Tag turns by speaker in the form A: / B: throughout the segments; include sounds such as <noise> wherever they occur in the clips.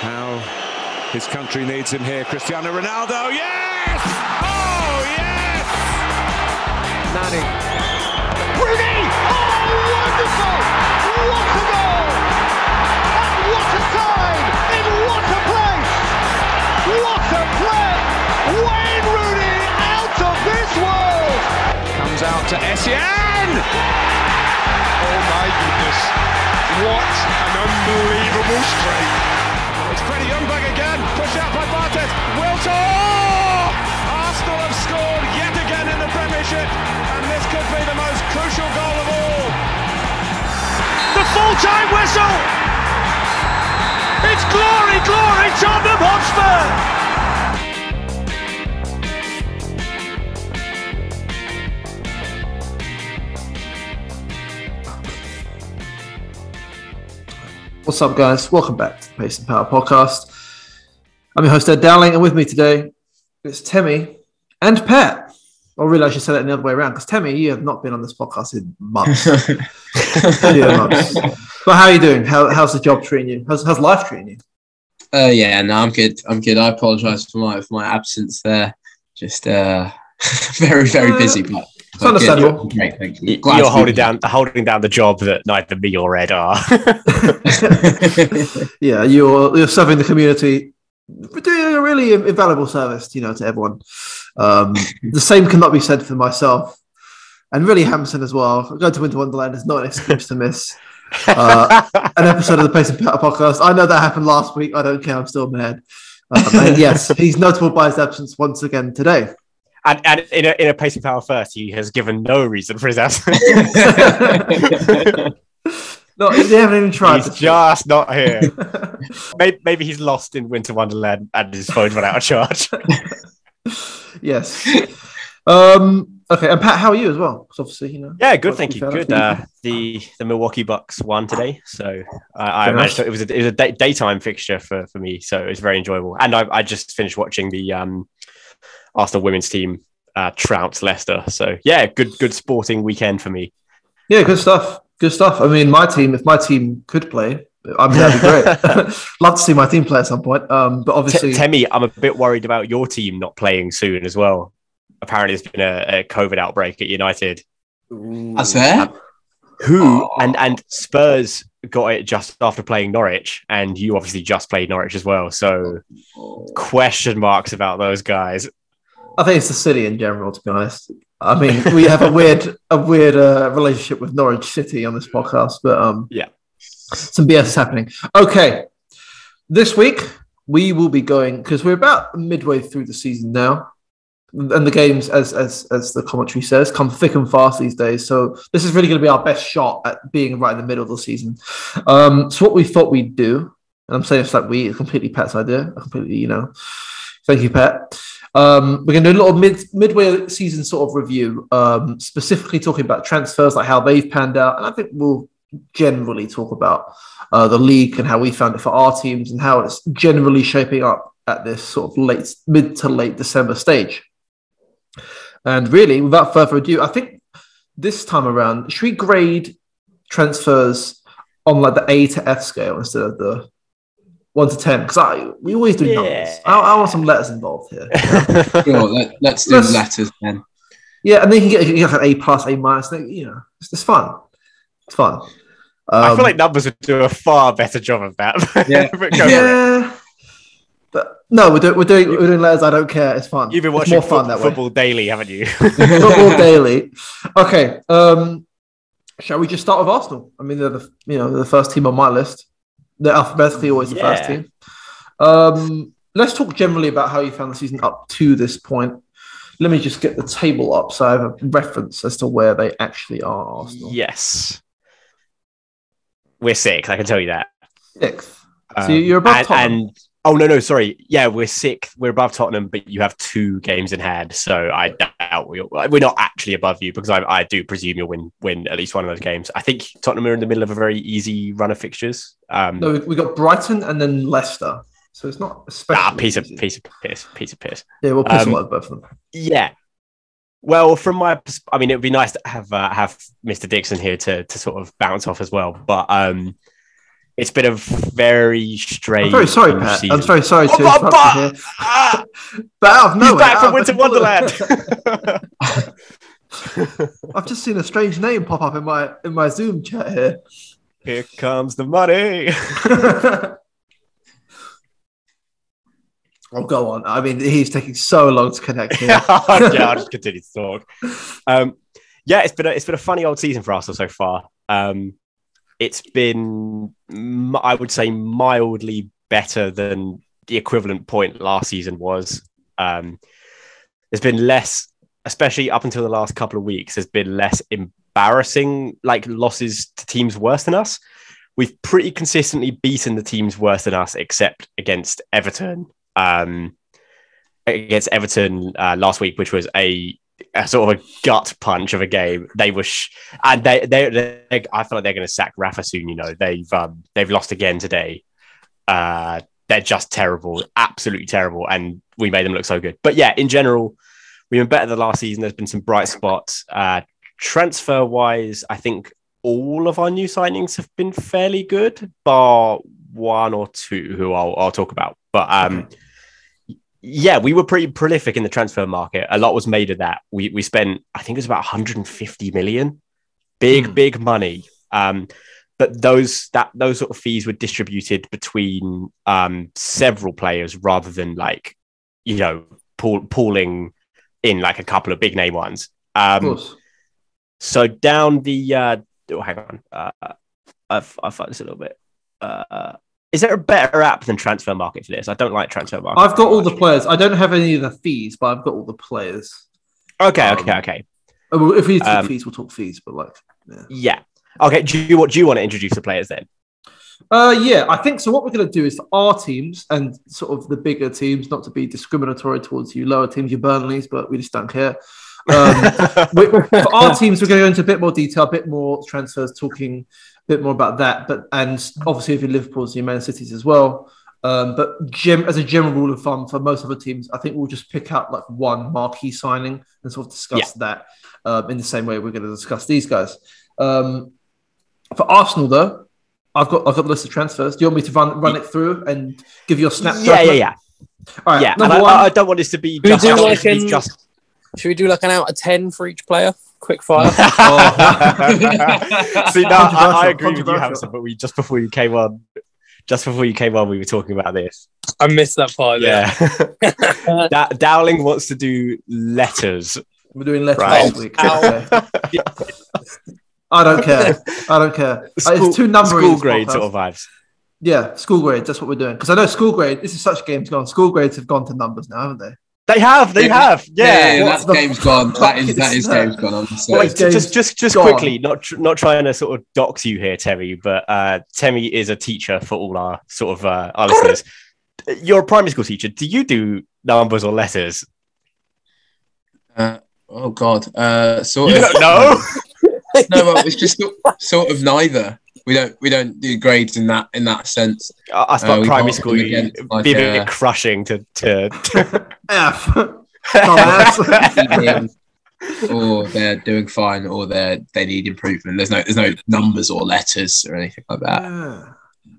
A: How his country needs him here. Cristiano Ronaldo, yes! Oh, yes!
B: Nani.
C: Rooney! Oh, wonderful! What a goal! And what a time! In what a place! What a play! Wayne Rooney out of this world!
B: Comes out to Essien!
D: Oh my goodness. What an unbelievable strike.
A: It's Freddie Youngberg again. Push out by Bartes. Wilson! Oh! Arsenal have scored yet again in the Premiership, and this could be the most crucial goal of all.
C: The full-time whistle! It's glory, glory, Tottenham Hotspur!
E: What's up, guys? Welcome back to the Pace and Power podcast. I'm your host, Ed Dowling, and with me today it's Temmie and Pat. I realize you said that in the other way around because Temmie, you have not been on this podcast in months. yeah, months. But how are you doing? How, how's the job treating you? How's, how's life treating you?
F: Uh, yeah, no, I'm good. I'm good. I apologise for my for my absence there. Just uh, <laughs> very very
E: Uh,
F: busy, but
E: It's understandable.
F: Great, thank you.
G: Y-
F: Glad
G: You're
F: to be here.
G: holding down holding down the job that neither me or Ed are.
E: yeah, you're you're serving the community, doing a really invaluable service, you know, to everyone.
G: <laughs>
E: Um, the same cannot be said for myself, and really Hampson as well. Going to Winter Wonderland is not an excuse to miss Uh, an episode of the Pace and Power podcast. I know that happened last week. I don't care. I'm still mad. Um,
G: <laughs>
E: and yes, he's notable by his absence once again today.
G: and and in a, in a pace of power first, he has given no reason for
E: <laughs>
G: his absence.
E: No, they haven't even tried.
G: he's just not here. maybe, maybe he's lost in Winter Wonderland and his phone ran out of charge.
E: <laughs> yes. Um, okay, and Pat, how are you as well? 'Cause obviously, you know.
G: Yeah, good.
E: Well,
G: Thank
E: we
G: you.
E: found
G: Good.
E: out.
G: Uh, the the Milwaukee Bucks won today, so I, I
E: Fair
G: managed.
E: enough.
G: To, it was a, it was a day, daytime fixture for, for me, so it was very enjoyable. And I, I just finished watching the um, Arsenal women's team uh, trounce Leicester. So yeah, good good sporting weekend for me.
E: Yeah, good stuff. Good stuff. I mean, my team, if my team could play, I mean, that'd be great. <laughs> Love to see my team play at some point. Um, but
G: T-
E: obviously,
G: Temi, I'm a bit worried about your team not playing soon as well. Apparently, there's been a, a COVID outbreak at United.
F: <laughs> That's
G: <laughs>
F: fair.
G: Who
F: Oh.
G: and and Spurs got it just after playing Norwich, and you obviously just played Norwich as well. So question marks about those guys. <laughs>
E: I think it's the city in general. To be honest, I mean, we have a weird, a weird uh, relationship with Norwich City on this podcast, but um,
G: Yeah.
E: some BS is happening. Okay, this week we will be going because we're about midway through the season now, and the games, as as as the commentary says, come thick and fast these days. So this is really going to be our best shot at being right in the middle of the season. Um, so what we thought we'd do, and I'm saying it's like we, it's completely Pat's idea. I completely, you know, thank you, Pat. Um, we're going to do a little mid midway season sort of review, um, specifically talking about transfers, like how they've panned out, and I think we'll generally talk about uh, the league and how we found it for our teams and how it's generally shaping up at this sort of late mid to late December stage. And really, without further ado, I think this time around, should we grade transfers on like the A to F scale instead of the one to ten? Because I we always do numbers. I, I want some letters involved here.
F: Sure, let, let's do
E: Let's-
F: letters then.
E: <laughs> Yeah, and then you can get you get like an A plus, A minus. Like, you know, it's, it's fun. It's fun. Um,
G: I feel like numbers would do a far better job of that. <laughs>
F: Yeah.
G: But go for it.
E: yeah, but no, we're doing we're doing we're doing letters. I don't care. It's fun.
G: You've been
E: It's
G: watching
E: more fun
G: fo-
E: that way.
G: football daily, haven't you?
E: Football daily. Okay. Um, shall we just start with Arsenal? I mean, they're the you know they're the first team on my list. They're alphabetically always the first
G: Yeah.
E: team. Um, let's talk generally about how you found the season up to this point. Let me just get the table up so I have a reference as to where they actually are. Arsenal
G: yes. We're sixth, I can tell you that.
E: sixth. So you're above
G: Um, and,
E: Tottenham.
G: and- oh no, no, sorry. Yeah, we're sixth. We're above Tottenham, but you have two games in hand, so I doubt we're, we're not actually above you because I, I do presume you'll win win at least one of those games. I think Tottenham are in the middle of a very easy run of fixtures. Um,
E: No, we- we got Brighton and then Leicester. So it's not especially.
G: ah, piece of
E: easy.
G: piece of piss, piece of piss.
E: Yeah, we'll piss
G: um,
E: a lot of both of them.
G: Yeah. Well, from my, pers- I mean, it would be nice to have uh, have Mr. Dixon here to to sort of bounce off as well. But um, It's been a very strange.
E: I'm very sorry, Pat.
G: season.
E: I'm very sorry to
G: Oh,
E: interrupt
G: but-
E: you here.
G: Ah,
E: But out of nowhere,
G: he's back
E: out
G: from
E: of
G: Winter Wonderland.
E: <laughs> I've just seen a strange name pop up in my in my Zoom chat here. <laughs>
G: Here comes the money.
E: oh, go on. I mean, he's taking so long to connect
G: <laughs>
E: here.
G: yeah, Oh, I'll just continue to talk. Um, yeah, it's been a, it's been a funny old season for Arsenal so far. Um, it's been, m- I would say, mildly better than the equivalent point last season was. Um, there's been less, especially up until the last couple of weeks. There's been less embarrassing like losses to teams worse than us. We've pretty consistently beaten the teams worse than us, except against Everton. Um, against Everton uh, last week, which was a, a sort of a gut punch of a game. They were, sh- and they, they, they, I feel like they're going to sack Rafa soon. You know, they've um, they've lost again today. Uh, they're just terrible, absolutely terrible, and we made them look so good. But yeah, in general, we've been better than last season. There's been some bright spots. Uh, transfer wise, I think all of our new signings have been fairly good, bar one or two who I'll, I'll talk about. But um, yeah, we were pretty prolific in the transfer market. A lot was made of that. We we spent, I think it was about 150 million. Big,
E: Hmm.
G: big money. Um, but those that those sort of fees were distributed between um several players rather than like, you know, pool, pooling in like a couple of big name ones.
E: Of
G: Um,
E: course.
G: so down the uh, oh, hang on, uh, I've I've found this a little bit. Uh, is there a better app than Transfer Market for this? I don't like Transfer Market.
E: I've got all
G: much.
E: the players. I don't have any of the fees, but I've got all the players.
G: Okay,
E: um,
G: okay, okay.
E: Oh, well, If we talk
G: Um,
E: fees, we'll talk fees. But like, yeah.
G: Yeah. Okay. Do you what do you want to introduce the
E: <laughs>
G: players then?
E: Uh, yeah, I think so. What we're going to do is our teams and sort of the bigger teams, not to be discriminatory towards you lower teams, your Burnleys, but we just don't care. Um, we, for
G: <laughs>
E: our teams, we're going to go into a bit more detail, a bit more transfers, talking a bit more about that. But and obviously, if you're Liverpool's, your Man Cities as well. Um, but gem, as a general rule of thumb for most other teams, I think we'll just pick out like one marquee signing and sort of discuss that um, in the same way we're going to discuss these guys. Um, for Arsenal, though, I've got I've got the list of transfers. Do you want me to run run it through and give you a snap?
G: yeah, yeah, yeah,
E: All right,
G: yeah. And
E: number
G: I,
E: one.
G: I, I don't want this to be
F: We
G: just,
F: do
G: <laughs> I don't want
F: like
G: this to be
E: <laughs>
F: in-
G: just-
F: Should we do like an out of 10 for each player? Quick fire.
G: See, no, I, I
E: Controversial,
G: agree with you,
E: controversial.
G: Hamza. But we just before you came on, just before you came on, we were talking about this.
F: <laughs> I missed that
H: Oh,
F: part.
G: Yeah, <laughs>
H: Uh,
G: da- Dowling wants to do letters.
E: We're doing letters
G: Right.
E: this week. Okay. I
G: <laughs>
E: don't care. I don't care. Uh, it's too numbery.
G: School
E: this
G: grade
E: podcast.
G: sort of vibes.
E: Yeah, school grade. That's what we're doing. Because I know school grade. This is such games gone. School grades have gone to numbers now, haven't they?
G: They have, they
F: Yeah.
G: have.
F: <laughs> Yeah,
G: Yeah.
F: yeah,
E: what
F: that's
E: the
F: game's gone. That is
E: fuck
F: that
E: is
F: is
E: that?
F: game's gone. I'm
E: What
F: sorry.
G: Wait,
E: Like, James
G: just just just
E: gone.
G: quickly, not tr- not trying to sort of dox you here, Terry, but uh, Temi is a teacher for all our sort of uh, our listeners. You're a primary school teacher. Do you do numbers or letters?
F: Uh, oh God. Uh, sort
G: You
F: of.
G: don't know.
F: <laughs> no, well, it's just sort- sort of neither. We don't we don't do grades in that in that sense.
G: I I
F: Uh,
G: thought
F: we
G: primary
F: can't
G: school
F: come
G: you
F: against, like,
G: be a bit
F: uh,
G: crushing to
F: <laughs>
G: to.
E: F. <laughs> Dumbass.
F: <laughs> Eating, or they're doing fine, or they they need improvement. There's no there's no numbers or letters or anything like that.
E: yeah. yeah.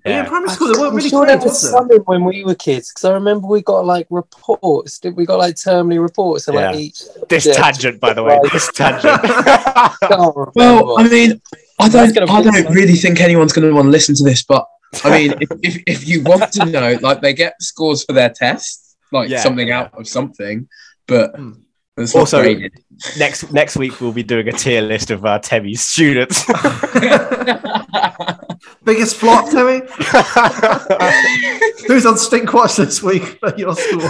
G: Yeah.
E: In primary school, they weren't
H: I'm
E: really
H: sure there
E: grades,
H: was
E: was there?
H: something when we were kids because I remember we got like reports. Did we got like termly reports and like
G: Yeah.
H: each?
G: This
H: Yeah.
G: tangent, by the way, this
F: <laughs>
G: tangent.
H: Can't remember.
F: Well, I mean, I
H: That's
F: don't I
H: gonna be
F: don't
H: fun.
F: really think anyone's going to want to listen to this, but I mean, <laughs> if, if, if you want to know, like they get scores for their tests, like
G: Yeah.
F: something out of something, but
E: Hmm.
F: that's not
G: Also-
F: graded.
G: next next week we'll be doing a tier list of uh, Temi's students. <laughs>
E: Biggest flop,
G: <laughs>
E: Terry? Who's on stink watch this week at your
G: <laughs>
E: school?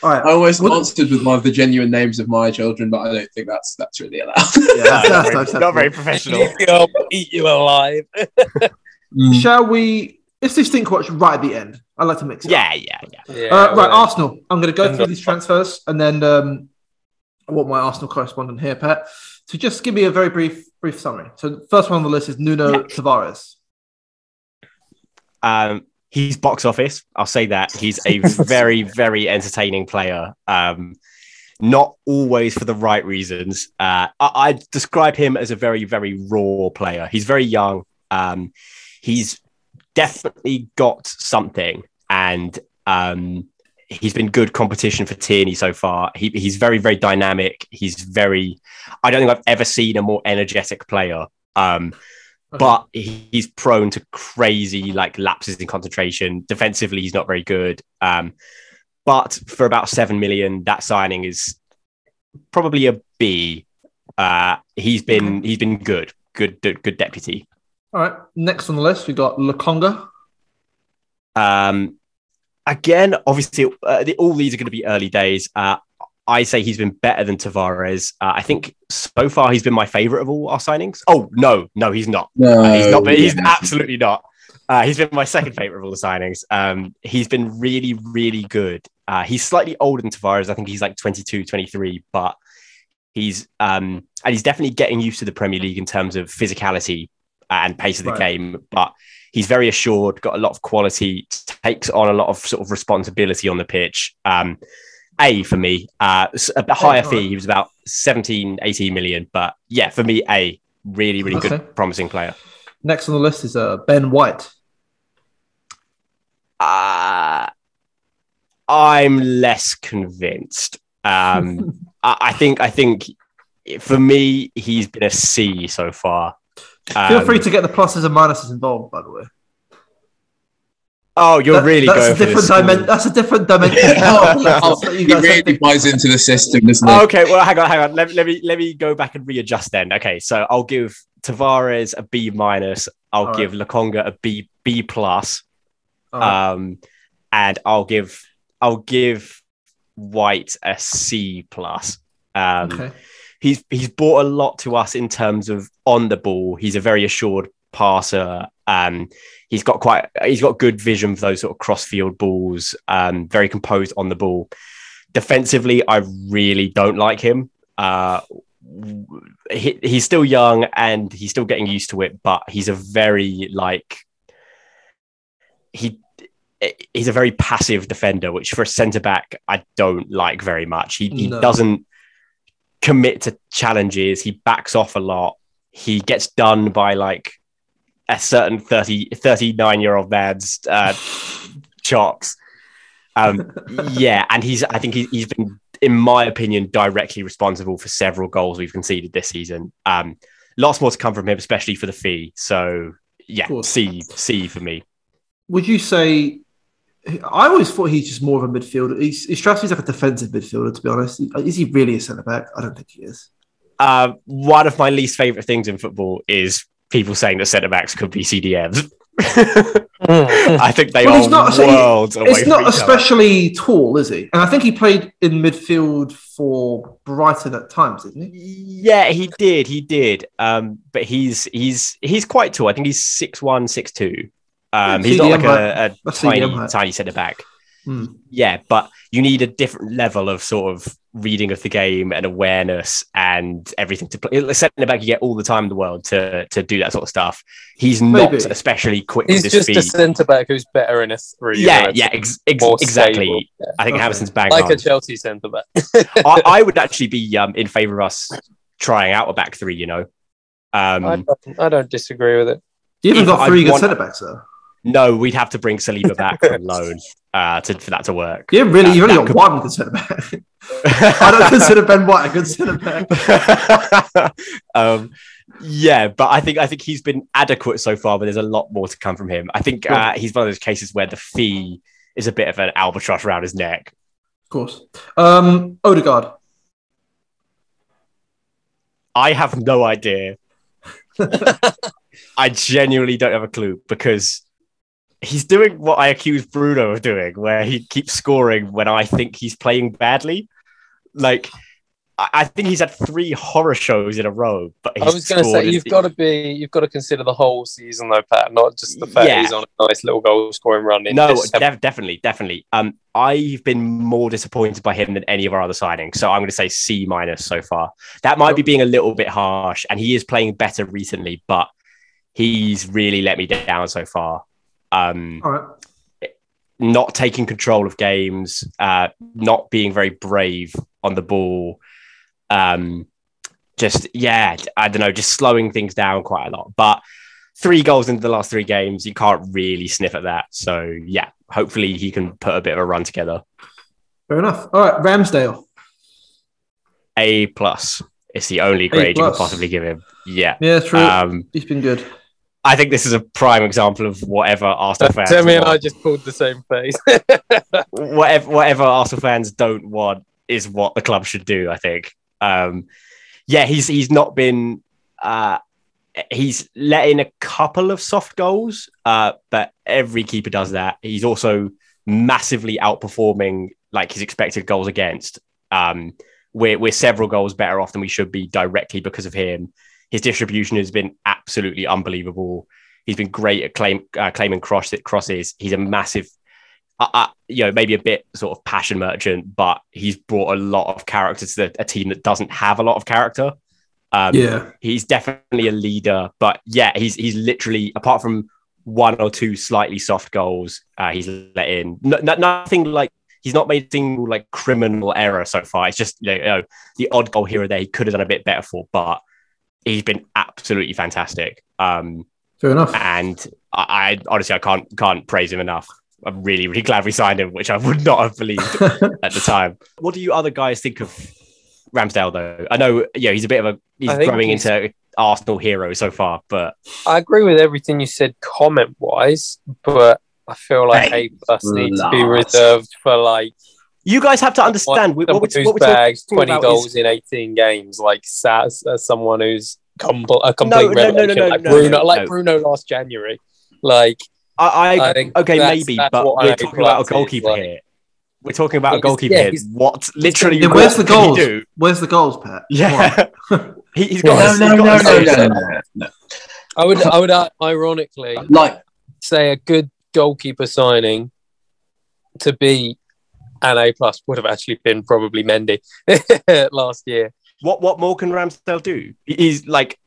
E: All right.
F: I always
E: Well-
F: answered with one of the genuine names of my children, but I don't think that's that's really allowed.
E: Yeah, that's,
G: not,
E: that's
G: very,
E: acceptable.
G: not very professional.
H: eat you alive.
E: Shall we? Let's do stink watch right at the end. I like to mix it up.
G: Yeah, yeah, yeah.
E: Uh, right, Arsenal. I'm going to go through these transfers, and then um, I want my Arsenal correspondent here, Pat, to just give me a very brief brief summary. So, the first one on the list is Nuno Tavares.
G: Um, he's box office. I'll say that he's a very, very entertaining player. Um, not always for the right reasons. Uh, I, I describe him as a very, very raw player. He's very young. Um, he's definitely got something, and um, he's been good competition for Tierney so far. He, he's very, very dynamic. He's very. I don't think I've ever seen a more energetic player. Um, but he- he's prone to crazy like lapses in concentration. Defensively, he's not very good. Um, but for about seven million, that signing is probably a B. Uh, he's been he's been good, good, good, good deputy.
E: All right. Next on the list, we got Lukonga.
G: Um, again, obviously, uh, the, all these are going to be early days. Uh, I say he's been better than Tavares. Uh, I think so far he's been my favorite of all our signings. Oh no, no, he's not.
F: <laughs> No,
G: Uh, he's not. But he's
F: yeah.
G: absolutely not. Uh, he's been my second favorite of all the signings. Um, he's been really, really good. Uh, he's slightly older than Tavares. I think he's like 22, 23, but he's um, and he's definitely getting used to the Premier League in terms of physicality and pace of the
E: Right.
G: game. But he's very assured, got a lot of quality, takes on a lot of sort of responsibility on the pitch. Um, a for me, uh, s- a bit higher
E: all
G: fee.
E: right.
G: He was about 17, 18 million, but yeah, for me, A, really, really
E: Okay.
G: good, promising player.
E: Next on the list is uh, Ben White.
G: uh, I'm less convinced. Um,
E: <laughs>
G: I, I think I think for me, he's been a C so far.
E: Feel
G: Um,
E: free to get the pluses and minuses involved, by the way.
G: Oh, you're
E: That-
G: really
E: that's
G: going
E: a
G: for
E: different
G: this.
E: dimension. That's a different
G: <laughs>
E: dimension. <laughs>
F: Oh,
E: That
F: he
E: you guys have
F: really
E: to-
F: buys into the system, doesn't he?
G: Oh, okay, well, hang on, hang on. Let, me- let me let me go back and readjust then. Okay, so I'll give Tavares a B minus. I'll
E: All right.
G: give Lakonga a B B plus.
E: All right.
G: Um, and I'll give I'll give White a C plus. Um,
E: okay.
G: he's he's brought a lot to us in terms of on the ball. He's a very assured passer. Um, he's got quite he's got good vision for those sort of cross field balls. Um, very composed on the ball. Defensively, I really don't like him. Uh, w- he, he's still young and he's still getting used to it, but he's a very like he he's a very passive defender, which for a centre back I don't like very much. He, he
E: No.
G: doesn't commit to challenges. He backs off a lot. He gets done by like a certain 30, 39 year old man's uh, chops. Um, yeah, and he's I think he, he's been, in my opinion, directly responsible for several goals we've conceded this season. Um, lots more to come from him, especially for the fee. So yeah,
E: Of course.
G: C C for me.
E: Would you say? I always thought he's just more of a midfielder. He's, he strikes me as like a defensive midfielder, to be honest. Is he really a centre back? I don't think he is.
G: Uh, one of my least favorite things in football is people saying that centre backs could be CDMs. <laughs> I think they
E: Well,
G: are
E: he's not- so he-
G: worlds away.
E: It's
G: from
E: not
G: each other.
E: especially tall, is he? And I think he played in midfield for Brighton at times, didn't he?
G: Yeah, he did. He did. Um, but he's he's he's quite tall. I think he's six one, six two. Um,
E: Yeah,
G: he's not
E: CDM
G: like a, a
E: That's
G: tiny
E: CDM height.
G: tiny centre back.
E: Hmm.
G: Yeah, but you need a different level of sort of reading of the game and awareness and everything to play. Centre back you get all the time in the world to to do that sort of stuff. He's not
E: Maybe.
G: especially quick
H: He's
G: with his
H: just a
G: feet.
H: centre back who's better in a three.
G: yeah,
H: than a
G: yeah, ex- ex-
H: more stable.
G: exactly. I think
E: Okay.
G: Hamilton's bang
H: Like
G: on.
H: a Chelsea centre <laughs> back.
G: I, I would actually be um, in favour of us trying out a back three. You know, um,
H: I, don't, I don't disagree with it.
E: You even
G: If
E: got
G: I'd
E: three good
G: want-
E: centre backs though.
G: No, we'd have to bring Saliba
H: <laughs>
G: back from loan uh, to, for that to work.
E: You really,
G: That-
E: you've only
G: that
E: got
G: could-
E: one good centre back. <laughs> I
G: <laughs>
E: don't consider Ben White a good centre back.
G: <laughs> um, yeah, but I think I think he's been adequate so far, but there's a lot more to come from him. I think uh, he's one of those cases where the fee is a bit of an albatross around his neck.
E: Of course. Um, Odegaard.
G: I have no idea.
H: <laughs>
G: I genuinely don't have a clue because he's doing what I accuse Bruno of doing, where he keeps scoring when I think he's playing badly. Like, I, I think he's had three horror shows in a row. But he's
H: I was going to
G: scored
H: say
G: in
H: you've
G: the-
H: got to be you've got to consider the whole season though, Pat, not just the fact
G: Yeah.
H: he's on a nice little goal scoring run. in
G: No,
H: December.
G: def- definitely, definitely. Um, I've been more disappointed by him than any of our other signings, so I'm going to say C minus so far. That might be being a little bit harsh, and he is playing better recently, but he's really let me down so far. Um,
E: All right.
G: not taking control of games, uh, not being very brave on the ball. Um, just yeah, I don't know, just slowing things down quite a lot. But three goals into the last three games, you can't really sniff at that. So yeah, hopefully he can put a bit of a run together.
E: Fair enough. All right, Ramsdale.
G: A plus. It's the only grade you could
E: plus.
G: possibly give him. Yeah.
E: Yeah, true.
G: Um,
E: He's been good.
G: I think this is a prime example of whatever Arsenal
H: <laughs>
G: fans
H: Demi and
G: want.
H: I just pulled the same face. <laughs>
G: whatever whatever Arsenal fans don't want is what the club should do. I think. Um, yeah, he's he's not been. Uh, he's let in a couple of soft goals, uh, but every keeper does that. He's also massively outperforming like his expected goals against. Um, we're we're several goals better off than we should be directly because of him. His distribution has been absolutely unbelievable. He's been great at claim uh, claiming cross crosses. He's a massive I, I, you know, maybe a bit sort of passion merchant, but he's brought a lot of character to the, a team that doesn't have a lot of character. Um,
E: yeah,
G: He's definitely a leader, but yeah, he's he's literally apart from one or two slightly soft goals, uh, he's let in no, no- nothing like he's not made a single like criminal error so far. It's just you know, you know, the odd goal here or there he could have done a bit better for, but he's been absolutely fantastic. Um,
E: fair enough.
G: and I, I honestly I can't can't praise him enough. I'm really really glad we signed him, which I would not have believed at the time. <laughs> What do you other guys think of Ramsdale though? I know yeah he's a bit of a he's
H: I think
G: growing
H: he's-
G: into Arsenal hero so far, but
H: I agree with everything you said comment wise, but I feel like
F: Hey,
H: A plus needs to be
F: relax.
H: reserved for like
G: you guys have to understand we-
H: someone
G: what, we're,
H: who's
G: what we're
H: bags
G: talking
H: twenty
G: about
H: goals
G: is-
H: in eighteen games, like Sas as someone who's com- a complete
G: no, no, no,
H: revelation,
G: no,
H: like
G: no,
H: Bruno,
G: no.
H: like Bruno last January. Like
G: I, I,
H: I think
G: okay
H: that's-
G: maybe,
H: that's
G: but
H: what
G: we're
H: I
G: talking about a
H: plus is,
G: goalkeeper
H: like-
G: here. We're talking about
H: Yeah,
G: a
H: 'cause-
G: goalkeeper
H: yeah,
G: here.
H: he's-
G: What literally?
E: Yeah, where's the
G: what can he
E: goals?
G: do?
E: <laughs>
G: <laughs>
E: Where's the goals, Pat?
G: Yeah, <laughs> he, he's got.
H: No,
G: he's
H: no,
G: got
H: no,
G: an
H: no,
G: assist.
H: no,
F: no.
H: I would, I
G: <laughs>
H: would uh, ironically
F: Like,
H: say a good goalkeeper signing to be an A plus would have actually been probably Mendy <laughs> last year.
G: what what more can Ramsdale do? He's like,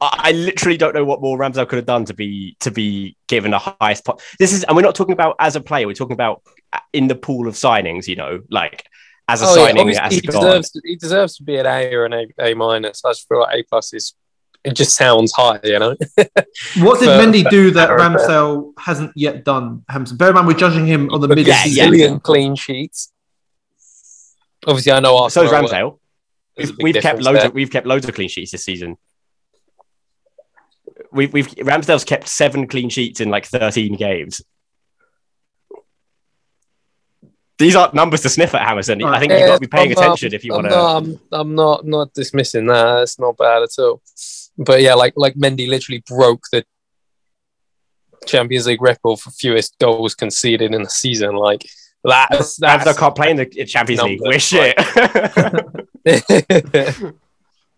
G: I, I literally don't know what more Ramsdale could have done to be to be given the highest. Po- this is, and we're not talking about as a player. We're talking about in the pool of signings. You know, like as a
H: Oh, yeah,
G: signing,
H: obviously
G: as a
H: he
G: guard.
H: deserves, he deserves to be an A or an A, a minus. I just feel like A plus is it just sounds high, you know.
E: What did
H: Fair,
E: Mendy do that
H: fair, fair.
E: Ramsdale hasn't yet done? Hampson. Bear in mind, we're judging him on the mid
G: yeah, <laughs>
H: He's
G: yeah.
E: season.
H: million clean sheets. Obviously, I know
G: So
H: Arsenal.
G: is Ramsdale.
H: There's a
G: We've, we've
H: big
G: kept
H: difference
G: loads.
H: there.
G: Of, we've kept loads of clean sheets this season. We've, we've Ramsdale's kept seven clean sheets in like thirteen games. These aren't numbers to sniff at, Hammerson. I think you've got to be paying
H: I'm not-
G: attention if you
H: I'm
G: want to.
H: not- I'm, I'm not not dismissing that. It's not bad at all. But yeah, like like Mendy literally broke the Champions League record for fewest goals conceded in a season. Like that's that's <laughs>
G: Ramsdale can't play in the Champions League.
H: Number.
G: We're shit. <laughs>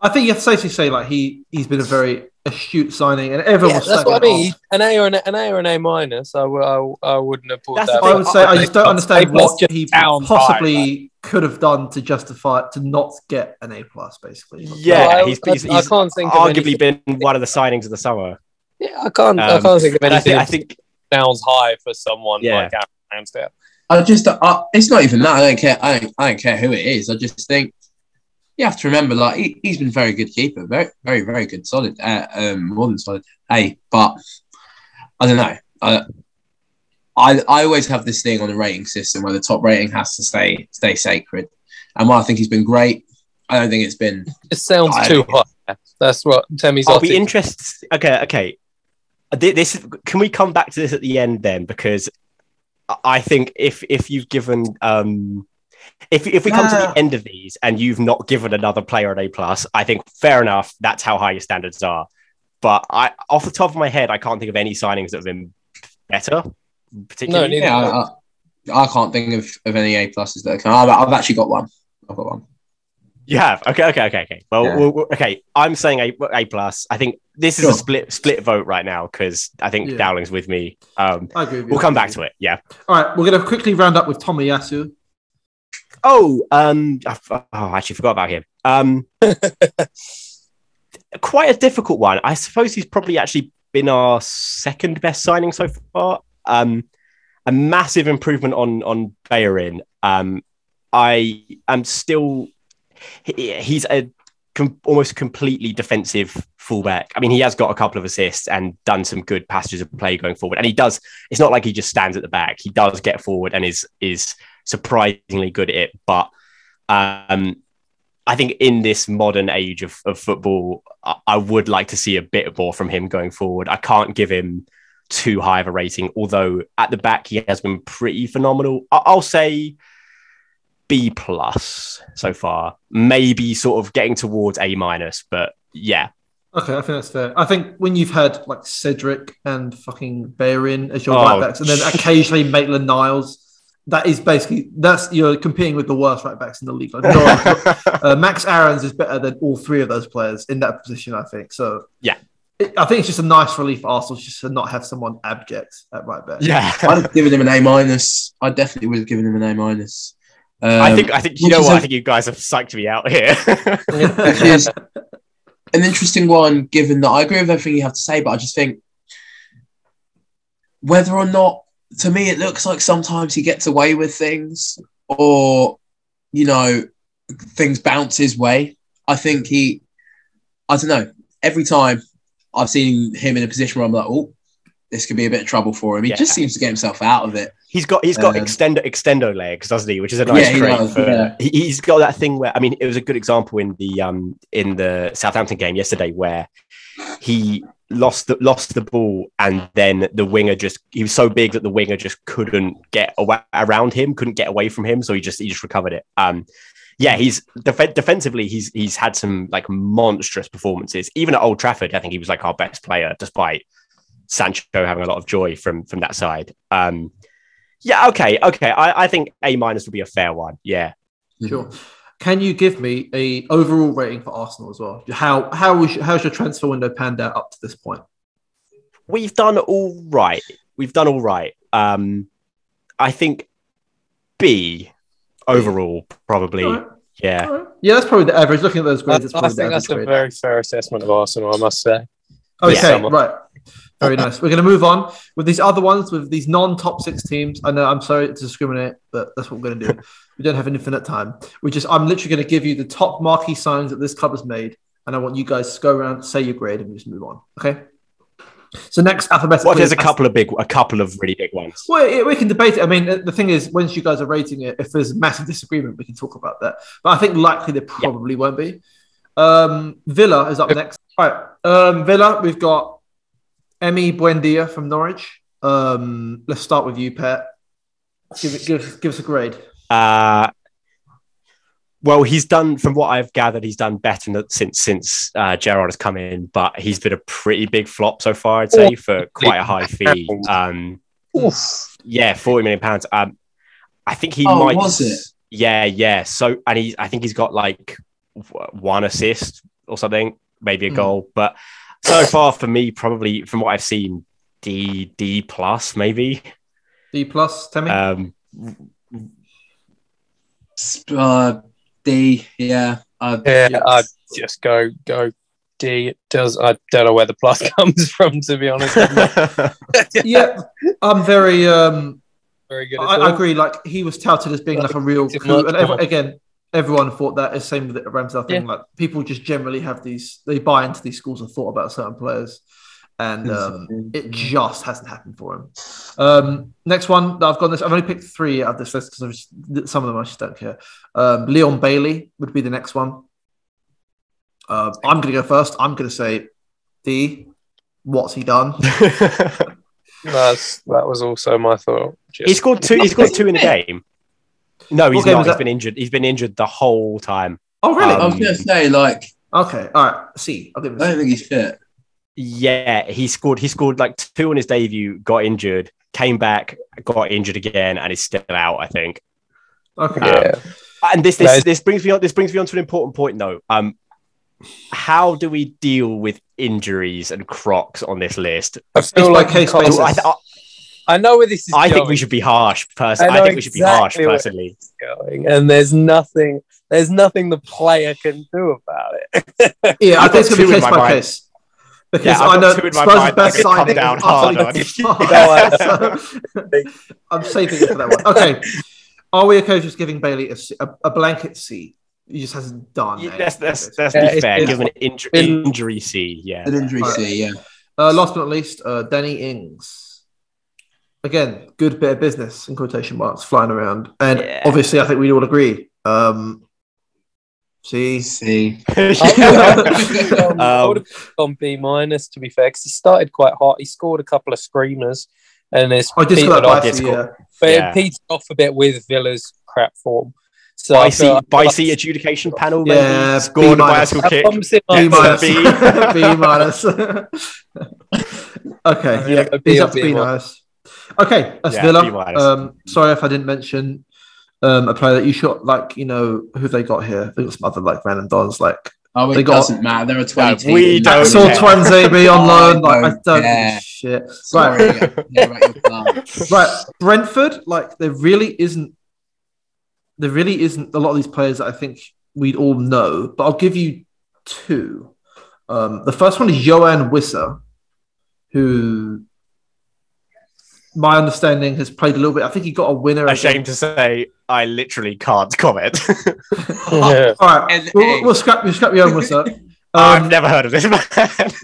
E: I think you have to safely say like he he's been a very astute signing, and everyone
H: Yeah,
E: was
H: that's
E: slagging
H: what I
E: it
H: mean. An A or an, an A or an A minus. I, w- I, w- I wouldn't have bought
G: That's
H: that.
E: off. I would say I just don't understand
H: Plus
E: what
H: just
E: he
H: down by,
E: possibly could have done to justify to not get an A plus. Basically,
H: No,
G: yeah,
H: I-
G: he's,
H: I-
G: he's,
H: I
G: he's
H: can't think of
G: arguably
H: anything.
G: been one of the signings of the summer.
H: Yeah, I can't. I
G: Um,
H: can't think of
G: And I,
H: anything.
G: think,
H: that
G: I think
H: sounds high for someone
G: Yeah.
H: like Aaron Ramsdale.
F: I just, I, it's not even that. I don't care. I don't, I don't care who it is. I just think you have to remember, like, he, he's been a very good keeper, very, very, very good, solid, uh, um, more than solid. Hey, but I don't know. I, I, I always have this thing on the rating system where the top rating has to stay, stay sacred. And while I think he's been great, I don't think it's been.
H: It sounds
F: I-
H: too high. That's what Temi's.
G: I'll be interested. Okay, okay. Thi- This can we come back to this at the end then because I- I think if if you've given um if if we come to
F: Nah.
G: the end of these and you've not given another player an A plus, I think fair enough. That's how high your standards are. But I off the top of my head, I can't think of any signings that have been better. Particularly,
H: neither.
F: Yeah, I, I, I can't think of, of any A pluses that can. I've, I've actually got one. I've got one.
G: You have okay, okay, okay, okay. Well,
F: Yeah.
G: we'll- we'll- okay. I'm saying a a plus. I think this is
F: Sure.
G: a split split vote right now because I think
E: Yeah.
G: Dowling's with me. Um,
E: I agree. With you.
G: we'll come back to it. Yeah.
E: All right, we're going to quickly round up with Tomiyasu.
G: Oh, um, I, f- oh, I actually forgot about him. Um, quite a difficult one. I suppose he's probably actually been our second best signing so far. Um, a massive improvement on on Bayerin. Um, I am still he- he's a com- almost completely defensive fullback. I mean, he has got a couple of assists and done some good passages of play going forward. And he does. It's not like he just stands at the back. He does get forward and is is surprisingly good at it. But um, I think in this modern age of, of football, I, I would like to see a bit more from him going forward. I can't give him too high of a rating, although at the back he has been pretty phenomenal. I- I'll say. B plus so far. Maybe sort of getting towards A minus, but yeah,
E: Okay, I think that's fair. I think when you've had like Cedric and fucking Bayerin as your
G: Oh,
E: right backs, and then occasionally Maitland Niles, that is basically that's you're competing with the worst right backs in the league. Like,
G: <laughs>
E: no, uh, Max Aaron's is better than all three of those players in that position, I think. So
G: Yeah.
E: It- I think it's just a nice relief for Arsenal just to not have someone abject at right <laughs> back.
G: yeah.
F: I'd have given him an A minus. I definitely would have given him an A minus. Um,
G: I think I think you
F: which
G: know
F: is
G: what
F: a-
G: I think you guys have psyched me out here. <laughs>
F: which is Um, an interesting one, given that I agree with everything you have to say, but I just think whether or not, to me, it looks like sometimes he gets away with things or, you know, things bounce his way. I think he, I don't know, every time I've seen him in a position where I'm like, oh, this could be a bit of trouble for him. He just
G: Yeah.
F: seems to get himself out of it.
G: he's got he's got
F: Um,
G: extendo extendo legs, doesn't he? Which is a nice
F: Yeah, he
G: trait.
F: does,
G: for,
F: yeah.
G: he, he's got that thing where I mean, it was a good example in the um in the Southampton game yesterday where he lost the lost the ball and then the winger just he was so big that the winger just couldn't get away, around him, couldn't get away from him, so he just he just recovered it. Um, yeah, he's def- defensively he's he's had some like monstrous performances. Even at Old Trafford, I think he was like our best player, despite Sancho having a lot of joy from from that side. Um, yeah, okay, okay. I, I think A minus would be a fair one. Yeah.
E: Sure. Can you give me a overall rating for Arsenal as well? How how was how's your transfer window panned out up to this point?
G: We've done all right. We've done all right. Um I think B overall, probably.
E: All right,
G: Yeah.
E: all right. Yeah, that's probably the average. Looking at those grades, it's
H: I
E: probably the
H: think
E: average
H: that's a
E: grade.
H: very fair assessment of Arsenal, I must say.
E: Okay,
G: Yeah.
H: Somewhat.
E: right. Very nice. We're going to move on with these other ones, with these non top six teams. I know I'm sorry to discriminate, but that's what we're going to do. we don't have infinite time. We just, I'm literally going to give you the top marquee signs that this club has made, and I want you guys to go around, say your grade, and we just move on. Okay. So next alphabetically,
G: Well, there's a couple of big a couple of really big ones.
E: Well, yeah, we can debate it. I mean, the thing is, once you guys are rating it, if there's massive disagreement, we can talk about that. But I think likely there probably won't be. Um, Villa is up next. All right, um, Villa. We've got Emmy Buendia from Norwich. Um, let's start with you, Pat. Give, it, give, us- give us a grade.
G: Uh well, he's done from what I've gathered, he's done better than- since since uh, Gerard has come in, but he's been a pretty big flop so far, I'd say, for quite a high fee. Um, Yeah, forty million pounds. Um, I think he
F: Oh,
G: might.
F: was it?
G: Yeah, yeah. So, and he, I think he's got like w- one assist or something, maybe a
E: Hmm.
G: goal. But so far for me, probably from what I've seen, D D plus maybe.
E: D plus, Tammy.
G: Um,
F: Sp- Uh, D, yeah. Uh,
H: Yeah, I'd just go go D. It does I don't know where the plus <laughs> comes from to be honest. I'm not
E: yeah, I'm very. Um,
H: very good. At
E: <laughs> I,
H: all.
E: I agree. Like he was touted as being like a real
H: It's
E: coup,
H: much
E: and ev-
H: more-
E: again, everyone thought that. It's same with the Ramsdale thing. Like people just generally have these, they buy into these schools of thought about certain players, and um, it just hasn't happened for him. Um, next one that I've got this. I've only picked three out of this list because some of them I just don't care. Um, Leon Bailey would be the next one. Um I'm going to go first. I'm going to say D. What's he
G: <laughs>
E: done?
H: That's, that was also my thought. Just,
G: he scored two. He scored two in a game. No, he's
E: What game
G: not.
E: was
G: He's
E: that?
G: been injured. He's been injured the whole time.
E: Oh, really?
F: I was
G: Um,
F: going to say, like,
E: okay. All right. C. I'll give
F: I
E: him a C.
F: don't think he's fit.
G: Yeah, he scored. He scored like two on his debut. Got injured. Came back. Got injured again, and is still out. I think.
E: Okay.
H: yeah.
G: And this
H: That
G: this,
H: is-
G: this brings me on this brings me on to an important point though. Um how do we deal with injuries and crocs on this list?
H: I
E: Case
H: feel
E: by
H: like
E: case
H: I,
E: basis.
G: I, th-
H: I know where this is
G: I
H: going,
G: think we should be harsh
H: I
G: personally. I,
H: know
G: think we should be harsh
H: exactly where-
G: personally.
H: going, and there's nothing there's nothing the player can do about
E: <laughs>
H: it.
E: Yeah, I
G: I've
E: think it's going to
G: got two
E: be
G: in
E: case
G: my
E: by
G: mind.
E: case. Because
G: Yeah, I've
E: I
G: got
E: know
G: two in
E: Spurs'
G: my mind.
E: best
G: I could come
E: side <laughs> is utterly
G: down hard on <laughs>
E: fucked.
H: you.
E: So, I'm saving it for that one. Okay. Are we okay just giving Bailey a, se- a, a blanket C? He just hasn't done.
G: Yeah,
E: it.
G: that's that's that's
H: Yeah,
G: be
H: it's
G: fair.
H: been-
G: Give him an injury,
H: been-
G: injury C. Yeah,
F: An injury
E: Alright.
F: C, yeah.
E: Uh, last but not least, uh, Danny Ings. Again, good bit of business in quotation marks flying around, and
G: Yeah.
E: obviously, I think we all agree. Um, see,
F: C.
H: <laughs> Um, Oh, I would have gone B minus to be fair, because he started quite hot. He scored a couple of screamers, and it's
E: I just
H: petered
E: got
H: off,
E: that
G: it's
E: bias, yeah.
H: but
G: Yeah.
H: it petered off a bit with Villa's crap form. So I
G: Bicy,
H: feel-
G: Bicy adjudication panel. Maybe.
E: Yeah,
G: scored
E: B
G: a
E: minus.
G: bicycle
H: I
G: kick.
H: promise it
E: B
H: might-
E: minus.
G: B.
E: <laughs> B minus. okay,
H: I mean,
E: yeah,
H: a B
E: he's
H: or
E: up to
H: B
E: B minus. Okay, that's
G: Yeah, B
E: Villa.
G: minus.
E: Um, sorry if I didn't mention um, a player that you shot. Like you know who they got here. They got some other like random dons. Like
F: Oh, it
E: They got-
F: doesn't matter. There are 20
G: No,
F: teams.
G: we don't
E: I saw
G: care.
E: Twanzebe on loan.
F: I
E: Like I
F: don't
E: don't give a
F: care.
E: shit.
F: Sorry. I don't care about your club.
E: Right, Brentford. Like there really isn't. There really isn't a lot of these players that I think we'd all know. But I'll give you two. Um, the first one is Joanne Wisser, who, my understanding, has played a little bit. I think he got a winner.
G: Ashamed to say, I literally can't comment. <laughs>
E: <laughs>
H: Yeah.
E: All right,
F: And
E: we'll,
F: a-
E: we'll scrap. We'll scrap Joanne Wisser.
G: I've
E: Um,
G: never heard of this man.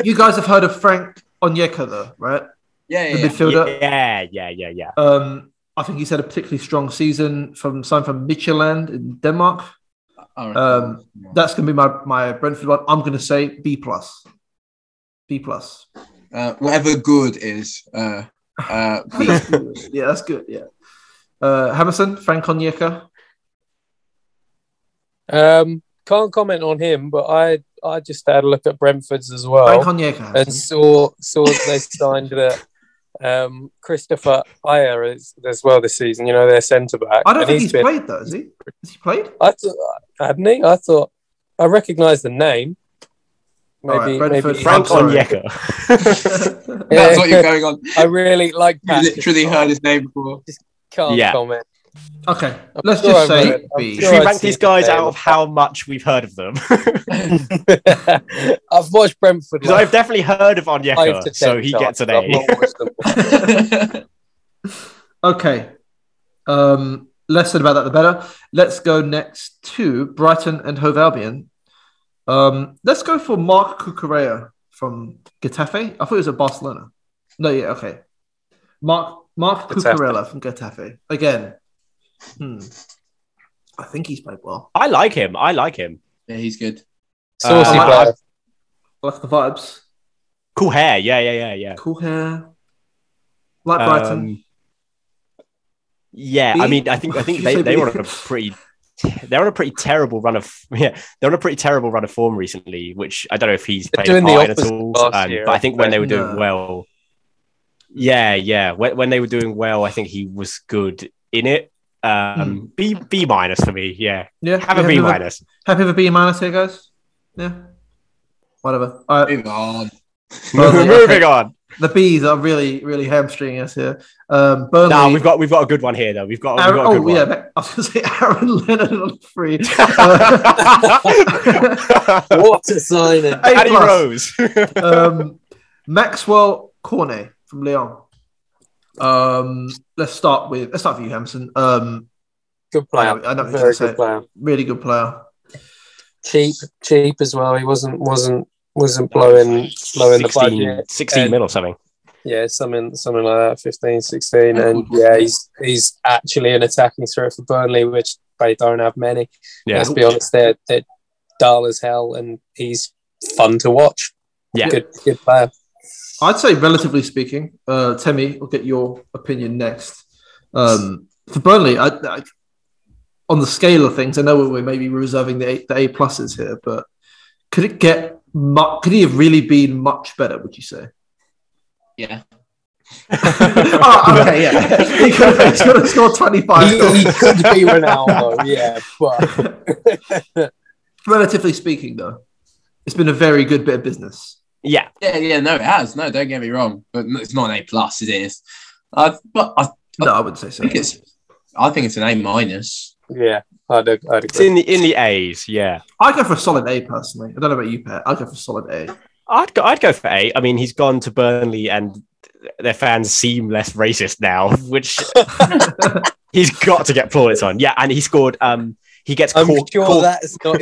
E: you guys have heard of Frank Onyeka, though, right?
F: Yeah,
E: The
F: yeah, yeah.
H: uh,
E: midfielder.
G: Yeah, yeah, yeah, yeah.
E: Um, I think he's had a particularly strong season from signed from Midtjylland in Denmark.
F: All right.
E: Um, That's going to be my, my Brentford one. I'm going to say B plus, B plus.
F: uh, whatever good is. Uh,
E: <laughs>
F: uh, <laughs> please.
E: yeah, that's good. Yeah. Uh, Hammerson, Frank Onyeka.
H: Um, can't comment on him, but I I just had a look at Brentford's as
E: Frank
H: well
E: Onyeka.
H: and saw saw that they signed that um, Christopher Ayer is, as well this season. You know their centre back.
E: I don't
H: And
E: think he's
H: been-
E: played though. Has he? Has he played?
H: <laughs>
E: <laughs>
H: I thought hadn't he? I thought I recognised the name. Maybe,
E: All right,
H: maybe
E: Brentford,
G: Frank
E: I'm sorry.
G: Onyeka. <laughs>
H: <laughs>
F: That's what you're going on.
H: I really like.
F: You
H: Pat
F: literally
H: Cassell.
F: heard his name
E: <laughs>
F: before.
H: Can't
G: Yeah.
H: comment.
E: okay, let's
H: sure
E: just
H: I
E: say
H: read it. I'm
E: B.
G: Should
H: sure
G: we
H: I've
G: rank these
H: seen
G: guys
H: the
G: out
H: name.
G: of how much we've heard of them? <laughs>
H: <laughs> I've watched Brentford.
G: Because
H: like
G: I've definitely heard of
H: five to
G: Onyeka,
H: ten
G: so he
H: times.
G: gets an
H: I've
G: A.
H: not watched
G: <laughs>
H: them.
E: Okay. Um, less said about that, the better. Let's go next to Brighton and Hove Albion. Um, let's go for Mark Cucurella from Getafe. I thought it was at Barcelona. No, yeah, okay. Mark Mark
H: Getafe.
E: Cucurella from Getafe again. Hmm. I think he's played well.
G: I like him. I like him.
F: yeah, he's good.
H: Saucy
G: Uh,
H: player.
E: I like the vibes.
G: Cool hair. Yeah, yeah, yeah, yeah.
E: Cool hair. Like
G: Um,
E: Brighton.
G: Yeah, I
E: B?
G: mean, I think
E: <laughs>
G: I think
E: You
G: they,
E: said
G: they
E: B.
G: were on a pretty they're on a pretty terrible run of <laughs> yeah they're on a pretty terrible run of form recently, which I don't know if he's
H: They're
G: played a
H: doing the
G: part in at
H: opposite
G: all.
H: last
G: Um,
H: year,
G: but I think when they were doing
E: No.
G: well, yeah, yeah, when, when they were doing well, I think he was good in it. Um, B B minus for me. Yeah,
E: Yeah.
G: have
E: you
G: a B
E: Hmm. another-
G: minus.
E: Happy with a B minus here, guys. Yeah. Whatever. All right.
F: Move on.
E: Burnley,
G: <laughs> Moving
E: okay.
G: on.
E: The bees are really, really hamstringing us here. Um, Burnley.
G: Now we've got we've got a good one here though. We've got, we've
E: Aaron,
G: got a
E: oh
G: good one.
E: yeah, I was going to say <laughs> Aaron Leonard on
G: <laughs>
E: free. <laughs> Uh,
H: What a signing!
E: A
G: Paddy
E: plus.
G: Rose.
E: um, Maxwell Cornet from Lyon. Um, let's start with let's start with you, Hampson. Um,
G: <laughs>
H: Good player.
E: I know what you're
H: Very
E: gonna say.
H: good player.
E: really good player.
H: Cheap, cheap as well. He wasn't wasn't wasn't blowing
G: 16,
H: blowing the budget.
G: 16
H: And-
G: mil or something.
H: Yeah, something something like that, 15, 16. And
F: Record, wasn't
H: yeah,
F: it?
H: he's he's actually an attacking threat for Burnley, which they don't have many.
G: Yeah.
H: Let's be honest, they're they're dull as hell and he's fun to watch.
G: Yeah.
H: Good good player.
E: I'd say, relatively speaking, uh, Temi, we'll get your opinion next. Um, for Burnley, I, I, on the scale of things, I know we're maybe reserving the A, the A pluses here, but could it get mu- could he have really been much better? Would you say?
F: Yeah.
E: oh, okay, yeah. he could have, he could have scored twenty
H: He, he
E: five.
H: could be
E: <laughs>
H: Ronaldo, yeah, but
E: relatively speaking, though, it's been a very good bit of business.
G: <laughs> Yeah.
F: Yeah, yeah, no, it has. No, don't get me wrong. But no, it's not an A plus, it is. I, but I
E: No, I wouldn't say so.
F: think it's I think it's an A minus.
H: yeah, I'd, I'd
G: <laughs> It's
H: agree.
G: in the in the A's, yeah.
E: I go for a solid A personally. I don't know about you, Pat. I go for a solid A.
G: I'd go I'd go for A. I mean, he's gone to <laughs> Burnley and their fans seem less racist now, which He's got to get plaudits on. Yeah, and he scored. Um, he gets
H: I'm
G: cork-
H: sure
G: cork-
H: that's not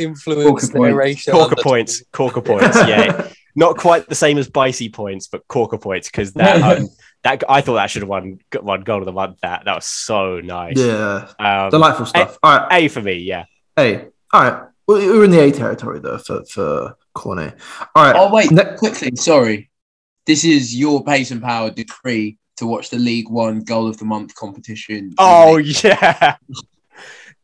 F: Corker
H: influenced their
F: points.
H: ratio.
G: corker
H: under-
G: points. Corker points. <laughs> Yeah, not quite the same as Bicey points, but corker points because that <laughs> um, that I thought that should have won won goal of the month. That that was so nice.
E: <laughs> Yeah,
G: Um,
E: delightful stuff. All right,
G: a for me. Yeah.
E: hey, all right. We- We're in the A territory though for for Cornet. All right.
F: Oh wait,
E: Ne-
F: quickly, sorry. This is your pace and power decree to watch the League One Goal of the Month competition.
G: Oh <laughs> yeah.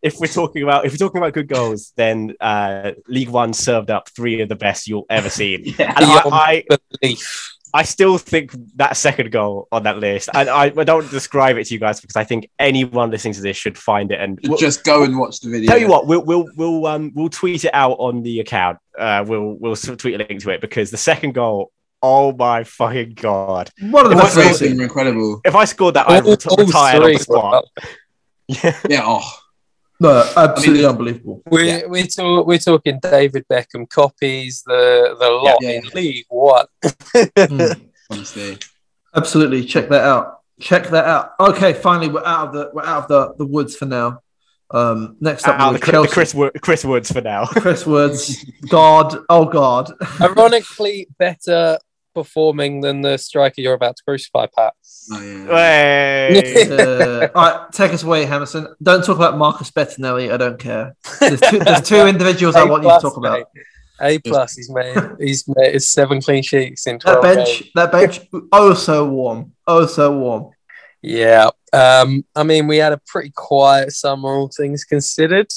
G: If we're talking about if we're talking about good goals, then uh, League One served up three of the best you'll
H: <laughs>
G: ever see.
F: yeah.
G: And I,
H: Beyond
G: I,
H: belief.
G: I still think that second goal on that list. I, I, I don't describe it to you guys because I think anyone listening to this should find it. And we'll,
F: Just go and watch the video.
G: tell you what, we'll we'll we'll um we'll tweet it out on the account. Uh, we'll we'll sort of tweet a link to it because the second goal. Oh my fucking god!
E: One of the
G: It
F: My
E: best.
G: was
E: goals
F: goals
E: in-
F: were incredible.
G: If I scored that, I
H: All-
G: would
H: all
G: retire on
H: three
G: the spot.
H: were-
G: Yeah,
F: Yeah, oh,
E: No, absolutely
F: I mean,
H: <laughs>
E: unbelievable.
H: We're, we're, talk, we're talking David Beckham copies, the, the lot
F: Yeah.
H: in League One.
E: Mm,
F: honestly.
E: absolutely, check that out. Check that out. Okay, finally, we're out of the we're out of the, the woods for now. Um, next up,
G: out
E: we're
G: the, Chris- the
E: Chelsea.
G: Chris Wo- Chris Woods for now.
E: Chris Woods, God, oh God.
H: Ironically, better performing than the striker you're about to crucify, Pat.
F: Oh, yeah.
H: <laughs>
G: Hey.
E: Uh, all right, take us away, Hammerson. Don't talk about Marcus Bettinelli. I don't care. There's two, there's two individuals I
H: <laughs> A
E: want you to
H: plus,
E: talk about.
H: mate. A plus. He's made he's made his seven clean sheets in
E: That
H: twelve games.
E: bench, that bench, oh so warm, oh so warm.
H: Yeah. Um. I mean, we had a pretty quiet summer, all things considered.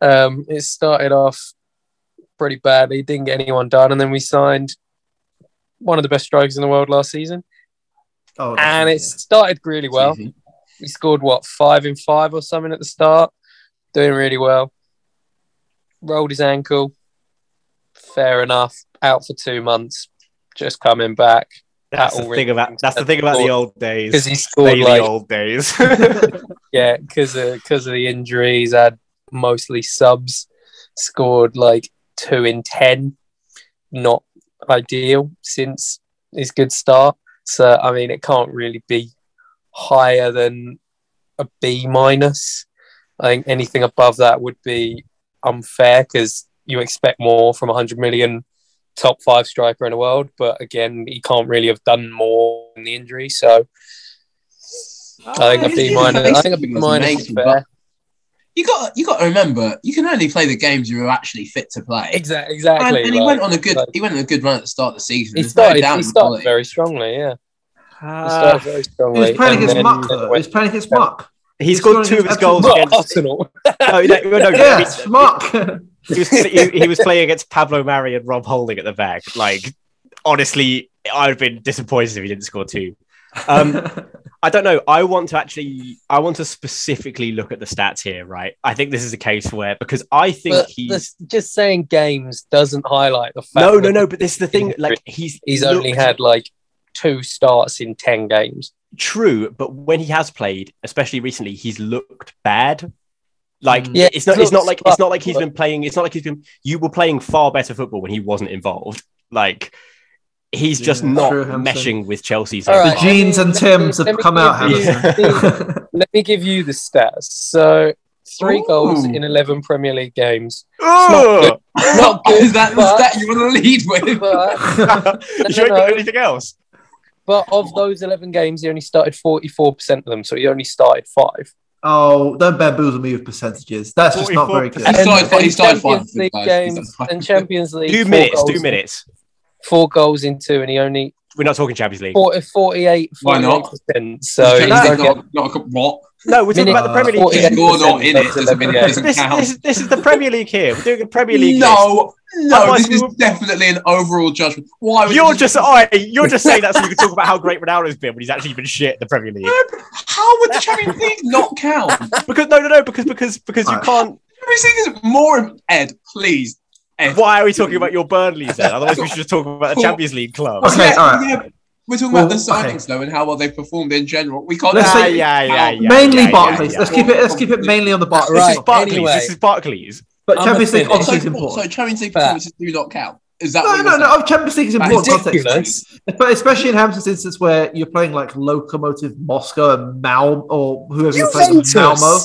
H: Um. It started off pretty badly. Didn't get anyone done, and then we signed one of the best strikers in the world last season,
E: Oh,
H: and it
E: that's-
H: started really well. We scored what five in five or something at the start, doing really well. Rolled his ankle. Fair enough. Out for two months. Just coming back
G: That's the
H: That'll
G: thing
H: really
G: about that's the thing about the old days.
H: because he
G: They
H: scored
G: the
H: like
G: old
H: <laughs>
G: days.
H: yeah because of because of the injuries. Had mostly subs. Scored like two in ten. Not ideal since his good start. So I mean, it can't really be higher than a B minus. I think anything above that would be unfair because you expect more from a hundred million top five striker in the world. But again, he can't really have done more in the injury. So I think a
F: Oh,
H: B minus. I think a B minus is fair.
F: You got you got to remember, you can only play the games you're actually fit to play.
H: Exactly.
F: And,
H: Exactly.
F: and he
H: like-
F: went on a good
H: like-
F: he went on a good run at the start of the season.
H: he
F: There's no
H: started.
F: doubt
H: He
F: in the
H: started
F: quality.
H: very strongly. Yeah. He
G: Ah,
H: started very
E: He
H: strongly.
E: was playing
H: and
E: against
H: then-
E: Muck, though. He was playing against Muck.
G: he scored two of his goals
H: Well,
G: against.
H: Arsenal.
G: <laughs> No, no, no,
E: <laughs>
G: no,
E: Yes, Muck.
G: he, was, he, he was playing against Pablo Mari and Rob Holding at the back. Like, honestly, I'd have been disappointed if he didn't score two. Um,
E: <laughs>
G: I don't know. I want to actually, I want to specifically look at the stats here, right? I think this is a case where because I think
H: But
G: he's
H: this- just saying games doesn't highlight the fact.
G: no,
H: that
G: no, no. But this is the thing. Like, he's
H: He's only
G: looked-
H: had like two starts in ten games.
G: True, but when he has played, especially recently, he's looked bad. Like
E: Mm.
G: yeah,
H: Yeah,
G: it's not
H: he
G: it's not
H: looks
G: like it's not like
H: rough,
G: he's
H: but-
G: been playing it's not like he's been you were playing far better football when he wasn't involved. Like he's just
E: Yeah,
G: not
E: true, Hampson.
G: meshing with Chelsea so
H: All
E: the
H: right.
G: far.
E: jeans and
H: Let me-
E: Tims
H: let
E: have
H: me
E: come out,
H: give you-
E: Hammerson.
H: Let me give you the stats. So three
F: Ooh.
H: goals in eleven Premier
G: <laughs>
H: League games.
G: Oh!
H: Not good,
F: is that the
H: <laughs> but-
F: stat you want to lead with?
H: But,
G: you ain't
H: No, no,
G: got
H: no.
G: anything else.
H: but of those eleven games, he only started forty-four percent of them. So he only started five.
E: <laughs> Oh, don't bamboozle me with percentages. That's just not very good.
F: He started five- he started five
H: Champions
F: of them,
H: League
F: guys. He
H: games
F: started
H: and
F: five.
G: <laughs>
H: Champions League.
G: Two
H: four
G: minutes,
H: goals-
G: two minutes.
H: Four goals in two, and he only
G: We're not talking Champions League.
H: 40, 48
F: Why not?
H: percent. So he's
F: not,
H: going
F: not, not, what?
G: No, we're talking
H: Minute-
G: about the Premier
H: Uh,
G: League.
H: Yeah,
F: If you're not in it,
H: that's
F: doesn't mean it doesn't
G: This,
F: count.
G: this, this is the Premier League here. We're doing a Premier League. list.
F: no, no,
G: Otherwise
F: this
G: we
F: is
G: would-
F: definitely an overall judgment. Why would
G: You're
F: you-
G: just I, you're just saying that so you can talk about how great Ronaldo's been when he's actually been shit in the Premier League.
F: How would the Champions League not
G: <laughs>
F: count?
G: Because no, no, no, because because because you
E: Right.
G: can't.
F: Champions League is more. Ed, please. Ed,
G: Why are we talking about your Burnley then? Otherwise, we should just talk
E: <laughs>
G: about the Champions League club.
E: Okay,
F: Yeah,
E: all right.
F: yeah, we're talking about the
E: Well, okay.
F: signings though and how well they performed in general. We can't.
E: Let's
G: Ah,
E: say-
G: yeah, yeah, yeah,
E: mainly
G: yeah,
E: Barclays.
G: yeah,
E: Let's
G: yeah.
E: keep it. Let's keep it mainly on the Barclays.
G: This
H: Right,
G: is Barclays.
H: anyway.
G: This is Barclays.
E: But
H: I'm
E: Champions League
H: offended.
E: obviously is
F: so, so
E: important.
F: Oh, Champions League
H: Fair.
F: performances do not count. Is that
E: No,
F: what
E: no,
F: you're
E: no. Champions League is important context.
H: <laughs> ridiculous.
E: But especially in Hampton's instance where you're playing like Locomotive Moscow and Malmo or whoever you're playing
H: Juventus.
E: Malmo.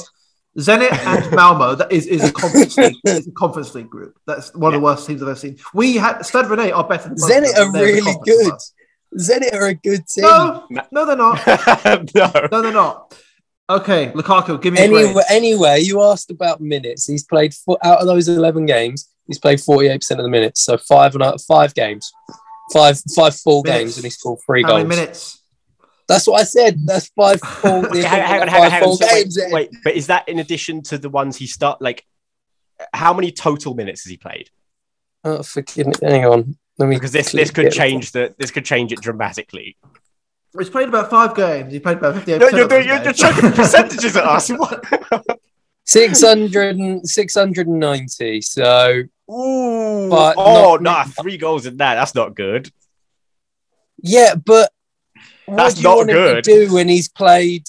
E: Zenit
H: <laughs>
E: and Malmo that is, is a conference league. It's a conference league group. That's one of the worst teams I've ever seen. We had Stade Rennais are better than both of
H: Zenit
E: them.
H: are
E: They're the
H: really
E: conference
H: good.
E: class.
H: Zenit are a good team.
E: No, no, they're not.
H: <laughs>
G: <laughs> no.
E: No, they're not. Okay, Lukaku, give me a
H: Anyway,
E: grade.
H: anyway, you asked about minutes. He's played four, out of those eleven games. He's played forty-eight percent of the minutes. So five and out five games, five five full
E: Minutes.
H: games, and he scored three
E: How many
H: goals.
E: minutes?
H: That's what I said. That's
G: <laughs>
H: five full.
G: Wait,
H: the
G: hang, hang on,
H: equivalent of
G: hang on,
H: five
G: hang on.
H: full
G: So wait,
H: games.
G: wait, but is that in addition to the ones he start? Like, how many total minutes has he played?
H: Oh, fucking, hang on. Let me
G: Because this
H: quickly
G: this could
H: get-
G: change the this could change it dramatically.
E: He's played about five games. He played about 58
G: No, you're, doing- you're, you're
E: <laughs>
G: chucking percentages at us. What?
H: 600 and, 690. So,
G: Ooh,
H: But
G: oh,
H: not-
G: nah, three goals in that. That's not good.
H: yeah, but what
G: That's
H: do you
G: not
H: want
G: good.
H: him to do when he's played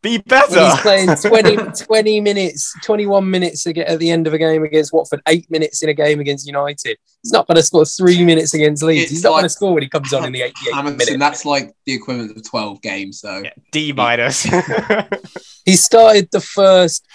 G: Be
H: when
G: <laughs> better.
H: he's playing 20, 20 minutes, 21 minutes to get at the end of a game against Watford, eight minutes in a game against United? He's not going to score three minutes against Leeds.
F: It's
H: he's not
F: like-
H: going to score when he comes on in the 88th
F: Hamilton,
H: minute.
F: that's like the equivalent of 12 games. So, yeah,
G: Yeah, D minus. <laughs>
H: He started the first.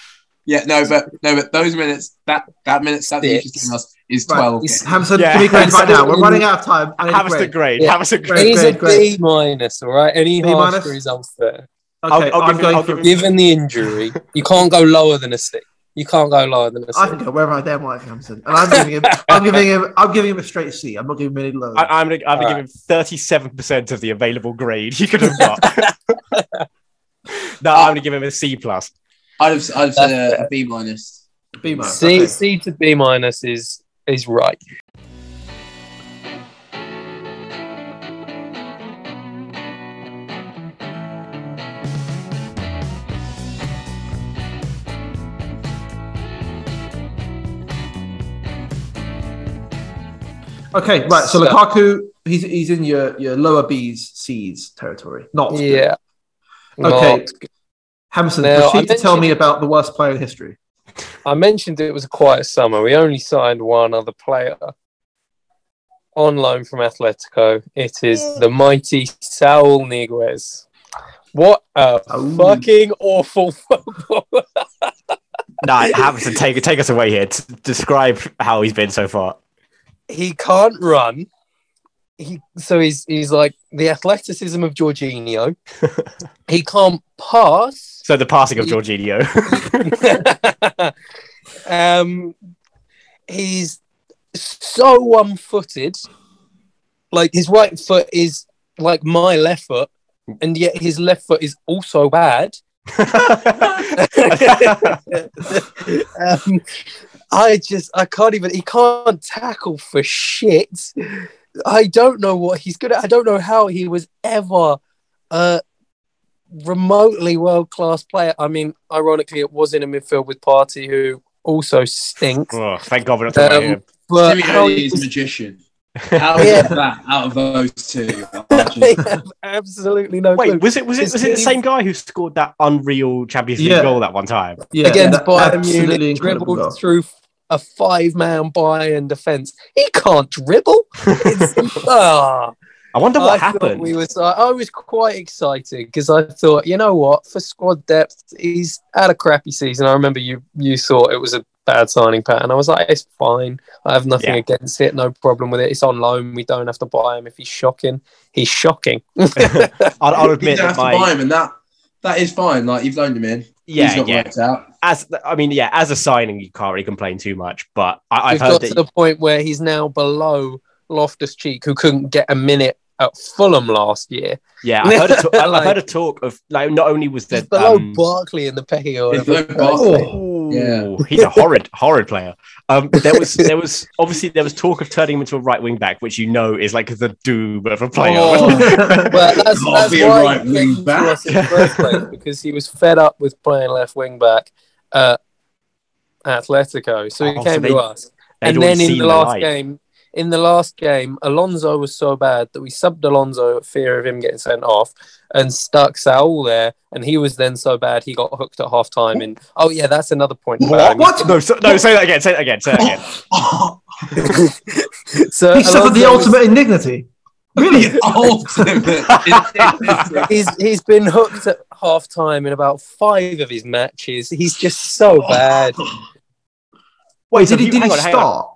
F: no, but no, but those minutes, that that minute stat that you just given us is
E: Right.
F: 12.
H: He's-
F: games.
E: Hamson,
G: Yeah.
E: give me a grade right now. We're
H: <laughs> Hamilton-
E: running out of time. I need a
G: Have us the
E: grade.
G: grade.
H: Yeah.
G: Have us a grade.
E: Great,
H: He's
E: great,
H: a
E: great.
H: D minus, all right? Any
E: B minus?
H: harsher is unfair.
G: I'll-
E: Okay,
G: I'll
E: I'm
G: give him-
E: going
G: I'll
E: for
G: give him-
H: given the injury, you can't go lower than a six. You can't go lower than a
E: I can
H: six.
E: go wherever I damn like Hampson, and I'm giving him. I'm giving him. I'm giving him a straight C. I'm not giving him any lower.
G: I, I'm gonna, I'm gonna
H: All
G: give him thirty-seven percent of the available grade he could have got.
H: <laughs>
G: no, I'm gonna give him a C plus.
F: I'd have, I'd have said a, a B minus.
E: B minus.
H: C,
E: okay.
H: C to B minus is is right.
E: Okay, right. So
H: So-
E: Lukaku, he's he's in your your lower B's, C's territory. Not good.
H: Yeah.
E: Okay.
H: Not-
E: Hampson,
H: Now, I
E: proceed to
H: mentioned-
E: tell me about the worst player in history.
H: I mentioned it was a quiet summer. We only signed one other player on loan from Atletico. It is the mighty Saul Niguez. What a
E: Oh.
H: fucking awful <laughs> footballer.
G: No, Hamilton, take take us away here. T- describe how he's been so far.
H: he can't run. He so he's he's like the athleticism of <laughs> Jorginho. he can't pass.
G: So the passing of
H: He-
G: Jorginho.
H: <laughs> um, he's so one-footed. Like his right foot is like my left foot, and yet his left foot is also bad. um, I just I can't even he can't tackle for shit. I don't know what he's good at. I don't know how he was ever a remotely world class player. I mean, ironically, it was in a midfield with Party who also stinks.
G: oh, thank God we're not talking
H: Um,
G: about him.
H: But how
F: Simeone
H: he
F: is a
H: was- <laughs>
F: magician. How is
H: Yeah.
F: that out of those two?
H: <laughs> I have absolutely no clue.
G: Wait, was it was it
H: Um, his
G: was it the
H: team-
G: same guy who scored that unreal Champions League
E: Yeah.
G: goal that one time?
E: Yeah,
H: against
E: that
H: Bayern
E: absolutely
H: Munich,
E: incredible
H: dribbled
E: goal.
H: through a five-man Bayern defense. He can't dribble.
E: <laughs>
H: It's, ah.
G: I wonder what
H: I thought
G: happened. <laughs>
H: We was, I I was quite excited because I thought, you know what, for squad depth, he's had a crappy season. I remember you you thought it was a bad signing pattern. I was like, it's fine. I have nothing
G: Yeah.
H: against it. No problem with it. It's on loan. We don't have to buy him if he's shocking. He's shocking.
G: I'll, <laughs>
H: <laughs>
G: I'll
F: You
G: admit
F: don't have
G: that
F: to
G: my
F: buy him, and that that is fine. Like you've loaned him in. He's
G: yeah
F: not
G: yeah
F: worked out.
G: as I mean yeah as a signing you can't really complain too much, but I, I've
H: We've got
G: heard
H: to
G: that
H: the point where he's now below Loftus Cheek, who couldn't get a minute at Fulham last year. <laughs>
G: yeah I've heard, a to- I've
H: Like-
G: heard a talk of like not only was
H: He's
G: there
H: below
G: um,
H: Barkley in the pecking order.
F: He's no Barkley.
G: Ooh,
F: Yeah.
G: he's a horrid, horrid player. Um, there was, there was obviously there was talk of turning him into a right wing back, which you know is like the doom of a player. <laughs>
H: Oh. Well, that's,
F: Can't
H: that's
F: be a
H: why
F: right
H: he
F: wing
H: came to
F: back.
H: us in the first place because he was fed up with playing left wing back at Atletico. So he
G: Oh, so
H: came
G: they-
H: to us.
G: They'd
H: And
G: already
H: then in
G: seen
H: the last
G: light.
H: game, in the last game, Alonso was so bad that we subbed Alonso at fear of him getting sent off and stuck Saul there. And he was then so bad he got hooked at half time. And oh, yeah,
G: Um,
H: that's another point. about him.
E: What?
H: <laughs>
G: No, so, no, say that again. Say that again. Say that again.
H: So
E: He suffered the
H: Alonso is-
E: ultimate indignity.
H: <laughs>
E: Really?
G: oh.
F: <laughs> Ultimate.
H: He's he's been hooked at half time in about five of his matches. He's just so
E: Oh.
H: bad.
E: Wait,
G: So
E: did he
G: you-
E: did he
G: hang on, hang on.
E: start?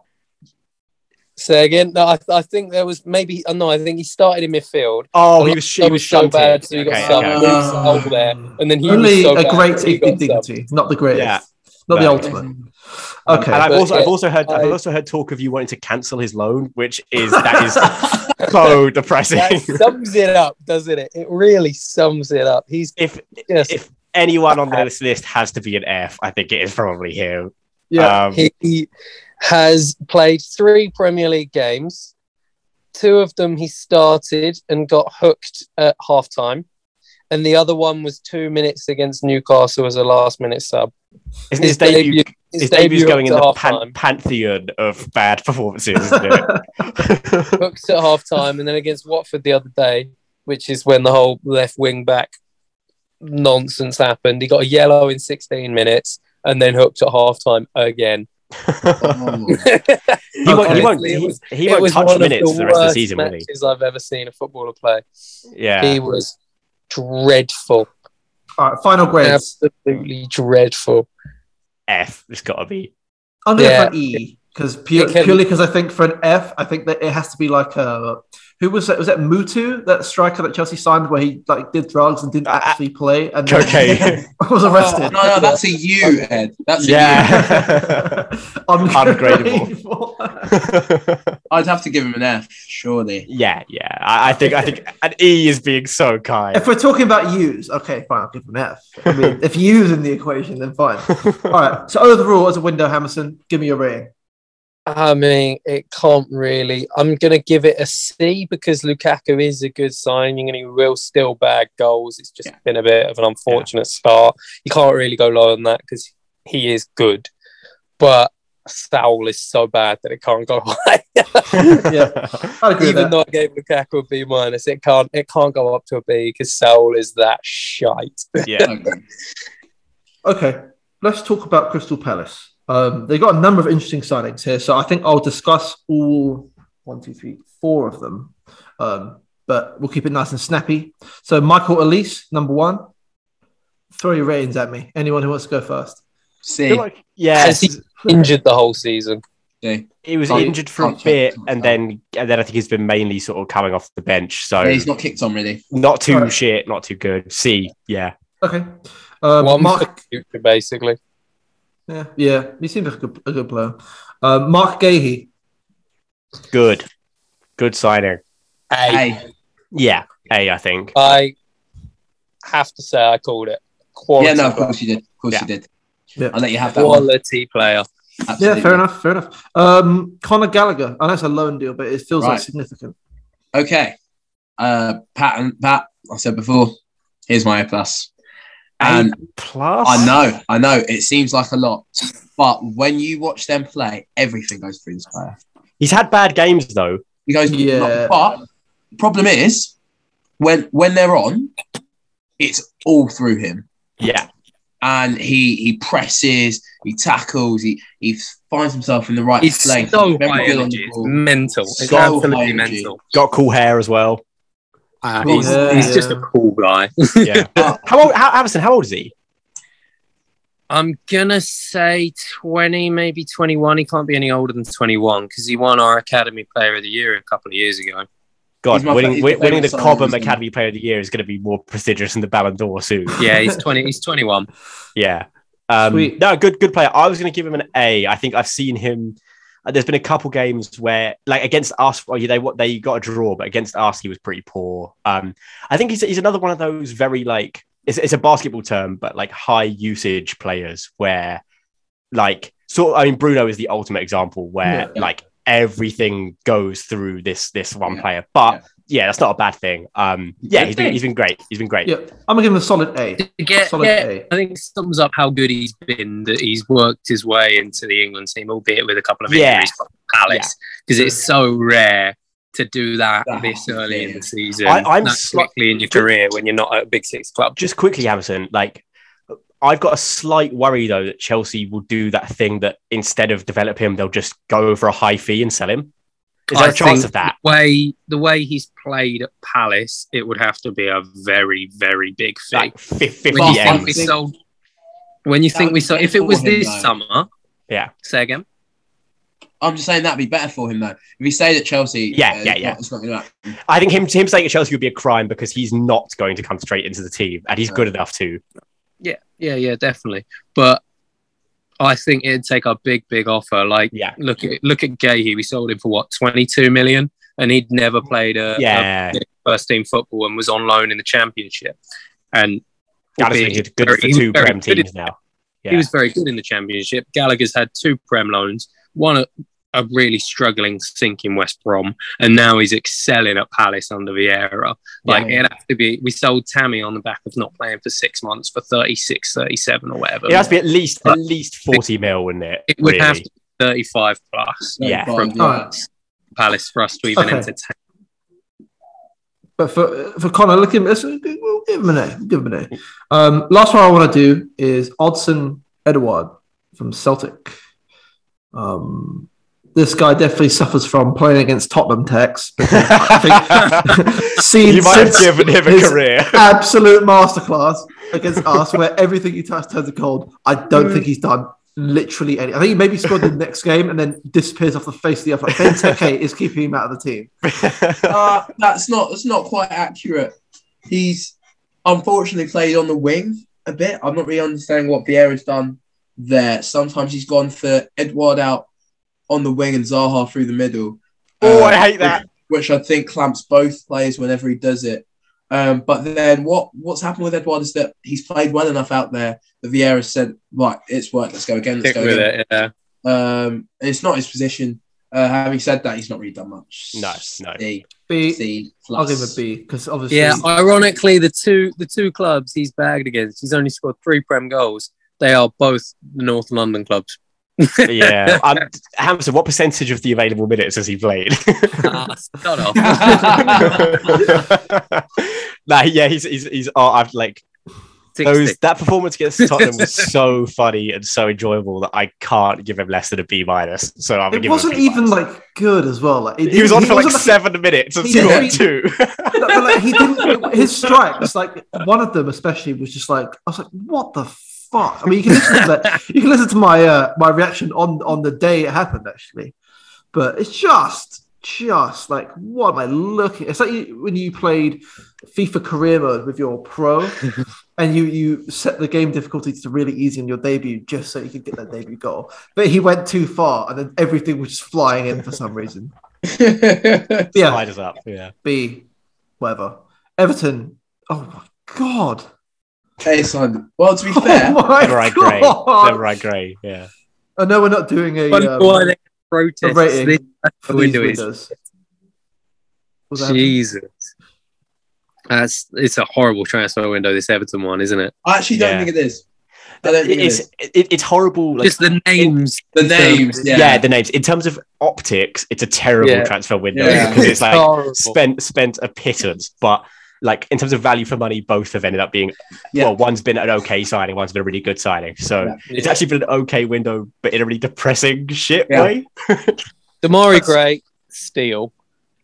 H: Say again. No, I, I think there was maybe. Oh, no, I think he started in midfield.
G: Oh,
H: Alonso
G: he was she was,
H: so
G: shunted.
H: bad, so he got
G: Okay,
H: subbed.
G: okay.
H: and then he was sold there, and then he
E: Only
H: was so
E: a
H: bad,
E: great
H: that he got subbed.
E: indignity, not the greatest,
G: Yeah.
E: not the
G: No. <laughs>
E: ultimate. Okay.
G: And I've
H: But
G: also,
H: yeah,
G: I've also heard, I've
H: I-
G: also heard talk of you wanting to cancel his loan, which
H: <laughs>
G: is that is so depressing.
H: That sums it up, doesn't it? It really sums it up. He's
G: if
H: just
G: if <laughs> anyone on this list has to be an F, I think it is probably him.
E: yeah.
G: Um,
H: He, has played three Premier League games. Two of them he started and got hooked at halftime. And the other one was two minutes against Newcastle as a last minute sub.
G: isn't his, debut?
H: his
G: his debut's
H: debut
G: going in
H: hooked
G: the
H: at
G: pan-
H: halftime.
G: pantheon of bad <laughs> performances. Isn't it?
H: hooked at halftime and then against Watford the other day, which is when the whole left wing back nonsense happened. He got a yellow in 16 minutes and then hooked at halftime again. <laughs>
G: he won't. He
H: Honestly,
G: won't.
H: it
G: He,
H: was-
G: he
H: It
G: won't
H: was one
G: touch
H: of
G: minutes for the rest of the
H: worst
G: season, will he?
H: matches I've ever seen a footballer play.
G: Yeah.
H: He was
E: <laughs>
H: dreadful,
E: All right. Final grades.
H: absolutely dreadful.
G: F. It's got to
H: <laughs>
G: be.
E: I'm going to
H: Yeah.
E: for an E because pure,
H: It can-
E: purely because I think for an F, I think that it has to be like a who was that? Was that Mutu that striker that Chelsea signed where he like did drugs and didn't
G: Uh, uh,
E: actually play and then <laughs>
G: Cocaine.
E: was arrested?
F: <laughs>
G: <laughs>
F: No, no, that's a U, Ed. That's a U.
G: yeah.
E: Ungradable.
F: I'd have to give him an F, surely.
G: yeah. Yeah. I, I think. I think an E is being so kind.
E: If we're talking about U's, okay, fine, I'll give him an F. I mean, if U's in the equation, then fine. All
G: <laughs>
E: right. So overall, as a window, Hammerson, give me your rating.
H: I mean, it can't really. I'm going to give it a C because Lukaku is a good signing and he will still bag goals. It's just
F: Yeah.
H: been a bit of an unfortunate start. You can't really go low on that because he is good. But Saul is so bad that it can't go <laughs> high.
E: I agree.
H: <laughs> Even
E: Even
H: though I gave Lukaku a B minus, it can't it can't go up to a B because Saul is that shite.
G: Yeah.
F: <laughs> Okay.
E: okay, let's talk about Crystal Palace. Um, they got a number of interesting signings here, so I think I'll discuss all one, two, three, four of them. Um, but we'll keep it nice and snappy. So Michael Elise, number one. Throw your ratings at me. Anyone who wants to go first.
G: I feel
F: C.
G: like- yeah.
H: Has he injured the whole season?
F: C.
G: He was
F: Can't-
G: injured for a
F: can't check
G: bit,
F: something
G: and then and then I think he's been mainly sort of coming off the bench. So
F: Yeah, he's not kicked on, really.
G: not too
E: Alright.
G: shit, not too good. C, yeah,
E: Okay. Um,
H: One for
E: Mark,
H: the future, basically.
E: yeah, yeah, he seems like a good, a good player. Um, Mark Gahey,
G: good, good signing.
H: A.
F: A.
G: Yeah, A, I think.
H: I have to say I called it. Quality
F: Yeah, no, of course you did. Of course you did.
E: Yeah.
F: I'll let you have that one.
H: quality player.
E: Yeah,
F: Absolutely.
E: fair enough. Fair enough. Um, Connor Gallagher. I know it's a loan deal, but it feels like
F: Right.
E: significant.
F: Okay. Uh, Pat and Pat, I said before, here's my A plus. And
G: Plus,
F: I know, I know, it seems like a lot, but when you watch them play, everything goes through this player.
G: he's had bad games though.
F: He goes,
E: Yeah.
F: but the problem is, when when they're on, it's all through him,
G: Yeah,
F: and he he presses, he tackles, he he finds himself in the right
H: He's
F: place.
H: so
F: very
H: high
F: good on
H: energy.
F: the
H: It's
F: ball.
H: mental. It's
F: So high
H: absolutely
F: energy.
H: mental.
G: got cool hair as <laughs> well.
H: Ah,
F: Cool.
H: he's,
E: Yeah,
H: he's just
E: yeah.
H: a cool guy.
G: Yeah. how old? How, Anderson, how old is he?
H: I'm gonna say 20, maybe 21. He can't be any older than 21 because he won our Academy Player of the Year a couple of years ago.
G: God,
F: He's my fa-
G: winning,
F: he's
G: win,
F: my
G: winning the
F: favourite signing,
G: Cobham
F: isn't he?
G: Academy Player of the Year is going to be more prestigious than the Ballon d'Or soon.
H: Yeah, he's 20. He's 21.
G: Yeah. Um,
E: Sweet.
G: No, good, good player. I was going to give him an A. I think I've seen him. uh, There's been a couple games where, like against us, well, yeah, they what they got a draw, but against us he was pretty poor. Um, I think he's he's another one of those very like it's, it's a basketball term, but like high usage players where, like, sort. I mean, Bruno is the ultimate example where
F: Yeah.
G: like everything goes through this this one
F: Yeah.
G: player. But yeah. that's not a bad thing. Um, yeah, he's been he's been great. He's been great.
E: Yeah, I'm gonna give him a solid A.
H: To get,
E: Solid
H: get-
E: A.
H: I think sums up how good he's been that he's worked his way into the England team, albeit with a couple of
G: Yeah.
H: injuries from Palace, because it's so rare to do that
F: That
H: this
F: happens,
H: early in
F: yeah.
H: the season.
G: Ah, I- I'm
H: that
G: sli-
H: quickly in your career when you're not at a big six club.
G: just quickly, Hamilton, like I've got a slight worry though that Chelsea will do that thing that instead of develop him, they'll just go for a high fee and sell him. Is there
H: I
G: a chance
H: think
G: of that?
H: the way the way he's played at Palace, it would have to be a very very big fee.
G: Like fif- 50
H: when you think
G: M's.
H: we sold, when you
F: That
H: think
F: would
H: we
F: be
H: sold,
F: better
H: if it was
F: for him,
H: this
F: though.
H: summer,
G: Yeah.
H: Say again.
F: I'm just saying that'd be better for him though. If he stayed at Chelsea,
G: Yeah,
F: uh,
G: yeah,
F: it's
G: yeah.
F: Not, it's not gonna happen.
G: I think him him staying at Chelsea would be a crime because he's not going to come straight into the team, and he's
F: No.
G: good enough to.
H: Yeah, yeah, yeah, definitely. But I think it'd take a big, big offer. Like,
G: Yeah.
H: look at look at Gahey. We sold him for what twenty two million, and he'd never played a, a
G: Yeah,
H: first team football and was on loan in the championship. And
G: that is
H: albeit
G: he's good
H: very-
G: for
H: he was
G: two
H: very
G: Prem
H: good
G: teams
H: in-
G: now.
H: He
G: Yeah.
H: was very good in the championship. Gallagher's had two Prem loans, one a, a really struggling sink in West Brom, and now he's excelling at Palace under Vieira. Like
G: Yeah.
H: it'd have to be we sold Tammy on the back of not playing for six months for 36, 37 or whatever.
G: It has to be at least at
H: But-
G: least forty mil, wouldn't it?
H: It would
G: really?
H: have to be 35 plus
G: Yeah.
F: But,
H: From-
E: All right.
H: Palace for us to even
E: Okay.
H: entertain.
E: But for for Connor, look at him. let's- We'll give him an A. Give him an A. Um, last one I want to do is Odson Edward from Celtic. Um, this guy definitely suffers from playing against Tottenham Tex. because <laughs> I think <laughs> seen
G: <laughs> you might have
E: since
G: given
H: <laughs>
G: him a
E: his
G: career.
E: absolute masterclass against us, where everything he touched turns to gold. I don't think he's done literally any. I think he maybe scored the next game and then disappears off the face of the earth. Like Ben Teke is keeping him out of the team.
F: uh, that's not that's not quite accurate. He's unfortunately played on the wing a bit. I'm not really understanding what Vieira's done there. Sometimes he's gone for Edward out on the wing and Zaha through the middle.
G: oh,
F: Uh,
G: I hate that.
F: which I think clamps both players whenever he does it. Um, but then what what's happened with Edward is that he's played well enough out there that Vieira said, right, it's worked, let's go again, let's
H: Stick
F: go
H: with
F: again.
H: it. Yeah.
F: Um, it's not his position. Uh, having said that, he's not really done much.
G: No, no.
F: C,
E: B,
F: C
E: I'll
F: plus.
E: give him a B because obviously,
H: Yeah, ironically, the two the two clubs he's bagged against, he's only scored three Prem goals. They are both the North London clubs.
G: yeah, <laughs> um, Hamson, what percentage of the available minutes has
E: <laughs>
G: he played?
H: Ah, shut up.
G: <laughs> nah, yeah, he's he's, he's oh, I've like those that performance against
E: <laughs>
G: Tottenham was so funny and so enjoyable that I can't give him less than a B minus. So I'm. gonna
E: it
G: give him a
E: wasn't
G: B
E: even
G: minus.
E: like good as well. Like it
G: He was on for like
E: wasn't,
G: seven minutes and
E: he
G: scored
E: didn't-
G: two.
E: no, but, like, he didn't. His strikes, like one of them especially, was just like I was like, what the fuck? I mean, you can listen to that. You can listen to my uh, my reaction on on the day it happened actually, but it's just just like what am I looking? It's like you, when you played FIFA career mode with your pro. And you, you set the game difficulty to really easy on your debut just so you could get that debut goal. But he went too far and then everything was just flying in for some reason.
F: <laughs>
E: Yeah.
G: Sliders up. Yeah.
E: B, whatever. Everton. Oh my god.
F: Hey, son.
E: <laughs>
F: Well, to be fair,
E: Oh <laughs> my
G: Never I grey. Never I grey. Yeah.
E: I know we're not doing a,
H: Funny
E: um,
H: why they
E: a
H: protest.
E: rating
H: This-
E: for
H: we
E: these
H: do it.
E: windows. Was that-
H: Jesus. That's it's a horrible transfer window, this Everton one, isn't it?
F: I actually don't
G: Yeah.
F: think it is. I don't think
G: It's
F: it is.
G: it, it's horrible. Like,
H: Just the names.
F: The names,
G: uh, yeah.
F: yeah.
G: the names. In terms of optics, it's a terrible
H: Yeah.
G: transfer window
F: Yeah.
G: because
E: <laughs>
G: it's like
H: horrible.
G: spent spent a pittance, but like in terms of value for money, both have ended up being
F: Yeah.
G: well, one's been an okay signing, one's been a really good signing. So
F: Yeah.
G: it's actually been an okay window, but in a really depressing shit
F: Yeah.
G: way.
H: Damari Gray, steal,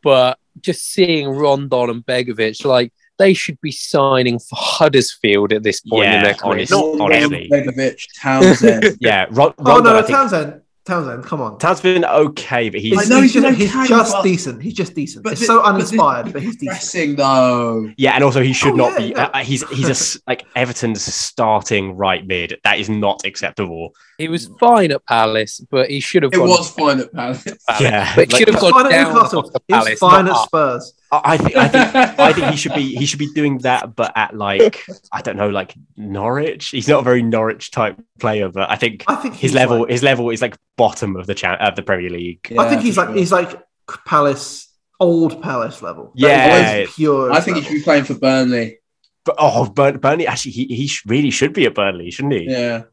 H: but just seeing Rondon and Begovic, like they should be signing for Huddersfield at this point
G: Yeah,
H: in their career.
G: honest- honestly.
F: Begovic,
G: <laughs>
F: Townsend.
G: Yeah, Ron,
E: Oh
G: Rondon,
E: no,
G: I
E: no,
G: think-
E: Townsend. Townsend, come on.
G: Tad's been okay, but
E: He's,
G: he's
F: I know
E: he's
F: he's
E: just, he's
F: okay,
E: just
F: but-
E: decent. He's just decent.
F: But
E: it's
F: thi-
E: so
F: but thi-
E: uninspired, but, he's decent.
F: Pressing, though.
G: yeah, and also he should
E: Oh,
G: not
E: yeah,
G: be.
E: yeah.
G: Uh, he's he's a s <laughs> like Everton's starting right mid. That is not acceptable.
H: He was fine at Palace, but he should have
F: It
H: gone
F: was fine at
G: <laughs>
F: Palace.
G: Yeah,
H: But he
G: like,
H: should have
E: He's
H: gone
E: fine at
H: down
E: Newcastle.
H: after
E: He's
H: Palace,
E: fine
H: not
E: at
H: up.
E: Spurs.
G: I I think I
H: <laughs>
G: think I think he should be he should be doing that, but at like I don't know, like Norwich. He's not a very Norwich type player, but I think
E: I think
G: his
E: he's
G: level
E: like-
G: his level is like bottom of the cha- of the Premier League.
E: I
F: uh,
E: think he's like he's like Palace, old Palace level. That
G: Yeah.
E: is pure.
F: I think he
E: level.
F: should be playing for Burnley.
G: But oh, Burn- Burnley actually he, he sh- really should be at Burnley, shouldn't he?
F: Yeah,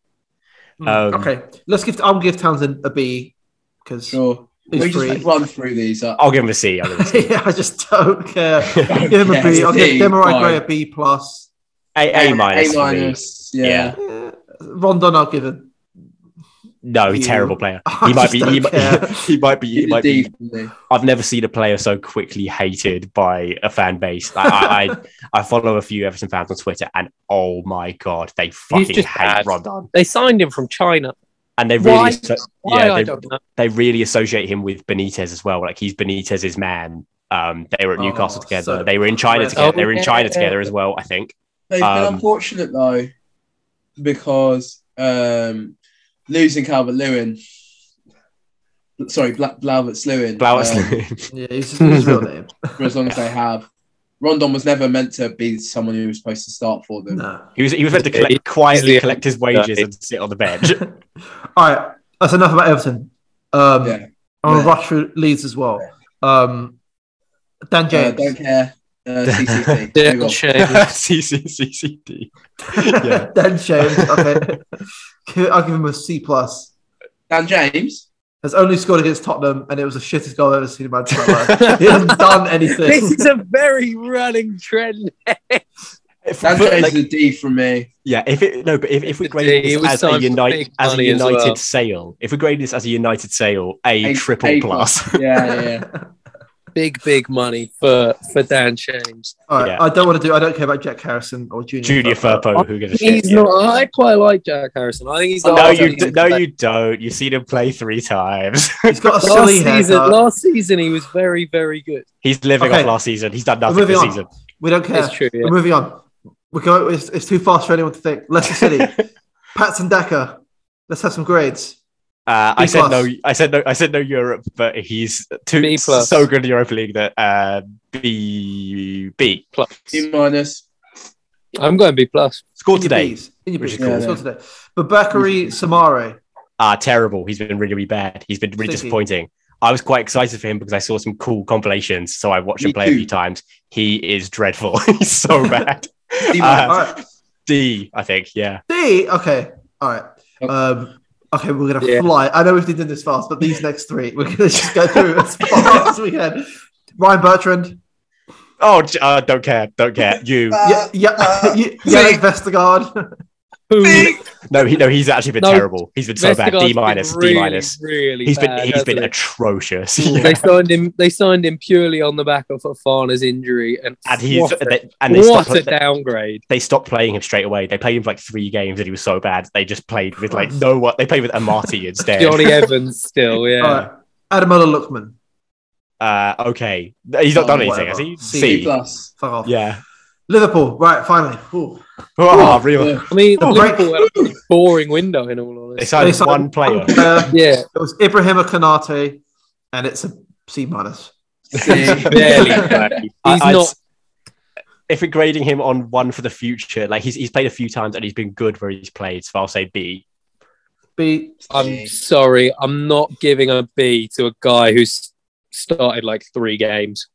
E: Mm,
G: Um,
E: okay, let's give. I'll give Townsend a B because
F: sure.
E: he's
F: we
E: free. <laughs>
F: just run through these. Uh,
G: I'll give him a C. I'll give him a C.
E: yeah, I just don't care. Give him a
F: <laughs> Yeah,
E: B.
F: it's
E: I'll
F: a
E: give
F: B,
E: Demarai
F: fine.
E: Gray a B plus.
G: A, a minus.
F: A
G: for me.
F: minus. Yeah.
G: Yeah.
E: Eh, Rondon, I'll give a
G: No, he's a
E: You-
G: terrible player.
E: I
G: He might
E: just
G: be.
E: don't
G: He, might,
E: care.
G: <laughs> he might be. He might be.
F: Indeed, mate.
G: I've never seen a player so quickly hated by a fan base. I, I, I, I follow a few Everton fans on Twitter, and oh my god, they fucking hate
H: just bad.
G: Rondon,
H: They signed him from China.
G: and they
H: Why?
G: really, asso-
H: Why?
G: yeah,
H: I
G: they,
H: don't know.
G: they really associate him with Benitez as well. Like he's Benitez's man. Um, they were at
E: Oh,
G: Newcastle together.
E: so
G: they were in China
E: Oh,
G: together. They were in China
F: yeah.
G: together as well. I think.
F: They've
G: Um,
F: been unfortunate though, because um, losing Calvert Lewin, sorry, Bla- Blauvert Lewin,
G: Blauer's <laughs>
E: Yeah, he's just
F: <laughs>
E: his real name.
F: for as long as they have. Rondon was never meant to be someone who was supposed to start for them.
E: No.
G: He was he was meant to
H: Okay.
G: collect, quietly
H: He's the-
G: collect his wages and sit on
E: <laughs>
G: the bench.
E: All right, that's enough about Everton. Um,
F: Yeah.
E: I'm gonna
F: Yeah.
E: rush through Leeds as well. Um, Dan
F: Uh,
E: James. <laughs>
F: don't care. Uh, CCC.
H: Yeah,
F: Move on.
H: shame.
G: <laughs> CCCCD. yeah.
E: Dan James. Okay, Give- I'll give him a C plus.
F: Dan James.
E: Has only scored against Tottenham, and it was the shittest goal I've ever seen in my entire life. he
F: <laughs>
E: hasn't done
H: this
E: anything.
H: is a very running trend.
G: <laughs> If-
F: Dan
G: but,
F: James
G: like,
F: is a D from me.
G: yeah, if it no, but if, if we
H: It's a
G: grade
H: D. It
G: this
H: was
G: as
H: time
G: a
H: for
G: United
H: big
G: as a
H: money as
G: United
H: well.
G: sale, if we grade this as a United sale, a,
F: A-
G: triple
F: A
G: plus.
F: Yeah, yeah.
H: Big, big money for, for Dan James.
E: All right,
G: Yeah.
E: I don't want to do. I don't care about Jack Harrison or Junior.
G: <laughs> Junior Furpo, who gives a shit?
H: He's
G: yeah. Oh,
H: not. I quite like Jack Harrison. I think he's
G: No,
H: not-
G: you d- no, you don't. You've seen him play three times.
E: He's got a
H: Last
E: silly
H: season,
E: haircut.
H: last season, he was very, very good.
G: He's living
E: Okay.
G: off last season. He's done nothing
E: Moving
G: this
E: on.
G: season.
E: We don't care.
H: It's true. Yeah.
E: We're moving on. We're going, it's, it's too fast for anyone to think. Leicester
H: <laughs>
E: City, Patson Daka. Let's have some grades.
G: Uh,
E: B
G: I said no.
E: plus.
G: I said no. I said no Europe, but he's
H: B
G: too
H: plus.
G: so good in Europa League that uh, B B
H: Plus.
F: B minus.
H: I'm going B plus.
G: scored
E: In your
G: today.
E: Bs. In your
G: which
E: Bs.
G: is
E: Yeah,
F: cool.
E: score today. But Bakary Samare.
G: Ah, terrible. He's been really, really bad. He's been really
E: City.
G: disappointing. I was quite excited for him because I saw some cool compilations, so I watched him
F: Me
G: play a
F: too.
G: few times. He is dreadful. <laughs>
E: <laughs>
G: He's so bad.
F: D
G: Uh,
E: All
F: minus.
E: right.
G: D, I think. Yeah.
E: D. Okay. All right. Um, okay, we're gonna
H: Yeah.
E: fly. I know we've done this fast, but these next three, we're gonna just go through as <laughs> fast as we can. Ryan Bertrand.
G: Oh, j- uh, don't care. Don't care. You.
E: Yeah, yeah, <laughs>
F: Uh,
E: yeah,
F: C.
E: Vestergaard.
G: No, he, no. He's actually been
H: <laughs> No,
G: terrible. He's been so bad.
H: Vestergaard's
G: D
H: been
G: minus.
H: really,
G: D minus.
H: Really
G: He's been.
H: bad,
G: He's been
H: hasn't
G: atrocious.
H: he?
G: Yeah.
H: They signed him. They signed him purely on the back of Fafana's injury, and,
G: And he's.
H: what a,
G: They, and they
H: what
G: stopped,
H: a
G: they,
H: downgrade.
G: they stopped playing him straight away. They played him for like three games, and he was so bad. They just played with like no one. They played with
H: <laughs>
G: Amati instead.
H: Johnny Evans still, yeah.
E: All <laughs> right. Adamola Lookman.
G: Uh, okay, he's not
E: Oh,
G: done anything,
E: whatever.
G: has he?
E: C.
F: B
G: C.
F: plus.
E: Fuck off.
G: Yeah.
E: Liverpool. Right. Finally. Ooh.
G: Oh, real.
F: Yeah.
H: I mean,
E: Oh,
H: Liverpool had a boring window in all
G: They
H: honesty.
G: signed
E: They signed
G: one
H: <laughs>
G: player.
E: Uh,
G: <laughs>
H: Yeah,
E: It was Ibrahima Kanate, and it's a C minus.
F: C.
H: barely.
G: I-
H: He's
G: I'd
H: not.
G: s- If we're grading him on one for the future, like he's he's played a few times and he's been good where he's played, so I'll say B.
E: B.
H: <laughs> I'm sorry. I'm not giving a B to a guy who's started like three games,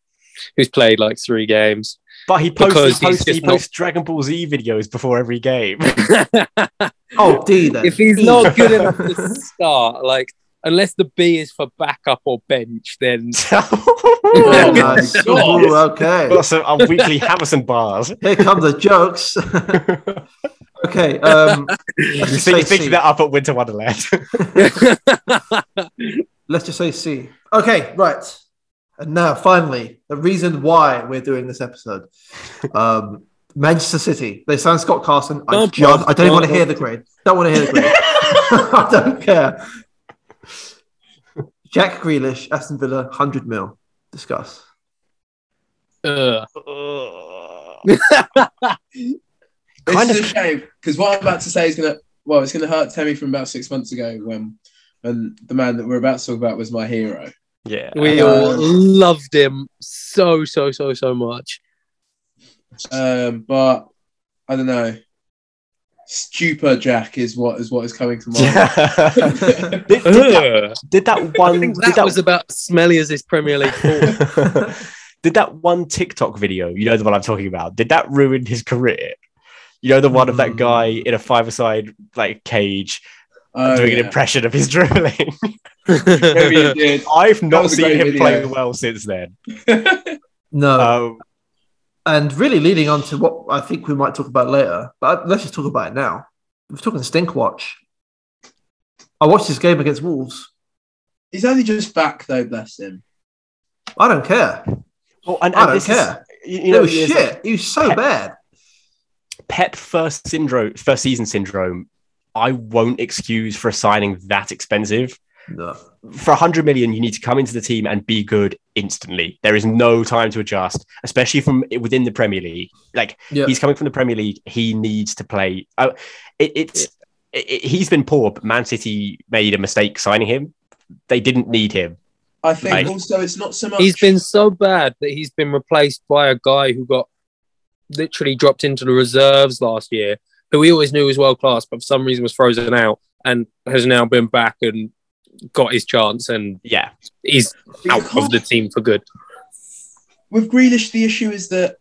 H: who's played like three games. <laughs>
G: But he posts
H: Because
G: he
H: he's
G: posts, he
H: just not-
G: posts Dragon Ball Z videos before every
H: <laughs>
G: game. <laughs>
E: Oh, D then.
H: if he's
E: E.
H: not good enough to start, like unless the B is for backup or bench, then <laughs>
E: Oh,
H: Oh,
E: nice.
H: <laughs>
F: God.
E: Ooh, okay.
G: Lots of our uh, weekly Hammerson bars.
E: Here come the jokes. <laughs> okay. Um, let's,
G: You
E: just
G: think,
E: say
G: you think
E: C.
G: that up at Winter Wonderland? <laughs>
E: let's just say C. Okay, right. And now, finally, the reason why we're doing this episode. Um, Manchester City. They signed Scott Carson. I,
H: No,
E: just, I don't even
H: no,
E: want to
H: no.
E: hear the grade. Don't want to hear the grade. <laughs> I don't care. Jack Grealish, Aston Villa, 100 mil. Discuss.
H: uh,
G: Kind
F: This
G: of-
F: is a shame because what I'm about to say is gonna well, it's gonna hurt Temmie from about six months ago when when the man that we're about to talk about was my hero.
G: yeah.
H: we all loved him so so so so much.
F: Um, but I don't know. Stupor Jack is what is what is coming to mind. <laughs>
G: did, did that,
H: Ugh.
G: did that
H: I
G: one
H: think
G: did
H: that <laughs> was about as smelly as this Premier League. form.
G: did that one TikTok video, you know the one I'm talking about, did that ruin his career? You know the one of that
E: Hmm.
G: guy in a five-a-side like cage
F: Oh,
G: doing
F: yeah.
G: an impression of his <laughs> dribbling.
F: Maybe it did.
G: I've not
F: was a
G: seen
F: great
G: him
F: video.
G: play well since then.
E: No.
G: Um,
E: And really leading on to what I think we might talk about later, but let's just talk about it now. We're talking Stinkwatch. I watched his game against Wolves.
F: He's only just back though, bless him.
E: I don't care.
G: Well, oh, and,
E: I
G: and
E: don't
G: this is-
E: care.
G: you- you
E: You
G: know,
E: know,
G: he is-
E: Oh, shit. he was so bad.
G: Pep first syndrome, first season syndrome. I won't excuse for a signing that expensive.
E: No.
G: For 100 million, you need to come into the team and be good instantly. There is no time to adjust, especially from within the Premier League. Like
E: Yeah.
G: he's coming from the Premier League. He needs to play. Oh, it, it's it, it- he's been poor. But Man City made a mistake signing him. They didn't need him.
F: I think
G: Like-
F: also it's not so much.
H: He's been so bad that he's been replaced by a guy who got literally dropped into the reserves last year, who we always knew was world class, but for some reason was frozen out and has now been back and got his chance and
G: Yeah,
H: he's
F: You
H: out of
F: can't-
H: the team for good.
F: with Grealish, the issue is that,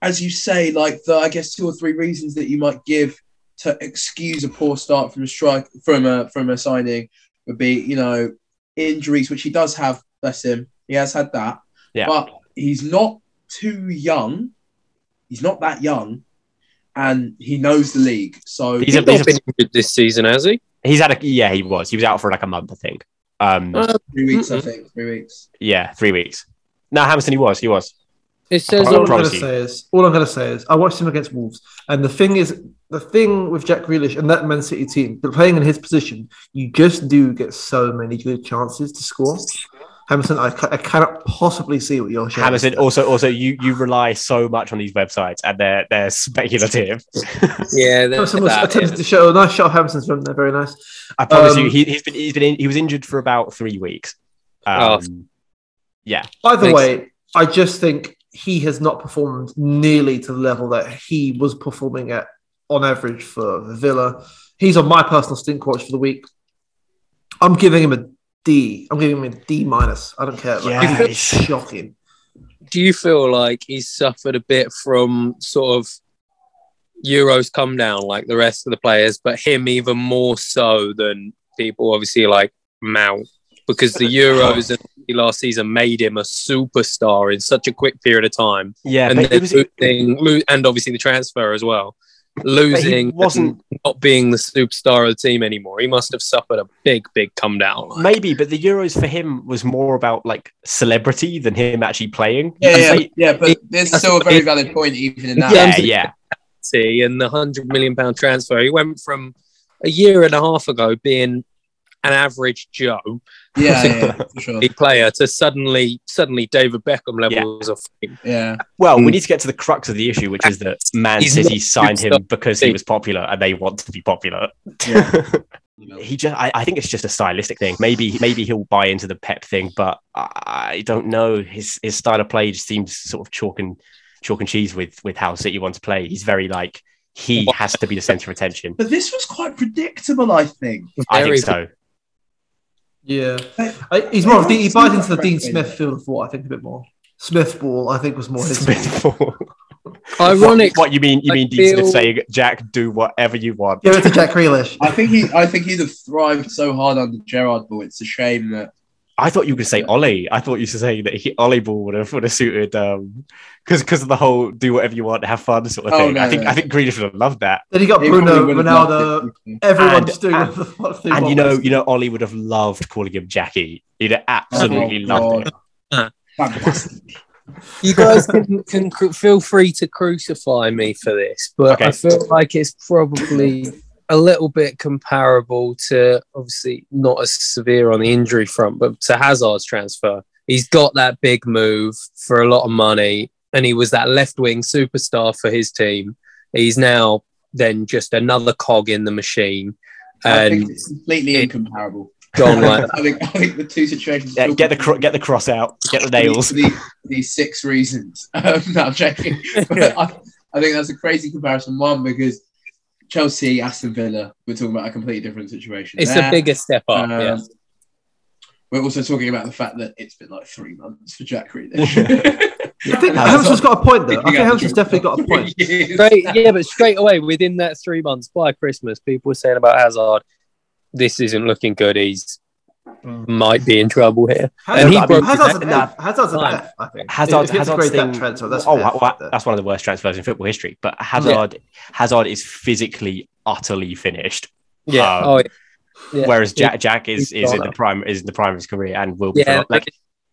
F: as you say, like the I guess two or three reasons that you might give to excuse a poor start from a strike from a from a signing would be you know injuries, which he does have. Bless him, he has had that.
G: Yeah.
F: But he's not too young. He's not that young, and he knows the league. So
G: He's a-
H: He's not been injured this season, has he?
G: he's had a yeah. He was he was out for like a month, I think. Um,
H: Uh,
F: three weeks, I
H: Mm-mm.
F: think, three weeks.
G: yeah, three weeks. No, Hamilton, he was he was.
H: It says
G: Well,
E: all I'm going
H: on
E: to
G: promise you.
E: say is, all I'm going to say is, I watched him against Wolves, and the thing is, the thing with Jack Grealish and that Man City team, but playing in his position, you just do get so many good chances to score. Hamilton, I, ca- I cannot possibly see what you're showing.
G: Hamilton also also you you rely so much on these websites and they're they're <laughs> speculative.
H: Yeah, that's
E: Hamilton was
H: that,
E: attempted
H: yeah.
E: to show a nice shot of Hamilton's from there, very nice.
G: I promise
E: Um,
G: you, he, he's been he's been in, he was injured for about three weeks.
H: Oh.
G: Um,
E: By the
H: Thanks.
E: way, I just think he has not performed nearly to the level that he was performing at on average for Villa. He's on my personal stink watch for the week. I'm giving him a D. I'm giving him a D minus. I don't care. Like,
G: Yeah,
E: it's
G: he's-
E: shocking.
H: do you feel like he's suffered a bit from sort of Euros come down like the rest of the players, but him even more so than people obviously like Mount because the Euros and last season made him a superstar in such a quick period of time,
G: yeah,
H: and
G: but
H: then
G: it was,
H: losing, lo- and obviously the transfer as well,
G: but he
H: losing
G: wasn't
H: and not being the superstar of the team anymore. He must have suffered a big, big come down. like.
G: maybe, but the Euros for him was more about like celebrity than him actually playing.
F: Yeah,
G: And
F: yeah,
G: they-
F: yeah, but there's still a very valid point even in that.
G: yeah,
H: Yeah.
G: yeah.
H: City and the hundred million pound transfer. He went from a year and a half ago being an average Joe
F: Yeah, yeah, for sure.
H: league player to suddenly suddenly David Beckham levels of fame.
F: Yeah.
G: Well, we
H: Mm.
G: need to get to the crux of the issue, which is that Man
H: He's
G: City
H: not-
G: signed him because he
H: Hey.
G: was popular, and they want to be popular. he just I, I think it's just a stylistic thing maybe maybe he'll buy into the pep thing but i don't know his his style of play just seems sort of chalk and chalk and cheese with with how city wants to play he's very like he has to be the center of attention
F: But this was quite predictable, I think.
G: i think
H: Very-
G: so
E: Yeah,
F: Hey,
E: I- he's more of the, he
F: he's
E: buys
F: not
E: into the Dean
F: friendly.
E: Smith feel of thought, I think, a bit more. Smith ball, I think, was more
G: <laughs>
E: his. <laughs>
G: Ironic.
H: Ironic.
G: What, you mean? You
H: I
G: mean Dean Smith
H: feel-
G: saying, "Jack, do whatever you want."
E: Give it to Jack Grealish.
F: I think he, I think he'd have thrived so hard under Gerard, but it's a shame that.
G: I thought you could say Ollie. I thought you should say that he, Ollie Ball would have would have suited um because because of the whole "do whatever you want, have fun" sort of
F: Oh,
G: thing.
F: no,
G: I think
F: no.
G: I think Greenish would have loved that.
E: Then he got
F: he
E: Bruno,
F: probably would have
E: Ronaldo,
F: loved it.
E: everyone
G: And-
E: just doing
G: and-
E: what the fuck they
G: And
E: want.
G: you know, you know, Ollie would have loved calling him Jackie. He'd have absolutely
F: Oh,
G: loved it.
F: God. Fantastic.
H: You guys can, can cr- feel free to crucify me for this, but
G: Okay.
H: I feel like it's probably a little bit comparable to obviously not as severe on the injury front, but to Hazard's transfer. He's got that big move for a lot of money, and he was that left wing superstar for his team. He's now then just another cog in the machine
F: I think
H: and
F: it's completely
G: <laughs>
H: it-
F: incomparable. <laughs>
H: gone like
F: I think, I think the two situations.
G: Yeah, get the cro- get the cross out. Get the nails.
F: These six reasons. <laughs> Um, no, I'm
G: <laughs>
F: joking. But I, I think that's a crazy comparison. One because Chelsea, Aston Villa, we're talking about a completely different situation.
H: it's
F: there.
H: a bigger step up.
F: Um,
H: yeah.
F: We're also talking about the fact that it's been like three months for Jack
G: Yeah.
F: <laughs> Grealish.
E: I think
G: Yeah.
E: Hamilton's got a point, though. I think
F: <laughs> Yeah.
E: Hamilton's definitely got a
F: <laughs>
E: point.
H: <laughs> Straight, yeah, but straight away within that three months by Christmas, people were saying about Hazard, this isn't looking good. He's
G: Mm.
H: might be in trouble here.
E: Hazard,
H: And he
E: I mean,
H: broke his
E: Hazard's, an
H: neck.
E: F. Hazard's an
H: Fine.
E: F, I think. If
G: Hazard,
E: you have to
G: Hazard's
E: grade that
G: thing-
E: transfer, that's
G: oh,
E: an F.
G: wow, that's one of the worst transfers in football history. But Hazard, Hazard is physically utterly finished.
H: Yeah.
G: Um,
H: oh, Yeah.
G: Whereas Jack Jack is is in the
H: Ghana.
G: prime is in the prime of his career and will be
H: Yeah,
G: for- like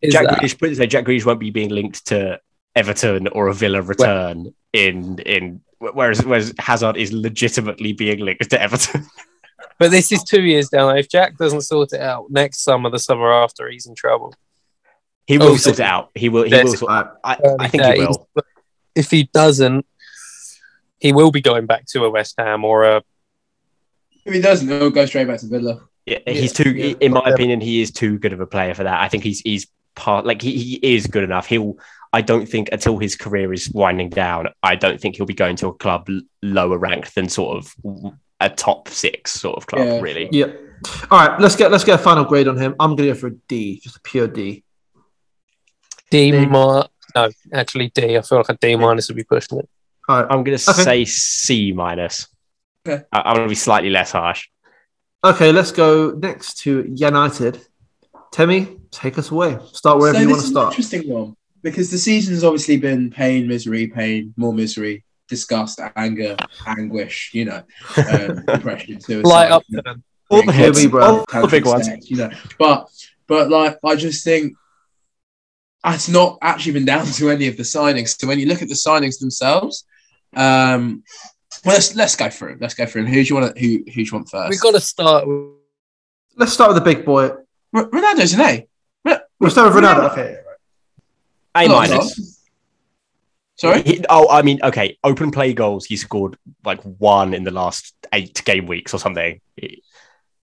H: Is uh,
G: Jack
H: that-
G: Grealish, put it this way, Jack Grealish won't be being linked to Everton or a Villa return in in whereas whereas Hazard is legitimately being linked to Everton. <laughs>
H: but this is two years down. If Jack doesn't sort it out next summer, the summer after, he's in trouble.
G: he will
H: Oh,
G: sort it out. He will. He
H: There's-
G: will. Sort,
E: Right.
G: I, I think
H: Yeah,
G: he will.
H: he's- If he doesn't, he will be going back to a West Ham or a
F: If he doesn't, he'll go straight back to Villa.
G: Yeah, he's too.
E: yeah.
G: In my opinion, he is too good of a player for that. I think he's he's part like he, he is good enough. He'll. I don't think until his career is winding down, I don't think he'll be going to a club l- lower ranked than sort of a top six sort of club.
F: Yeah.
G: Really,
E: Yep. All right, let's get let's get a final grade on him. I'm gonna go for a D, just a pure D.
H: D minus. No, actually D. I feel like a D minus would be pushing it.
E: All right.
G: I'm going to
E: Okay.
G: say C minus.
F: Okay.
G: I- I'm going to be slightly less harsh.
E: Okay, let's go next to United. Temi, take us away. Start wherever
F: so
E: you
F: this
E: want to
F: is an
E: start.
F: interesting one because the season's obviously been pain, misery, pain, more misery, disgust, anger, anguish. You know,
E: <laughs>
F: um, depression, suicide.
H: Light up
F: you know,
G: All the
F: Here
G: hits,
E: we bro.
G: all the big
F: tantric
G: ones.
F: sex, you know. But but like I just think it's not actually been down <laughs> to any of the signings. So when you look at the signings themselves, um, well let's let's go through. 'em. Let's go through. 'em. Who do you want? Who who do you want first?
H: We've got to start. with-
E: Let's start with the big boy.
F: R- Ronaldo's an A.
E: We'll start with Ronaldo.
F: Okay.
G: A
F: Hold on,
G: minus.
F: Tom. Sorry.
G: He- oh, I mean, okay. Open play goals. He scored like one in the last eight game weeks or something,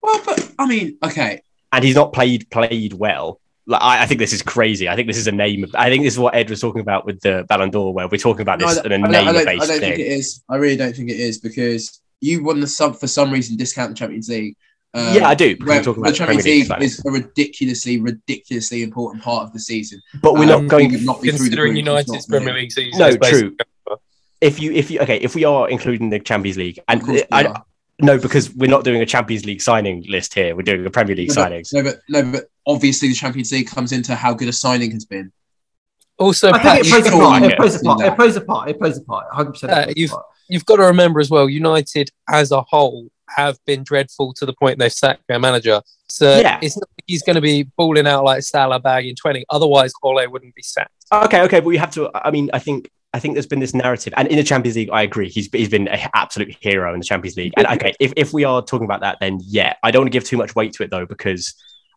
F: Well, but I mean, okay.
G: and he's not played played well. Like, I, I think this is crazy. I think this is a name. I think this is what Ed was talking about with the Ballon d'Or, where we're talking about
F: No, I
G: this
F: don't-
G: in a
F: I don't- I
G: name
F: don't- I
G: based
F: don't think
G: thing.
F: it is. I really don't think it is because you won the sub for some reason discount the Champions League. Um,
G: yeah, I do. Because
F: Where
G: we're talking
F: the
G: about Premier
F: Champions League
G: League, signings.
F: is a ridiculously, ridiculously important part of the season.
G: but we're
F: Um,
G: not going
F: we would not be through the
H: Considering
F: group, it's not
H: United's Premier
F: really-
H: League season.
G: No,
H: is basically
G: true.
H: over.
G: if you if you okay if we are including the Champions League
F: Of course
G: and uh,
F: we
G: I,
F: are.
G: no because we're not doing a Champions League signing list here we're doing a Premier League
F: No, but-
G: signings
F: No, but no, but obviously the Champions League comes into how good a signing has been.
H: Also,
E: I think
H: Pat,
E: it
F: you
E: plays a
F: still
E: part.
G: like
E: It
G: it.
E: plays a part.
F: Yeah.
E: It plays a part. It plays a part. 100. percent
H: Uh, you've- you've got to remember as well, United as a whole have been dreadful to the point they've sacked their manager. So
G: Yeah.
H: it's not like he's going to be balling out like Salah bagging 20. Otherwise, Ole wouldn't be sacked.
G: okay okay but we have to I mean I think I think there's been this narrative and in the Champions League I agree he's he's been an absolute hero in the Champions League and okay if if we are talking about that then yeah I don't want to give too much weight to it though because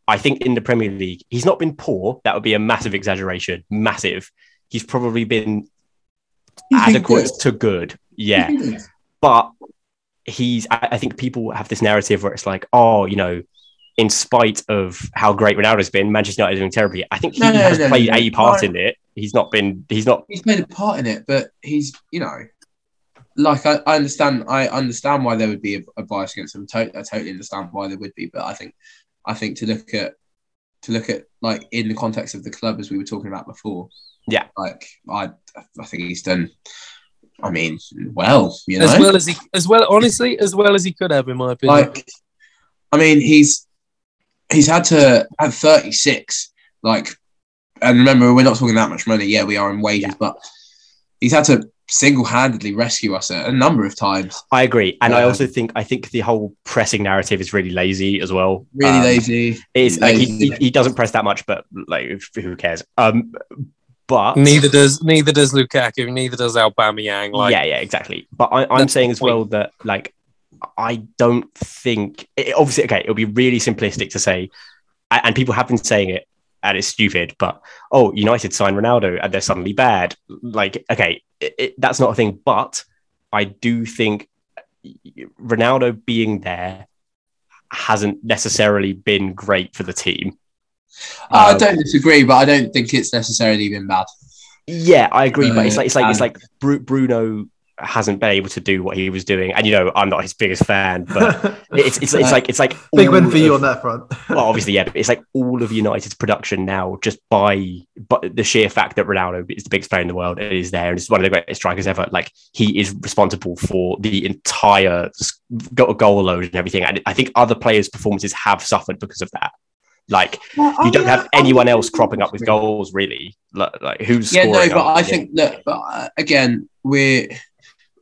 G: I think in the Premier League he's not been poor that would be a massive exaggeration massive he's probably been
F: He's been
G: adequate
F: good.
G: to good yeah
F: He's been good.
G: but he's I, I think people have this narrative where it's like oh you know in spite of how great ronaldo's been manchester united is doing terribly i think he
F: No, no,
G: has
F: no,
G: played
F: no,
G: a
F: no.
G: part in it he's not been he's not
F: He's played a part in it, but he's you know, like I, I understand. I understand why there would be a, a bias against him. To- I totally understand why there would be, but I think I think to look at to look at like in the context of the club as we were talking about before.
G: Yeah.
F: like I I think he's done. I mean, well, you know,
H: As well as he, as well, honestly, as well as he could have, in my opinion.
F: like I mean he's he's had to have 36 like and remember we're not talking that much money yeah we are in wages but he's had to single-handedly rescue us a, a number of times
G: i agree and i
F: Yeah.
G: also think i think the whole pressing narrative is really lazy as well
F: really
G: Um,
F: lazy
G: it's like he,
F: lazy.
G: he, he doesn't press that much but like who cares um but
H: neither does neither does Lukaku, neither does Aubameyang. Like,
G: yeah, yeah, exactly. But I, I'm
H: That's
G: saying as
H: the point.
G: well that like I don't think it, obviously okay, it'll be really simplistic to say, a- and people have been saying it, and it's stupid. But oh, United signed Ronaldo, and they're suddenly bad. Like okay, it, it, that's not a thing. But I do think Ronaldo being there hasn't necessarily been great for the team.
F: I
G: Um,
F: don't disagree but I don't think it's necessarily been bad
G: Yeah, I agree, but it's
F: Uh,
G: like it's like
H: Mm.
G: it's
F: and-
G: like Bru- Bruno hasn't been able to do what he was doing, and you know I'm not his biggest fan, <laughs> but it's it's, it's like it's like
E: Big
G: all
E: win for you on
G: of-
E: that
G: <laughs>
E: front.
G: Well, obviously, yeah, but it's like all of United's production now just by but the sheer fact that Ronaldo is the biggest player in the world and is there and is one of the greatest strikers ever. Like he is responsible for the entire s- go- goal load and everything, and I think other players' performances have suffered because of that. Like you don't have anyone else cropping up with goals, really. Like, like who's
F: yeah
G: scoring?
F: no but
G: other
F: I
G: than him?
F: think that but uh, again we're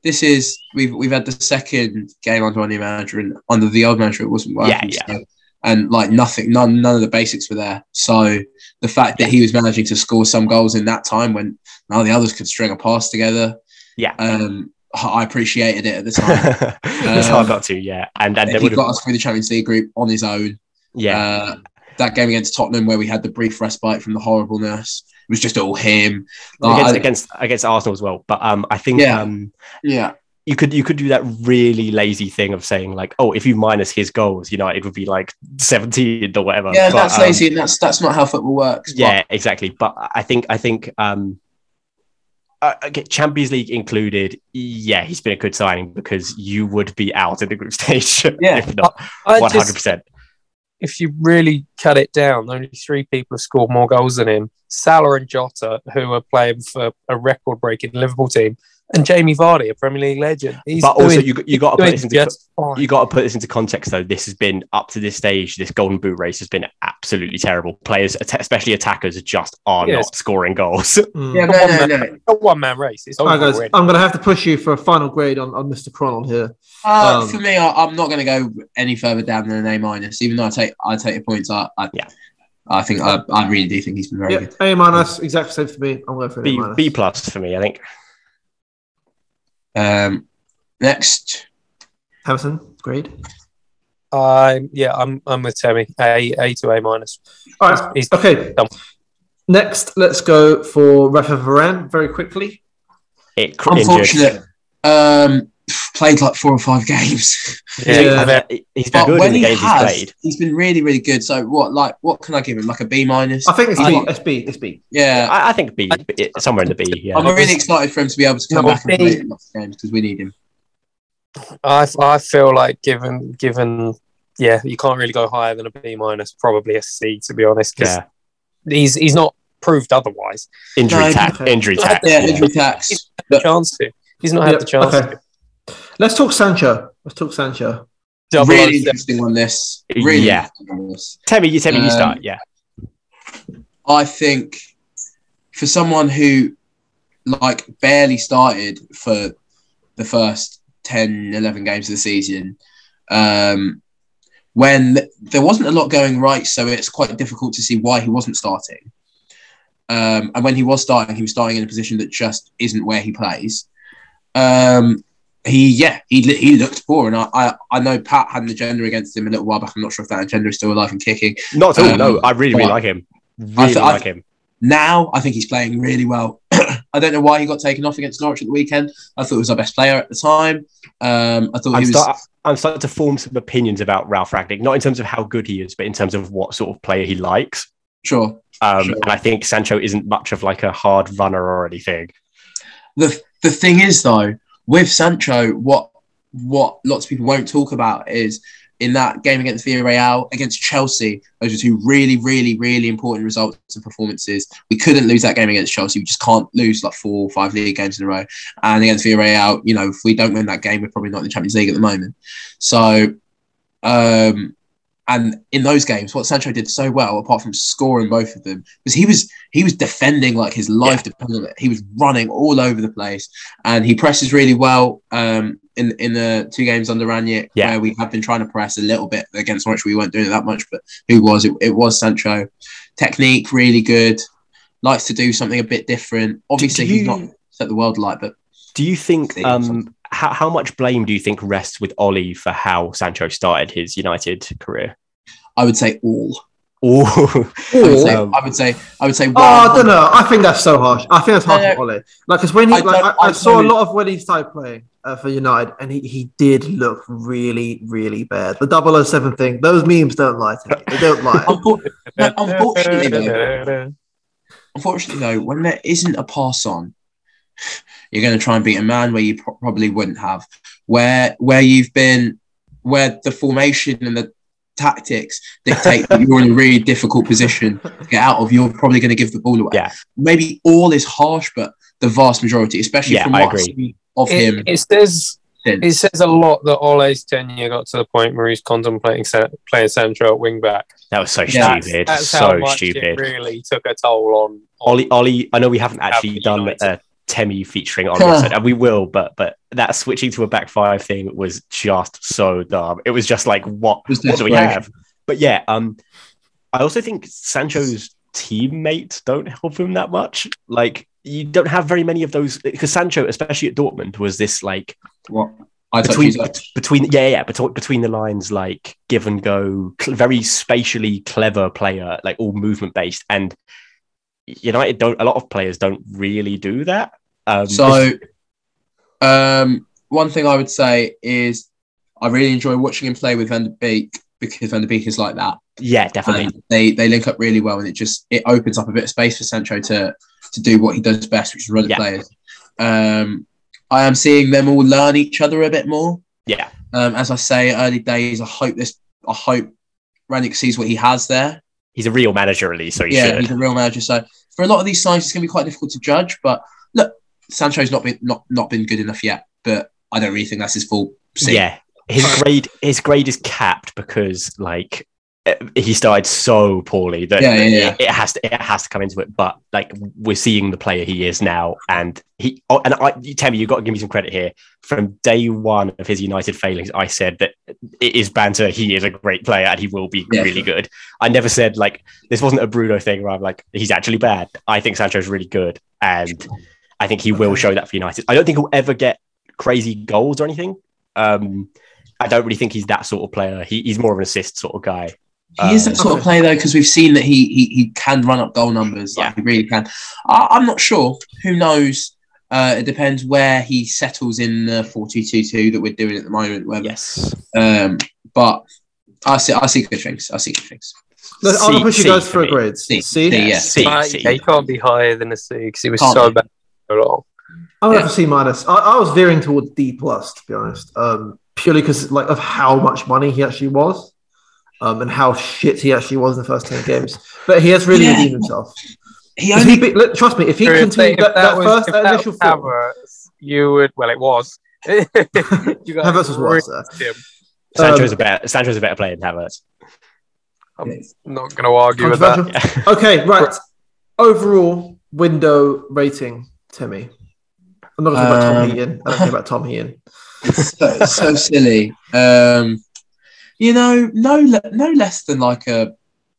F: this is we've we've had the second game under our new manager and under the old manager it wasn't working.
G: Yeah, yeah.
F: so- and like nothing, none none of the basics were there. So the fact that he was managing to score some goals in that time when none of the others could string a pass together, <laughs>
G: Yeah.
F: um, I appreciated it at the time.
G: it's
F: Um,
G: hard not to, yeah. <laughs> And and
F: if
G: it
F: he
G: would
F: got
G: have,
F: us through the Champions League group on his own.
G: yeah,
F: Uh, that game against Tottenham where we had the brief respite from the horribleness it was just all him. Like, Oh,
G: against,
F: I-
G: against against Arsenal as well. But um, I think
F: Yeah.
G: um,
F: yeah,
G: you could you could do that really lazy thing of saying like, oh, if you minus his goals, you know, it would be like seventeen or whatever.
F: yeah,
G: But,
F: that's
G: um,
F: lazy, and that's that's not how football works. but-
G: Yeah, exactly. But I think I think um, uh, okay, Champions League included. Yeah, he's been a good signing because you would be out in the group <laughs> stage.
F: Yeah.
G: if not
H: I
G: one hundred
H: just,
G: percent.
H: if you really cut it down, only three people have scored more goals than him: Salah and Jota, who are playing for a record-breaking Liverpool team, and Jamie Vardy, a Premier League legend. He's
G: But also,
H: doing-
G: you you got to put
H: doing
G: this into
H: just fine.
G: you got to put this into context though this has been up to this stage this golden boot race has been absolutely terrible players att- especially attackers just are
H: Yes.
G: not scoring goals <laughs>
F: yeah,
H: Come
F: no,
H: on,
F: no,
G: Um,
F: no.
H: a one-man race. It's over
E: Mm. All right, guys,
H: already.
E: I'm going to have to push you for a final grade on, on Mr. Cronald here.
F: Uh,
E: Um,
F: for me, I, I'm not going to go any further down than an A minus. Even though I take I take your points, I, I
G: Yeah.
F: I think I, I really do think he's been very
E: Yeah,
F: good.
E: A minus, exact same for me. I'm going for an
G: b
E: A minus.
G: b plus for me i think
F: Um, next,
E: Hamilton, grade.
H: I'm yeah, I'm I'm with Tammy. A A to A minus.
E: All right.
H: He's-
E: Okay.
H: done.
E: Next, let's go for Rafa Varane very quickly.
G: it cr-
F: unfortunate, um, played like four or five <laughs> games,
E: Yeah.
G: injured. he's been
F: but
G: good in
F: when
G: the
F: he
G: games
F: has,
G: he's played
F: he's been really really good. So what like what can I give him? Like a B minus?
G: Uh,
E: I think it's
F: I-
E: B. It's B. It's B.
F: yeah,
G: I, I think b it- somewhere in the b yeah
F: I'm really excited for him to be able to come
H: No,
F: back and
H: B.
F: play lots of games because we need him.
H: I I feel like given given yeah, you can't really go higher than a B minus, probably a C to be honest. 'cause
G: yeah
H: he's he's not proved otherwise.
G: injury
F: No,
G: tax
E: okay.
G: injury tax
F: Yeah,
G: yeah.
F: injury tax.
H: The
F: But-
H: chance to. He's not had the
E: Yeah,
H: chance.
E: okay. Let's talk Sancho. Let's talk Sancho.
H: To. Double
F: Really
H: upset.
F: interesting on this. Really
G: Yeah.
F: interesting on this.
G: tell me you tell me you
F: Um,
G: start yeah
F: I think for someone who like barely started for the first 10, 11 games of the season, um, when th- there wasn't a lot going right, so it's quite difficult to see why he wasn't starting. Um, and when he was starting, he was starting in a position that just isn't where he plays. Um, he, yeah, he, li- he looked poor. And I, I, I know Pat had an agenda against him a little while back. I'm not sure if that agenda is still alive and kicking.
G: not at all
F: um,
G: no i really really
F: but-
G: like him really
F: th- I-
G: like him
F: Now I think he's playing really well. <clears throat> I don't know why he got taken off against Norwich at the weekend. I thought he was our best player at the time. Um, I thought
G: I'm,
F: he was.
G: start, I'm starting to form some opinions about Ralph Ragnick, not in terms of how good he is, but in terms of what sort of player he likes.
F: sure.
G: Um,
F: Sure.
G: And I think Sancho isn't much of like a hard runner or anything.
F: The the thing is though, with Sancho, what what lots of people won't talk about is in that game against Villarreal, against Chelsea, those are two really, really, really important results and performances. We couldn't lose that game against Chelsea. We just can't lose like four or five league games in a row. And against Villarreal, you know, if we don't win that game, we're probably not in the Champions League at the moment. So, um, and in those games, what Sancho did so well, apart from scoring both of them, was he was he was defending like his life depended on it. He was running all over the place, and he presses really well. Um, in in the two games under Ranić,
G: Yeah.
F: where we have been trying to press a little bit against Norwich, we weren't doing it that much, but who was it? It was Sancho. Technique really good. Likes to do something a bit different. Obviously,
G: do
F: he's
G: you-
F: not set the world alight, but
G: Do you think,
F: They-
G: um, how, how much blame do you think rests with Ollie for how Sancho started his United career? <laughs>
F: I would say all.
G: Oh,
F: I would say.
G: Um,
F: I would say. I would say.
E: Oh, I don't
F: 100.
E: know. I think that's so harsh. I think that's harsh
F: No,
E: on Ole. Like, because when he,
F: I
E: like,
F: don't-
E: I, I
F: I
E: saw a
F: don't-
E: lot of when he started playing uh, for United, and he, he did look really, really bad. The 007 thing, those memes don't lie to me. They don't
F: <laughs>
E: lie.
F: Unfor- no, unfortunately, though, unfortunately, though, when there isn't a pass on, you're going to try and beat a man where you pro- probably wouldn't have, where where you've been, where the formation and the tactics dictate that you're in a really difficult position to get out of. You're probably going to give the ball away.
G: Yeah.
F: Maybe all is harsh, but the vast majority, especially
G: Yeah,
F: from
G: I
F: what
G: agree.
F: I've seen of him,
H: It, it says
F: since.
H: it says a lot that Ole's tenure got to the point where he's contemplating sa- playing Sancho at wing back.
G: that was so
F: Yeah.
G: stupid.
H: That's how
G: so
H: much
G: stupid.
H: it really took a toll on. on
G: Ollie, Ollie, I know we haven't actually
H: Have
G: done
H: United.
G: a Temi featuring on Offset, and we will, but but that switching to a back five thing was just so dumb. It was just like, what,
F: Was
G: what do we
F: desperation.
G: have? But yeah, um, I also think Sancho's teammates don't help him that much. Like, you don't have very many of those because Sancho, especially at Dortmund, was this like
F: What? I touch
G: between
F: you touch.
G: between yeah yeah between, between the lines like give and go cl- very spatially clever player like all movement based and united don't a lot of players don't really do that um
F: So, um, one thing I would say is I really enjoy watching him play with Van der Beek because Van der Beek is like that.
G: yeah definitely
F: And they they link up really well, and it just it opens up a bit of space for Sancho to to do what he does best, which is run at
G: Yeah.
F: players. Um, I am seeing them all learn each other a bit more.
G: Yeah.
F: Um, as I say, early days. I hope this. I hope Rannick sees what he has there.
G: he's a real manager at least so he
F: yeah,
G: should
F: he's a real manager. So for a lot of these signs, it's going to be quite difficult to judge. But look, Sancho's not been not not been good enough yet. But I don't really think that's his fault. See,
G: Yeah, his grade his grade is capped because like eh, he started so poorly that
F: Yeah, yeah, yeah.
G: It, it has to it has to come into it. But like we're seeing the player he is now, and he oh, and I you tell me you got to give me some credit here. From day one of his United failings, I said that it is banter. He is a great player and he will be
F: Yeah,
G: really
F: sure.
G: good. I never said like this wasn't a Bruno thing where I'm like he's actually bad. I think Sancho's really good and. I think he will show that for United. I don't think he'll ever get crazy goals or anything. Um, I don't really think he's that sort of player. He, he's more of an assist sort of guy.
F: He is
G: Uh,
F: that sort of player though, because we've seen that he he, he can run up goal numbers. Like he really can. I, I'm not sure. Who knows? Uh, it depends where he settles in the 4-2-2-2 that we're doing at the moment. Whether,
G: Yes.
F: Um, but I see I see good things. I see good things.
E: No, I'll
G: C-
E: push you
G: C
E: guys
G: for
E: for a
G: me.
E: grades.
F: C,
E: See,
F: C, yeah.
G: C,
H: Uh,
G: C.
H: yeah, he can't be higher than a C because he was
F: Can't
H: so
F: be.
H: bad for long.
E: I'm gonna
F: Yeah.
E: have a C minus. I, I was veering towards D plus to be honest, um, purely because like of how much money he actually was, um, and how shit he actually was in the first ten games. But he has really
F: Yeah.
E: redeemed himself.
F: He
E: 'Cause
F: only
E: he be- look, trust me, if he
H: If
E: continued
H: they- if
E: that, that,
H: was-
E: first
H: if
E: that
H: that
E: initial
H: was
E: form,
H: Havertz, you would. Well, it was. <laughs> you guys
E: Havertz was worse.
H: ripped
E: There.
H: him.
G: Sancho's
E: Um,
G: a better Sancho's a better player than Havertz.
H: I'm not going to argue with that.
E: Controversial. <laughs> Okay, right. Overall window rating, Timmy. I'm not gonna talk about
F: Um,
E: Tom Heaton. I don't care about Tom Heaton.
F: so, so silly. Um, you know, no, le- no less than like a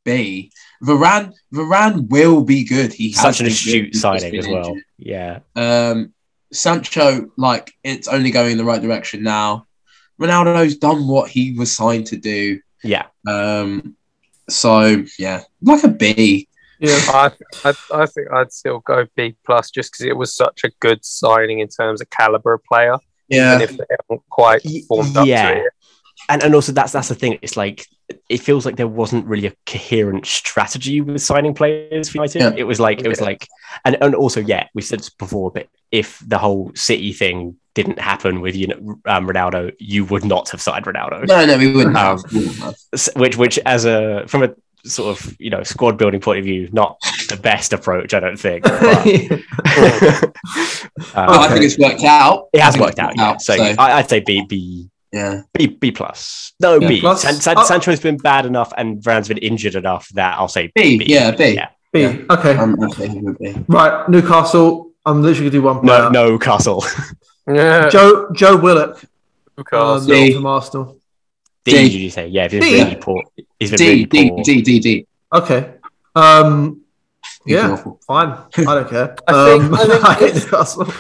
F: B. Varane, Varane will be good. He has
G: Such an
F: been good.
G: astute
F: He's just
G: signing
F: been
G: as well.
F: injured.
G: Yeah.
F: Um, Sancho, like it's only going in the right direction now. Ronaldo's done what he was signed to do.
G: Yeah.
F: Um, so yeah, like a B.
E: <laughs> Yeah.
H: I, I, I think I'd still go B plus just because it was such a good signing in terms of caliber of player. And
F: Yeah,
H: if they haven't quite
G: Y-
H: formed up
G: yeah.
H: to it,
G: and and also that's that's the thing. It's like it feels like there wasn't really a coherent strategy with signing players for United.
F: Yeah.
G: It was like it was
H: Yeah.
G: like and and also yeah, we said this before, but if the whole City thing didn't happen with you know, um, Ronaldo, you would not have signed Ronaldo.
F: no, no, we wouldn't have.
G: Um, S- which which as a from a sort of you know squad building point of view, not the best approach, I don't think. But,
E: <laughs>
G: <laughs> um,
E: Oh,
F: But I think it's worked out.
G: it
F: I
G: has
F: think
G: worked
F: it's
G: out. Yeah. So, I, I'd say B B
F: yeah.
G: B B plus. No
E: Yeah,
G: B.
E: plus.
G: San, San,
E: Oh.
G: Sancho's been bad enough, and Varane's been injured enough that I'll say
F: B, yeah, B.
G: Yeah.
E: B.
F: Yeah. Um,
E: Okay.
F: I'm absolutely with you.
E: right, Newcastle. I'm literally gonna do one player.
G: No, no Castle.
H: <laughs> yeah,
E: Joe Joe Willock um,
H: Newcastle.
F: D.
E: from Arsenal.
G: D,
F: D.
G: did you say? Yeah, he's been
E: D.
G: really poor. He's been
F: D,
G: really
F: D,
G: poor.
F: D, D, D.
E: Okay. Um,
F: He's
E: yeah,
F: awful.
E: fine. I don't care.
H: <laughs> I think-
E: um,
H: I
E: <laughs>
H: think
E: I hate
H: it's-
E: Newcastle.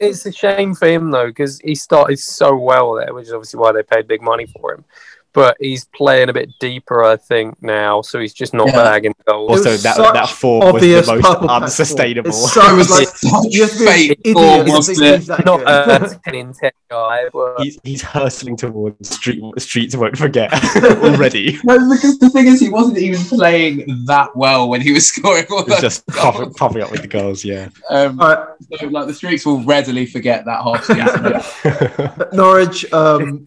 H: It's a shame for him though because he started so well there, which is obviously why they paid big money for him. But he's playing a bit deeper, I think, now, so he's just not
F: Yeah.
H: bagging goals.
G: Also,
E: was
G: that,
E: such
G: that form was
E: Obvious
G: the most
E: purple platform.
G: unsustainable.
E: It's
F: It
E: so
F: was
E: like
F: such
E: you have to be an
F: fake
E: idiot
F: form,
E: to think
F: wasn't it?
E: he's that
H: not uh,
E: good.
H: a 10 in 10 guy, but
G: He's, he's hurtling towards street, streets
E: <laughs>
G: won't forget already.
F: No, because the thing is, he wasn't even playing that well when he was <laughs> scoring all
G: It's
F: those
G: <laughs> just popping, popping up with the goals, yeah.
E: <laughs>
F: Um,
E: All right,
F: so, like the streaks will readily forget that half
G: <laughs>
F: season.
E: Norwich. Um,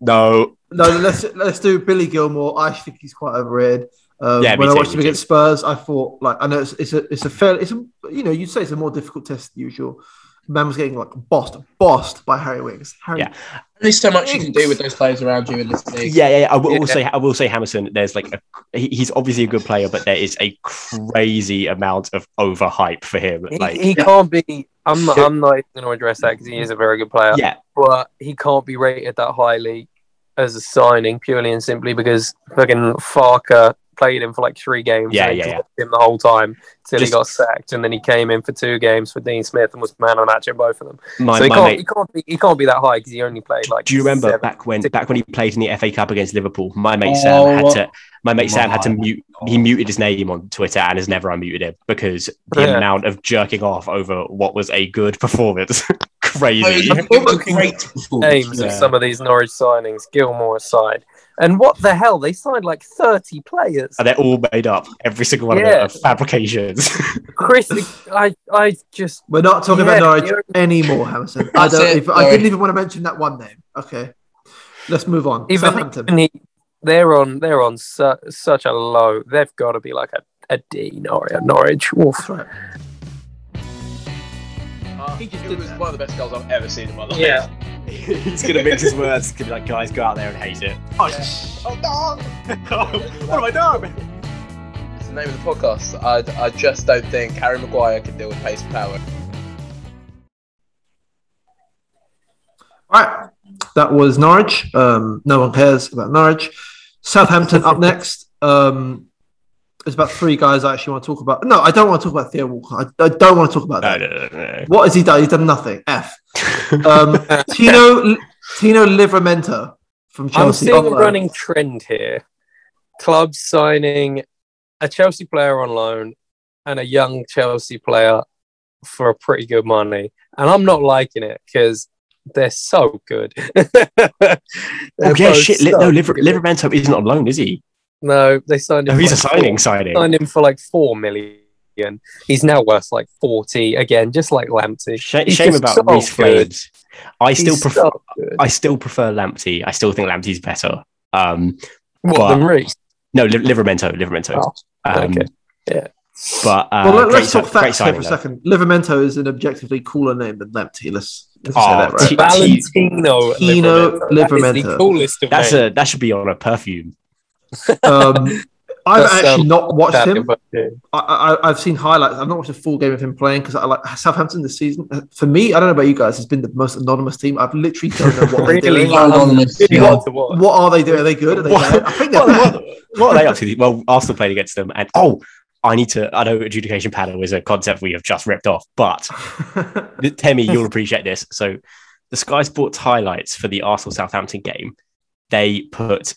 G: no,
E: no, let's let's do Billy Gilmore. I think he's quite overrated. Um,
G: Yeah, me
E: when I
G: too,
E: watched him
G: me too.
E: against Spurs, I thought like I know it's, it's a it's a fair it's a you know you'd say it's a more difficult test than usual, Man was getting like bossed, bossed by Harry Wings. Harry,
G: Yeah.
F: There's so much you can do with those players around you in this league.
G: Yeah, yeah, yeah. I will
F: Yeah.
G: will say, I will say, Hamilton. There's like, a, he- he's obviously a good player, but there is a crazy amount of overhype for him.
H: He,
G: Like,
H: he can't be. I'm not,
G: Sure.
H: I'm not even going to address that because he is a very good player.
G: yeah,
H: But he can't be rated that highly as a signing purely and simply because fucking Farker played him for like three games.
G: Yeah,
H: and
G: yeah, yeah.
H: dropped Him the whole time till
G: Just-
H: he got sacked, and then he came in for two games for Dean Smith and was man on match in both of them.
G: my,
H: so he
G: my
H: can't,
G: mate.
H: he can't be he can't be that high because he only played like.
G: Do you remember
H: seven-
G: back when
H: six-
G: back when he played in the FA Cup against Liverpool? My mate
F: Oh,
G: Sam had to. My mate Sam had to
F: my
G: mute. He muted his name on Twitter and has never unmuted him because the
H: Yeah.
G: amount of jerking off over what was a good performance, <laughs> crazy.
H: Oh,
F: Those are Oh, great performances.
H: names of some of these Norwich signings, Gilmore aside. And what the hell? They signed like 30 players.
G: And they're all made up. Every single one
H: Yeah.
G: of them are fabrications. <laughs>
H: Chris, I, I just.
E: We're not talking
H: Yeah,
E: about Norwich
H: you're-
E: anymore, Hamilton. I
F: That's
E: don't.
F: it,
E: if, I
F: sorry.
E: didn't even want to mention that one name. Okay, let's move on.
H: Even,
E: Southampton.
H: even he, they're on they're on su- such a low. They've got to be like a, a D Norwich. Norwich. Oof.
E: That's right.
F: He just did was one of the best goals I've ever seen in my life.
I: Yeah.
G: He's gonna mix his words. He's gonna be like, guys, go out there and hate it. Oh, no! what have I done?
F: It's the name of the podcast. I, I just don't think Harry Maguire can deal with pace and power.
E: All right, that was Norwich. Um, no one cares about Norwich. Southampton
H: <laughs>
E: up next. Um, there's about three guys I actually want to talk about. No, I don't want to talk about Theo Walker. I, I don't want to talk about
G: No,
E: that.
G: no, no, no,
E: What has he done? He's done nothing.
G: <laughs>
E: F. Um, Tino Tino Livramento from
H: I'm
E: Chelsea.
H: seeing a
E: on loan.
H: running trend here. Clubs signing a Chelsea player on loan and a young Chelsea player for a pretty good money. And I'm not liking it because they're so good. <laughs> They're
G: Oh, yeah,
H: both
G: shit. Li-
H: so
G: no, Liver-
H: good.
G: Livermento isn't on loan, is he?
H: No, they signed
G: No,
H: him.
G: Oh,
H: for
G: he's a
H: like
G: signing,
H: Four,
G: signing.
H: signed him for like four million. He's now worth like forty again, just like Lamptey.
G: Sh-
H: He's
G: shame
H: just
G: about
H: so
G: Reese
H: good.
G: Flames. I still
H: He's
G: prefer.
H: so good.
G: I still prefer Lamptey. I still think Lamptey's better. Um,
H: what than Reese.
G: no, Li- Livermento, Livermento.
H: Oh,
G: um,
H: okay. Yeah.
G: But uh,
E: Well, let,
G: great,
E: us
G: si-
E: talk facts
G: great
E: here for a
G: signing. though.
E: second. Livramento is an objectively cooler name than Lamptey. Let's, let's
G: Oh,
E: say that right.
G: T-
H: Valentino
E: Tino
H: That is
E: Livramento.
H: the coolest of
G: That's
H: names.
G: a that should be on a perfume. <laughs>
E: um, I've
H: That's,
E: actually
H: um,
E: not watched him.
H: But, yeah.
E: I, I, I've seen highlights. I've not watched a full game of him playing because I like Southampton this season. Uh, For me, I don't know about you guys, has been the most anonymous team. I've literally don't
G: <laughs>
E: know what they're
H: Really?
E: doing.
H: Well,
F: Anonymous.
H: Really
E: Yeah.
H: hard to watch.
E: What are they doing? Are they good? Are they
G: What?
E: bad? I think they're
G: What,
E: bad.
G: what, what are they up to? Well, Arsenal played against them, and oh, I need to. I know adjudication panel is a concept we have just ripped off, but Temi, you'll appreciate this. So, the Sky Sports highlights for the Arsenal Southampton game, they put,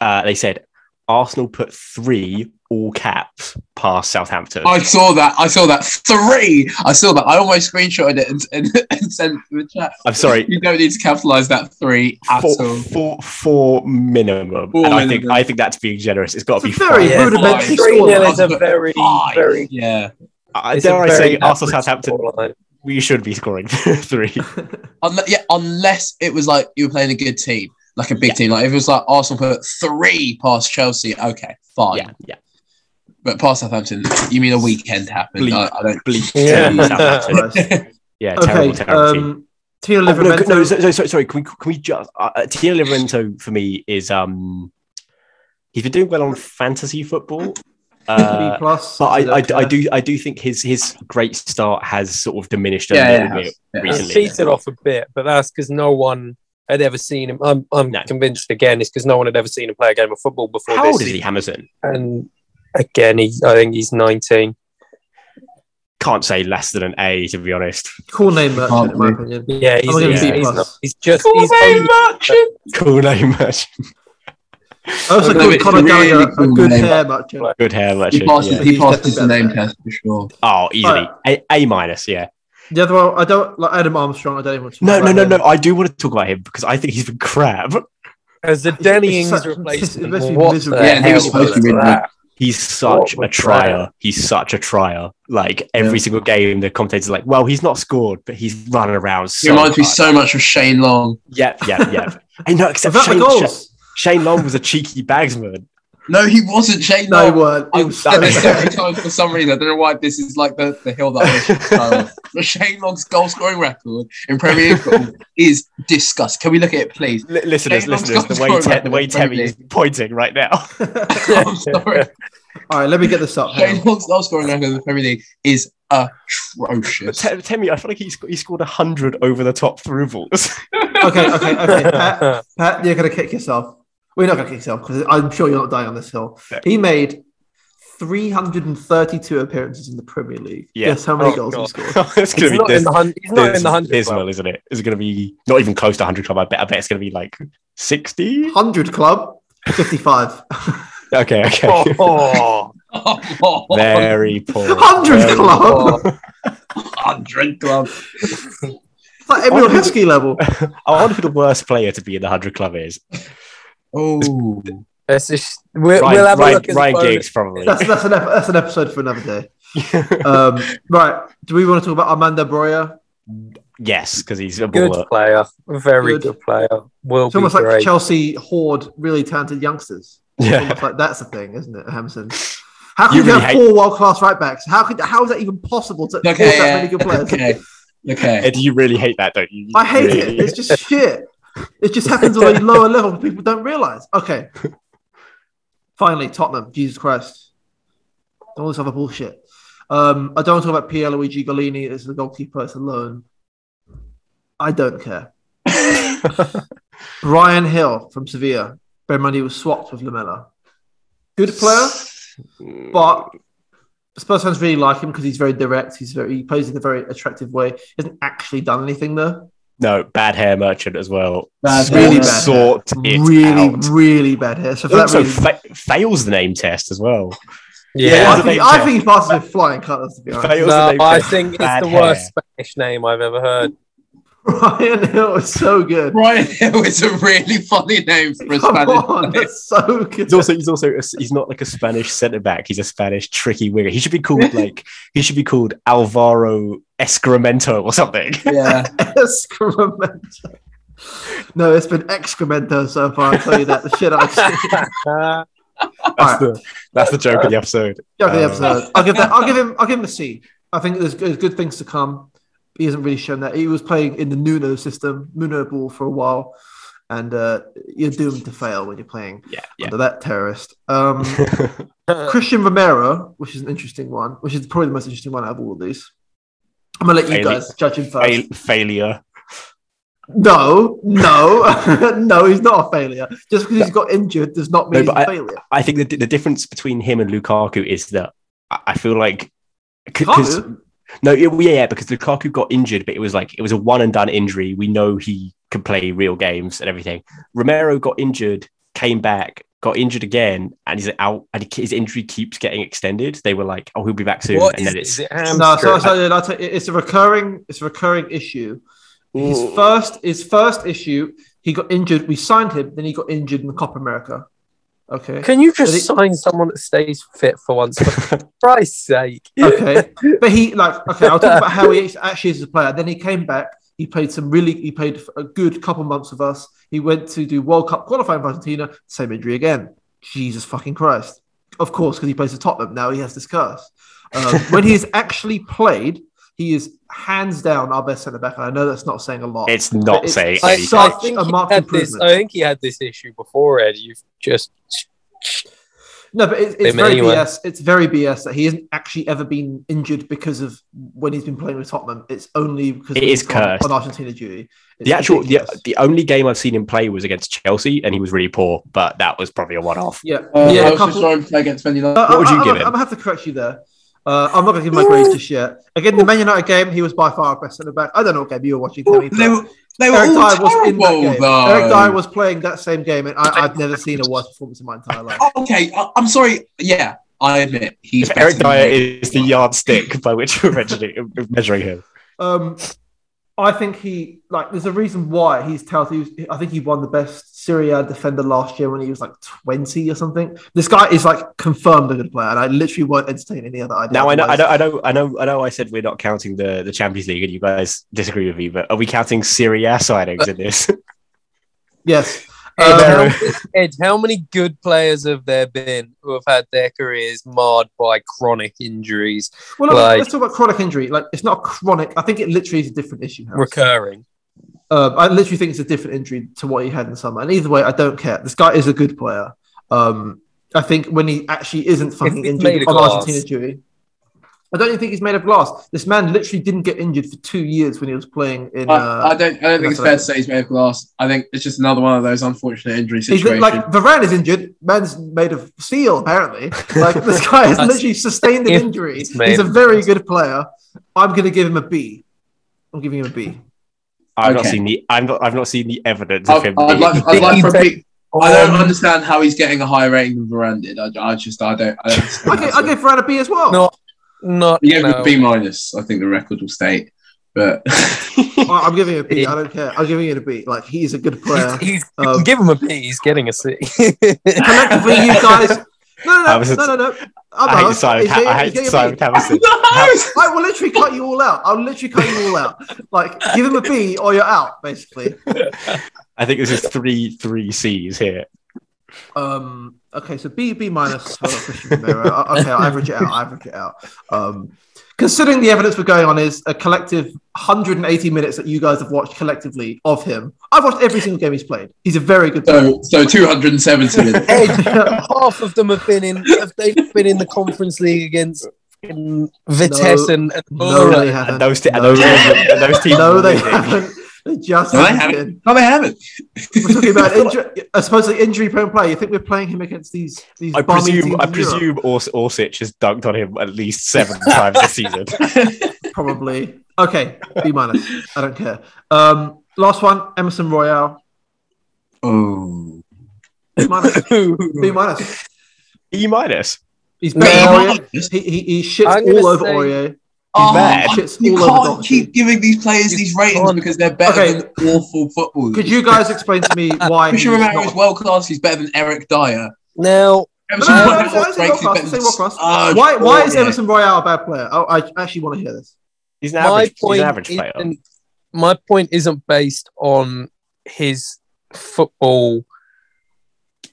G: uh, they said Arsenal put three all caps past Southampton.
F: I saw that. I saw that. Three. I saw that. I almost screenshotted it and, <laughs> and, and sent it to the chat.
G: I'm sorry,
F: You don't need to capitalise that three at
G: four,
F: all.
G: four, four minimum.
F: Four
G: and I think
F: minimum.
G: I think that's being generous. It's got
E: It's
G: to
E: a
G: be
E: very
G: five.
E: Yeah, rudimentary scoreline.
H: is a very,
F: Five.
H: very.
F: Yeah.
G: I-
H: it's a
G: dare I
H: very
G: say, Arsenal
H: average
G: Southampton,
H: scoreline.
G: we should be scoring <laughs> three.
F: Unle- yeah. Unless it was like you were playing a good team, like a big team. Like if it was like Arsenal put three past Chelsea, okay, fine.
G: yeah, yeah.
F: But past Southampton, you mean a weekend happened?
G: Bleep.
F: I, I don't.
G: Bleak
H: Yeah.
E: <laughs>
G: team, Southampton.
F: <laughs>
E: Christ.
G: Yeah, <laughs> terrible,
E: okay.
G: terrible team.
E: Um, Tino
G: Oh, no,
E: Livramento.
G: no, so, so, so- sorry. Can we, can we just uh, uh, Tio Livramento for me is um he's been doing well on fantasy football,
E: B
G: uh,
E: plus.
G: but I, I,
E: don't
G: I
E: care.
G: do I do think his his great start has sort of diminished a
F: Yeah, yeah, it
G: little bit
F: has. Yeah, it has.
H: He's
G: recently.
H: cheated off a bit, but that's because no one had ever seen him. I'm, I'm
G: No.
H: convinced again. It's because no one had ever seen him play a game of football before.
G: How
H: this
G: old is he,
H: season.
G: Hamilton?
H: And again, he, I think he's 19.
G: Can't say less than an A to be honest.
E: Cool name, merchant,
F: Can't
E: in my
F: be.
E: opinion.
H: Yeah,
E: I'm
H: he's,
E: gonna
H: he's,
G: give him
H: he's,
E: a plus.
H: not- he's just. he's only-
G: <laughs> Cool name, much
E: I also
F: No,
E: give
F: it's
E: Conor
F: a really
E: Gallagher a
F: cool
E: good
F: name.
E: hair, merchant.
G: good hair, much.
F: He passed,
G: Yeah.
F: he
E: He's
F: passed his
E: definitely
F: name
E: better.
F: test for sure.
G: Oh, easily
E: Alright.
G: a, a minus. Yeah.
E: The other one, I don't like Adam Armstrong. I don't even want to.
G: No,
E: talk
G: no, no,
E: about
G: no.
E: him.
G: I do want to talk about him because I think he's been crap.
H: As a
E: It's-
H: Danny
E: it's
H: Ings
E: such-
H: replacement.
E: it's- it's
H: what
E: miserable.
H: the
E: Yeah, he
H: hell
E: was supposed
F: to be
G: <laughs>
H: that?
F: really-
G: He's such
H: What
G: a
H: was
G: trier.
H: that?
G: He's such a trier. Like every
F: Yeah.
G: single game, the commentators are like, "Well, he's not scored, but he's running around." So
F: He reminds me
G: hard."
F: so much of Shane Long.
G: Yep, yep, yep. I know. Except
E: Without the
G: Shane, Sha-
E: goals.
G: Shane Long was a cheeky bagsman.
F: No, he wasn't Shane.
E: No,
F: Long.
E: he weren't. He
F: I've
E: was
F: said this
E: so-
F: every time for some reason. I don't know why this is like the, the hill that I should <laughs> die on. Shane Long's goal scoring record in Premier League football is disgust. Can we look at it, <laughs> please?
G: Li- listeners,
F: Shane Long's
G: listeners, the way
F: goal
G: te- the way
F: scorer,
G: Temmie is pointing right now.
F: I'm sorry.
E: <laughs> All right, let me get this up. hang
F: Shane
E: on.
F: Long's goal scoring record in the Premier League is atrocious.
G: Te- Temmie, I feel like he, sc- he scored hundred over the top through balls. <laughs>
E: Okay, okay, okay. Pat, Pat, you're going to kick yourself. We're not going to kick yourself because I'm sure you're not dying on this hill.
G: No.
E: He made 332 appearances in the Premier League.
G: Yeah.
E: Yes, how many
G: Oh,
E: goals he
G: God.
E: scored?
G: it's
H: He's
G: gonna be
H: not in
G: dis-
H: the hun- he's not in the
G: dis-
H: hundred.
G: dismal, isn't it? It's gonna be not even close to hundred club. I bet. I bet it's gonna be like sixty.
E: 100 club,
G: <laughs>
E: <laughs> 55.
G: Okay, okay.
H: Oh,
F: <laughs> Oh,
G: Very poor.
E: 100
G: Very-
E: club!
G: <laughs>
F: oh, 100 club.
E: It's like
G: Oh.
E: Emil Heskey level.
G: <laughs> I wonder who the worst player to be in the hundred club is.
F: Oh,
H: Let's just, we'll,
G: Ryan,
H: we'll have a
G: Ryan,
H: look. as a
G: Ryan
H: bonus.
G: Giggs probably.
E: That's,
H: <laughs>
E: that's, an, ep- that's an episode for another
G: <laughs>
E: day. Um, right. Do we want to talk about Amanda Breuer?
G: yes, because he's a
H: Good
G: baller.
H: player, very
E: Good.
H: good, player. Will
E: It's
H: be
E: almost like
H: great.
E: Chelsea hoard really talented youngsters.
G: Yeah.
E: Almost like that's the thing, isn't it, Hampson? How can
G: You
E: you,
G: really
E: have
G: hate-
E: four world class right backs? How could how is that even possible to okay,
F: okay.
E: that many
F: Yeah.
E: good players?
F: Okay. Okay.
G: Ed, you really hate that, don't you? You
E: I hate
G: really-
E: it. It's just shit. It just happens on a lower level. People don't realize. Okay. Finally, Tottenham. Jesus Christ. All this other bullshit. Um, I don't want to talk about Pierluigi Golini as the goalkeeper. It's a loan. I don't care. Brian Hill from Sevilla. Ben Mundy was swapped with Lamella. Good player, but Spurs fans really like him because he's very direct. He's very he plays in a very attractive way. He hasn't actually done anything though.
G: No, bad hair merchant as well.
F: Bad
G: Sort-
E: hair merchant.
G: Sort it
E: really,
G: out.
E: really bad hair. So for that
G: also
E: reason,
G: fa- fails the name test as well.
E: I,
G: Yeah,
H: yeah,
G: it's a
E: think,
G: big
E: I
G: test.
E: think he passes with flying colours. To be honest, <laughs>
G: Fails the
H: no,
G: name
H: I
G: test.
H: think it's
G: Bad
H: the
G: hair.
H: worst Spanish name I've ever heard.
E: Brian Hill is so good.
F: <laughs> Brian Hill is a really funny name for a
E: Come
F: <laughs> Spanish.
E: on,
F: player.
E: that's so good.
G: He's also he's also a- he's not like a Spanish centre back. He's a Spanish tricky winger. He should be
H: <laughs>
G: called like he should be called Alvaro Escremento or something. <laughs>
F: Yeah.
E: <laughs> Excremento. No, it's been excremento so far. I'll tell you that. The shit
G: <laughs>
E: I've seen.
H: Uh,
G: That's the that's the joke of the episode.
E: Joke of the
G: Um,
E: episode. I'll give that. I'll give him. I'll give him a C. I think there's, there's good things to come. He hasn't really shown that. He was playing in the Nuno system, Nuno ball for a while, and uh, you're doomed to fail when you're playing
G: Yeah, yeah.
E: under that terrorist. Um, Christian Romero, which is an interesting one, which is probably the most interesting one out of all of these. I'm gonna let you
G: Fail-
E: guys judge him first.
G: Fail- failure.
E: No, no, <laughs> no, he's not a failure. Just because he's got injured does not mean
G: No,
E: he's
G: but
E: a failure.
G: <laughs> I think the the difference between him and Lukaku is that I I feel like because
E: Lukaku?
G: no, it- yeah, yeah, because Lukaku got injured, but it was like it was a one and done injury. We know he could play real games and everything. Romero got injured, came back, got injured again, and he's out. And he- his injury keeps getting extended. They were like, "Oh, he'll be back soon,"
H: what
G: and
H: is,
G: then
H: it?
G: it's
H: Is it
E: No, so,
H: hamstring?
E: so yeah, that's a- it's a recurring, it's a recurring issue. His
G: Ooh.
E: first, his first issue, he got injured. We signed him, then he got injured in the Copa America. Okay,
H: Can you
E: Did
H: just
E: he-
H: sign someone that stays fit for once?
G: <laughs>
H: For Christ's sake.
E: okay, but he like okay. I'll talk about how he actually is as a player. Then he came back. He played some really. He played a good couple months with us. He went to do World Cup qualifying for Argentina. Same injury again. Jesus fucking Christ! Of course, because he plays for Tottenham now. He has this curse. Um, when he's actually played, he is hands down our best centre back. And I know that's not saying a lot.
G: it's not
E: It's-
G: saying
E: I-
G: anything.
E: so- Such a marked
H: had this,
E: improvement.
H: I think he had this issue before, Ed. You've just
E: No, but it's, it's
H: Him
E: very
H: anyway.
E: BS. It's very BS that he hasn't actually ever been injured because of when he's been playing with Tottenham. It's only because
G: It
E: he's
G: is
E: on-
G: cursed.
E: on Argentina duty. It's
G: The actual the,
E: ridiculous.
G: the only game I've seen him play was against Chelsea, and he was really poor. But that was probably a one off.
E: yeah,
F: Uh,
E: yeah.
F: I
E: a
F: was just
E: couple-
F: trying to play against Man United.
E: Uh,
G: What would
E: I-
G: you
E: I-
G: give
E: I'm,
G: him?
E: I'm gonna have to correct you there. Uh, I'm not gonna give my grades just yet. Again, the Man United game, he was by far our best centre back. I don't know what game you were watching. Timmy, but
F: uh, They were, they were
E: Eric
F: all
E: Dyer was in
F: terrible,
E: that game.
F: though.
E: Eric Dyer was playing that same game, and I, I've never seen a worse performance in my entire
F: <laughs>
E: life.
F: Okay, I, I'm sorry. Yeah, I admit he's
G: If
F: better
G: Eric
F: than
G: Dyer
F: me.
G: is the yardstick by which we're measuring, measuring him.
E: Um, I think he like. There's a reason why he's touted. He was, I think he won the best Serie A defender last year when he was like 20 or something. This guy is like confirmed a good player, and I literally won't entertain any other idea.
G: Now I know, I
E: otherwise.
G: know, I know, I know, I know. I said we're not counting the the Champions League, and you
F: Uh,
G: guys disagree with me. But are we counting Serie A signings in this?
E: Yes,
H: Ed,
E: Um,
H: how, Ed, how many good players have there been who have had their careers marred by chronic injuries,
E: Well, let's-
H: Like-
E: let's talk about chronic injury. Like, it's not a chronic. I think it literally is a different issue. Harris.
H: recurring?
E: Um, I literally think it's a different injury to what he had in the summer. And either way, I don't care. This guy is a good player. Um, I think when he actually isn't fucking
H: he's
E: injured
H: made of
E: on
H: glass.
E: Argentina duty, I don't even think he's made of glass. This man literally didn't get injured for two years when he was playing in. uh,
F: I, I don't. I don't think
E: that's
F: it's fair
E: it.
F: to say he's made of glass. I think it's just another one of those unfortunate injury
E: He's
F: situations.
E: li- like Varane is injured. Man's made of steel,
H: <laughs>
E: apparently. Like this guy has
H: That's-
E: literally sustained an
H: if
E: injury.
H: it's made
E: He's a
H: of
E: very
H: glass.
E: good player. I'm going to give him a B. I'm giving him a B.
G: I've not
F: Okay.
G: seen the I've not I've not seen the evidence of
F: I'd,
G: him.
F: I'd
G: being-
F: like, I'd like for a big- I
H: Um,
F: don't understand how he's getting a higher rating than Varane did. I, I just, I don't. <laughs> I don't
E: I
F: understand
E: gave,
F: that
E: I gave Varane a B as well.
H: No. Not
F: You gave him
H: no.
F: a B minus. I think the record will state. But <laughs>
E: I- I'm giving it a B. I don't care. I'm giving it a B. Like he's a good player.
H: He's, he's,
E: Um,
H: give him a B. He's getting
E: <laughs>
H: a C.
E: Collectively, you guys. No,
G: I
E: no,
G: was-
E: no, no, no. I'm
G: I
E: out.
G: hate Simon.
E: He's
G: Ca-
E: getting-
G: I
E: he's
G: hate
E: getting a
G: Simon
E: B.
G: Caverson.
E: <laughs> I will literally cut you all out. I'll literally cut you all out. Like, give him a B or you're out, basically.
G: I think this is three three C's here.
E: Um, okay, so B B minus for Christian Romero. Uh, Okay, I'll average it out. I'll average it out. Um, considering the evidence we're going on is a collective 180 minutes that you guys have watched collectively of him. I've watched every single game he's played. He's a very good player.
F: so, so two hundred and seventy.
E: <laughs>
H: Half of them have been in. Have they been in the Conference League against fucking Vitesse
E: No.
H: and, and
E: no, they
H: Borough?
E: haven't.
G: And those, te- and
E: No,
G: those, teams, and those teams.
E: no,
G: were
E: they
G: winning.
E: haven't. They just
F: No, they
E: haven't
F: haven't.
E: been.
F: <laughs> No, they haven't.
E: We're talking about injury, a supposedly injury-prone player. You think we're playing him against these these?
G: I
E: bombing teams
G: presume I
E: in Europe?
G: presume Ors- Orsic has dunked on him at least seven
F: <laughs>
G: times this season.
E: probably. Okay, B minus. I don't care. Um, last one, Emerson Royale.
F: Oh,
E: B minus. B minus.
G: E minus.
E: He's
F: No.
E: better than Aurier. He, he, he shits
H: I'm gonna
E: all over
H: say-
E: Aurier.
F: Oh,
G: bad.
E: Shit's
F: You
E: all over
F: can't
E: Doherty.
F: keep giving these players these ratings
H: can't.
F: because they're better
E: Okay.
F: than awful football.
E: Could you guys explain to me why?
F: Christian
E: he's
F: Romero
E: not-
F: is world class. He's better than Eric Dyer.
H: Now,
F: <laughs> Emerson
H: no, no,
F: Royale's
E: no, I say
F: rank
E: world class,
F: is
E: I say world
F: better than
E: class.
F: Sarge
E: Why, why is
F: Aurier.
E: Emerson Royale a bad player? Oh, I actually want to hear this.
G: He's an average. He's an average player.
H: isn't, My point isn't based on his football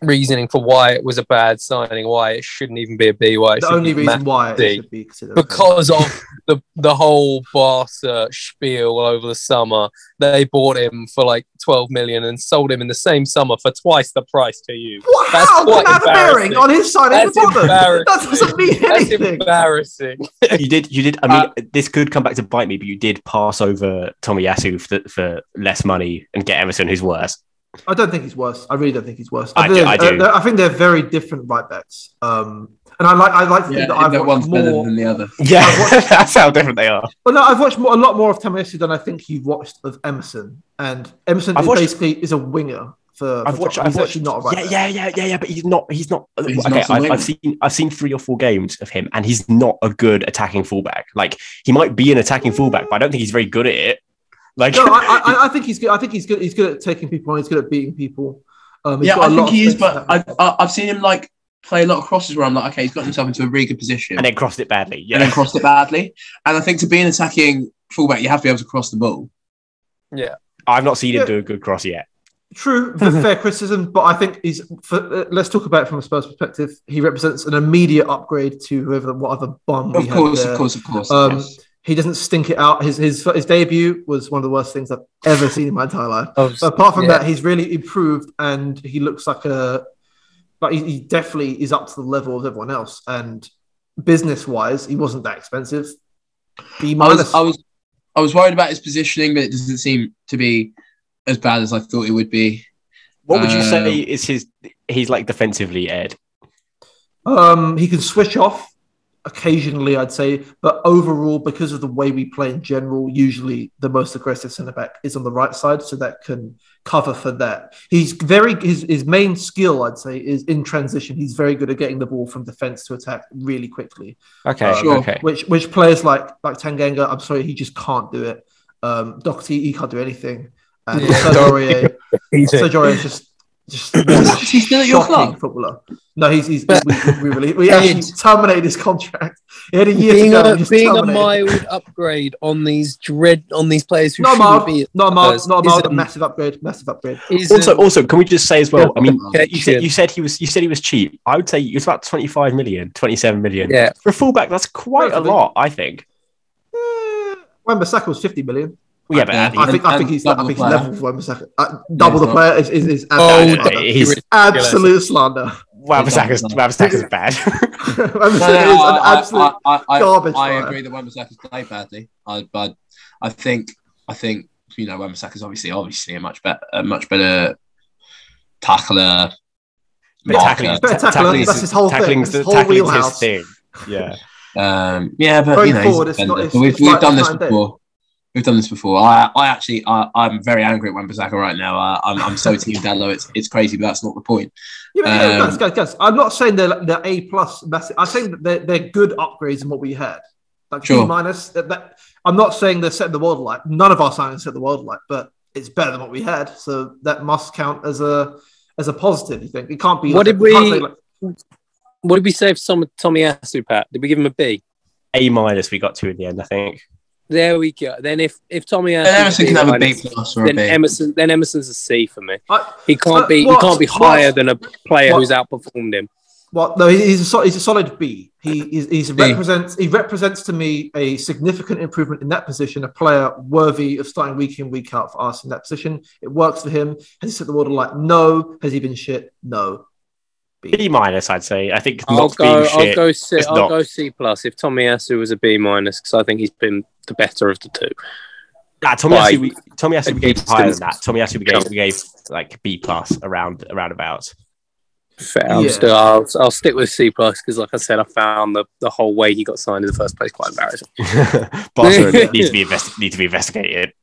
H: reasoning for why it was a bad signing, why it shouldn't even be a B, why it
E: The
H: should
E: only reason why it
H: D.
E: should be considered
H: because of the the whole Barca spiel over the summer. They bought him for like twelve million and sold him in the same summer for twice the price to you.
E: Wow,
H: That's
E: look
H: quite
E: at the bearing
H: embarrassing.
E: on his side of
H: That's
E: the bottom. That
H: embarrassing.
E: doesn't mean
H: That's
E: anything.
H: embarrassing.
G: you did. You did. I mean, this could come back to bite me, but you did pass over Tommy Yasu for, for less money and get Emerson, who's worse.
E: I don't think he's worse. I really don't think he's worse.
G: I
E: think
G: do-
E: they're-
G: I do.
E: they're- I think they're very different right backs. Um, and I like I like to think
F: Yeah,
E: that I've
F: that
E: watched
F: one's better
E: more.
F: than the other.
G: <laughs> Yeah,
E: I've
G: that's how different they are.
E: Well, no, I've watched more, a lot more of Tamayasu than I think you've watched of Emerson. And Emerson
G: I've
E: is
G: watched-
E: basically is a winger for.
G: I've
E: for
G: watched.
E: Tottenham.
G: I've
E: he's
G: watched.
E: actually not a right. back.
G: yeah, yeah, yeah, yeah, yeah. But he's not. He's not.
F: He's
G: okay,
F: not a
G: I've,
F: winger.
G: I've seen. I've seen three or four games of him, and he's not a good attacking fullback. Like he might be an attacking fullback, but I don't think he's very good at it. Like
E: No, I, I, I think he's good. I think he's good. He's good at taking people on. He's good at beating people. Um, he's
F: Yeah,
E: got a
F: I
E: lot
F: think
E: of
F: he is,
E: space
F: but
E: for
F: I,
E: that.
F: I, I've seen him like play a lot of crosses where I'm like, okay, he's got himself into a really good position
G: <laughs> and then crossed it badly. Yeah.
F: and then crossed it badly. And I think to be an attacking fullback, you have to be able to cross the ball.
G: I've not seen him
E: Yeah.
G: do a good cross yet.
E: True, for fair criticism, but I think he's. For, uh, let's talk about it from a Spurs perspective. He represents an immediate upgrade to whoever, whatever bum. we
F: Of
E: had
F: course,
E: there.
F: of course, of course, of
E: Um,
F: course.
E: he doesn't stink it out. His, his his debut was one of the worst things I've ever seen in my entire life. But apart from
H: Yeah.
E: that, he's really improved, and he looks like a like he, he definitely is up to the level of everyone else. And business wise, he wasn't that expensive. B
F: I
E: minus.
F: was, I was, I was worried about his positioning, but it doesn't seem to be as bad as I thought it
E: <laughs>
F: would be.
G: What would you say
F: Um,
G: is his? He's like defensively, Ed.
E: Um, he can switch off occasionally, I'd say, but overall, because of the way we play in general, usually the most aggressive centre back is on the right side, so that can cover for that. He's very his, his main skill, I'd say, is in transition. He's very good at getting the ball from defence to attack really quickly,
G: Okay.
F: Sure.
G: Uh, Okay.
E: which which players like like Tanganga, I'm sorry, he just can't do it. Um, Doherty, he can't do anything. And
H: Yeah, <laughs>
E: Sergio Aurier-
H: He's a-
E: Sergio Aurier is just
H: <laughs>
E: Just is
F: he still at your club?
E: Footballer. No, he's, he's we, we, we, really-
H: <laughs>
E: we actually terminated his contract. He had a year
H: being
E: to go.
H: a,
E: and just
H: being a
E: terminated.
H: mild upgrade on these dread on these players who
E: not a
H: shouldn't
E: mild,
H: be
E: not a mild,
H: Spurs
E: not a mild.
H: isn't-
E: Massive upgrade, massive upgrade.
H: is um,
G: Also, also, can we just say as well? I mean,
H: Yeah,
G: you said,
H: shit.
G: you said he was you said he was cheap. I would say it was about 25 million, 27 million.
H: Yeah.
G: For a fullback, that's quite a
E: Relatively.
G: lot, I think.
E: Wembasaka was fifty million.
G: Well, yeah, but
F: Yeah.
G: at the
E: I think, I
F: And-
E: think
F: and
E: he's, I think he's
F: double the
E: level for Wembasaka. Uh, double the
F: not.
E: player is is, is
H: Oh,
E: absolute, slander.
G: Yeah, he's-
E: absolute slander. <laughs>
G: Wabasaka's Wabasaka's bad. <laughs>
E: Wembasaka
F: No, no,
E: is an
F: I- I-
E: absolute.
F: I, I, I,
E: garbage
F: I
E: fire.
F: agree that Wembasaka's played badly, I, but I think I think you know Wembasaka's obviously obviously a much better a much better tackler.
G: But tackling,
F: marker.
E: Better tackler,
G: tackling's-
E: that's his whole thing,
G: tackling's
E: that's his
G: the-
E: whole
G: tackling's
E: wheelhouse.
G: his thing. Yeah.
F: Um, yeah, but
E: Going
F: you know, he's a
E: forward, it's
F: defender.
E: not- it's-
F: But we've,
E: it's
F: we've
E: like-
F: done
E: it's
F: this
E: night and day.
F: before. We've done this before. I, I actually, I, I'm very angry at Wembasaka right now. I, I'm, I'm so team Dallo. It's, it's crazy, but that's not the point.
E: Yeah, but, yeah,
F: Um,
E: guys, guys, guys, I'm not saying they're they're A plus. Massive. I'm saying that they're, they're good upgrades in what we had. Like
F: Sure.
E: B minus. That, that- I'm not saying they're setting the world alight. None of our signings set the world alight, but it's better than what we had. So that must count as a as a positive. You think it can't be?
H: What
E: like-
H: did
E: you can't
H: we-
E: say, like-
H: What did we say for some, Tommy Asu, Pat? Did we give him a B?
G: A minus we got to in the end, I think.
H: There we go. Then if if Tommy Asu,
F: And Emerson can have a B plus or a
H: then
F: B.
H: Emerson then Emerson's a C for me.
E: I-
H: He can't
E: Uh,
H: be
E: what-
H: he can't be
E: what-
H: higher than a player
E: what-
H: who's outperformed him.
E: Well, no, he- he's a, sol- he's a solid B. He he's, he's
F: B.
E: represents he represents to me a significant improvement in that position, a player worthy of starting week in week out for us in that position. It works for him. Has he set the world alight? No. Has he been shit? No.
G: B minus, I'd say. I think
H: I'll
G: not
H: go
G: being
H: I'll
G: shit.
H: go C
G: It's
H: I'll
G: not.
H: go C plus if Tommy Asu was a B minus because I think he's been the better of the two.
G: Nah, Tommy
H: by-
G: Asu, we, Tommy Asu, we gave
H: against
G: higher
H: them.
G: than that. Tommy Asu, we gave, we gave like B plus around around about.
H: Fair. I'm
E: Yeah.
H: still, I'll, I'll stick with C plus because, like I said, I found the, the whole way he got signed in the first place quite embarrassing.
E: <laughs>
G: <laughs> Barcelona need to be investi- need to be investigated.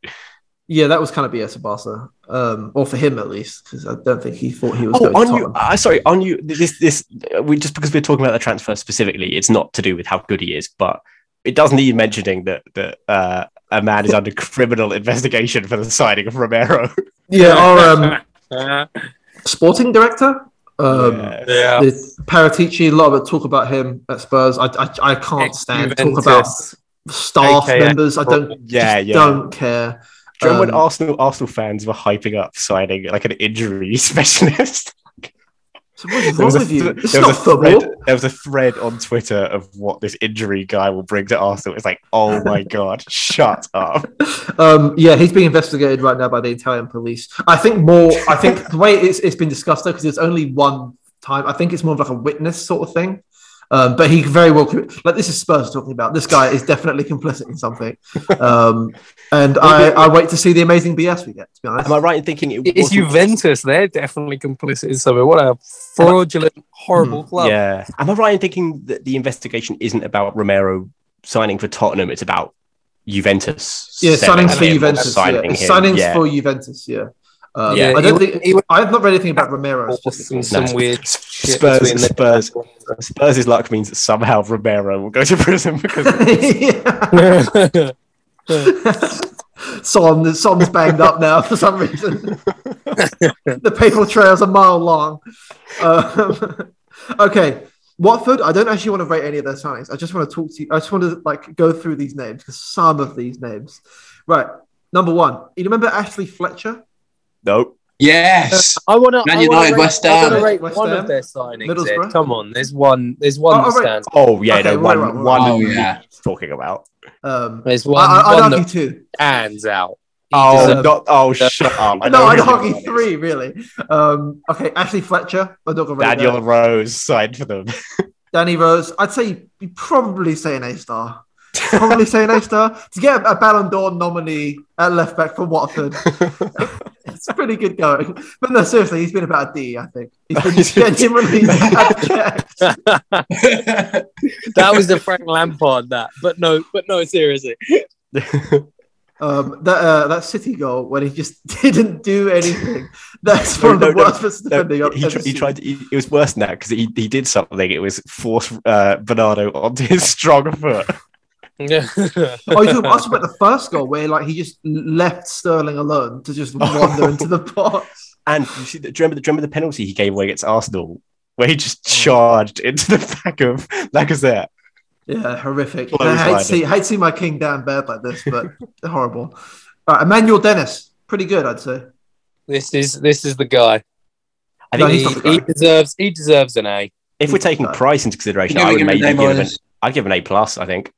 E: Yeah, that was kind of BS at Barca, um, or for him at least, because I don't think he thought he was
G: Oh,
E: going to
G: on you,
E: Tottenham.
G: uh, sorry, on you. This, this, uh, we just because we're talking about the transfer specifically, it's not to do with how good he is, but it does need mentioning that that uh, a man is under criminal investigation for the signing of Romero.
E: Yeah, our
G: <laughs>
E: um,
H: yeah.
E: sporting director, um,
H: <laughs> yeah.
E: the Paratici, a lot of talk about him at Spurs. I I, I can't stand talk about staff
H: AKA.
E: members. I don't
G: yeah,
E: just
G: yeah.
E: don't care.
G: Do you remember
E: Um,
G: when Arsenal Arsenal fans were hyping up signing like an injury <laughs> specialist?
E: So what is wrong
G: a
E: with you?
G: th-
E: This is
G: there was
E: not
G: a thread-
E: football.
G: there was a thread on Twitter of what this injury guy will bring to Arsenal. It's like, oh my god, shut up.
E: Um, yeah, he's being investigated right now by the Italian police. I think more. I think the way it's, it's been discussed though, because it's only one time. I think it's more of like a witness sort of thing. Um, but he very well could, like this is Spurs talking about. This guy is definitely complicit in something. Um, and I, I wait to see the amazing BS we get. To be honest,
G: Am I right in thinking it
H: It's
G: wasn't-
H: Juventus. They're definitely complicit in something. What a fraudulent, horrible club.
G: Hmm. Yeah. Am I right in thinking that the investigation isn't about Romero signing for Tottenham? It's about Juventus.
E: yeah,
G: selling
E: signings for
G: him or
E: Juventus.
G: Signing
E: yeah.
G: him.
E: Signings
G: yeah.
E: for Juventus. Yeah. Um,
H: Yeah,
E: I don't
H: he-
E: think
H: he was-
E: I have not read anything about Romero. specifically.
H: Some, some
G: No. <laughs>
H: weird shit
G: Spurs.
H: between the-
G: Spurs. Spurs' luck means that somehow Romero will go to prison
E: <laughs>
G: because of
E: Yeah.
G: <laughs>
E: Son, the Son's banged up now for some reason. <laughs> the paper trail's a mile long. Um, <laughs> okay, Watford. I don't actually want to rate any of their signings. I just want to talk to you. I just want to like go through these names because some of these names. Right, number one. You remember Ashley Fletcher?
G: nope.
H: <laughs>
F: yes,
H: I want to.
F: Man United, West
H: I want
F: Ham.
H: to rate
E: West
H: one
E: Ham,
H: of their signings. Ed.
E: Middlesbrough.
H: Come on, there's one. There's one
E: Oh,
H: that
E: all right.
H: stands.
G: Oh yeah,
E: Okay,
G: no
E: right,
G: one.
E: right, right.
G: one
F: Oh,
G: we
F: yeah.
G: talking about.
E: Um,
H: There's
E: I,
H: one.
E: I, I'd
H: one
E: argue
H: that
E: two.
H: stands out. He
G: Oh,
H: deserves-
G: not, <laughs> oh, shut up. I
E: No,
G: know
E: I'd
G: who you're
E: argue
G: talking about.
E: three really. Um, okay, Ashley Fletcher. I'm not gonna rate
G: Daniel
E: her.
G: Rose signed for them.
E: Danny Rose, I'd say you probably say an A
G: <laughs>
E: star. Probably say an A star. To get a Ballon d'Or nominee at left back for
G: <laughs>
E: Watford, it's pretty good going. But no, seriously, he's been about a D, I think.
G: <laughs>
E: He's been genuinely abject.
H: that was the Frank Lampard that. But no, but no, seriously. <laughs>
E: um, that, uh, that City goal when he just <laughs> didn't do anything. That's
G: No,
E: one
G: no,
E: of the
G: no,
E: worst for
G: No,
E: defending I've
G: he,
E: ever
G: tr- he
E: seen.
G: tried. To, he, it was worse than that because he, he did something. It was force uh, Bernardo onto his <laughs> strong foot.
H: Yeah.
E: Oh, you talking about the first goal where like he just left Sterling alone to just wander into the box.
G: And you see, the, do, you remember the, do you remember the penalty he gave away against Arsenal, where he just charged into the back of Lacazette?
E: Yeah, horrific.
G: Close
E: I hate to,
G: minded.
E: see, hate to see my king down bad like this, but <laughs> horrible. All right, Emmanuel Dennis, pretty good, I'd say.
H: This is this is the guy.
G: I
E: No,
G: think
E: he's not
G: he-
E: the guy.
H: He deserves he deserves an A.
G: if we're taking
E: No.
G: price into consideration, I would maybe give him an, I'd give him an A plus. I think.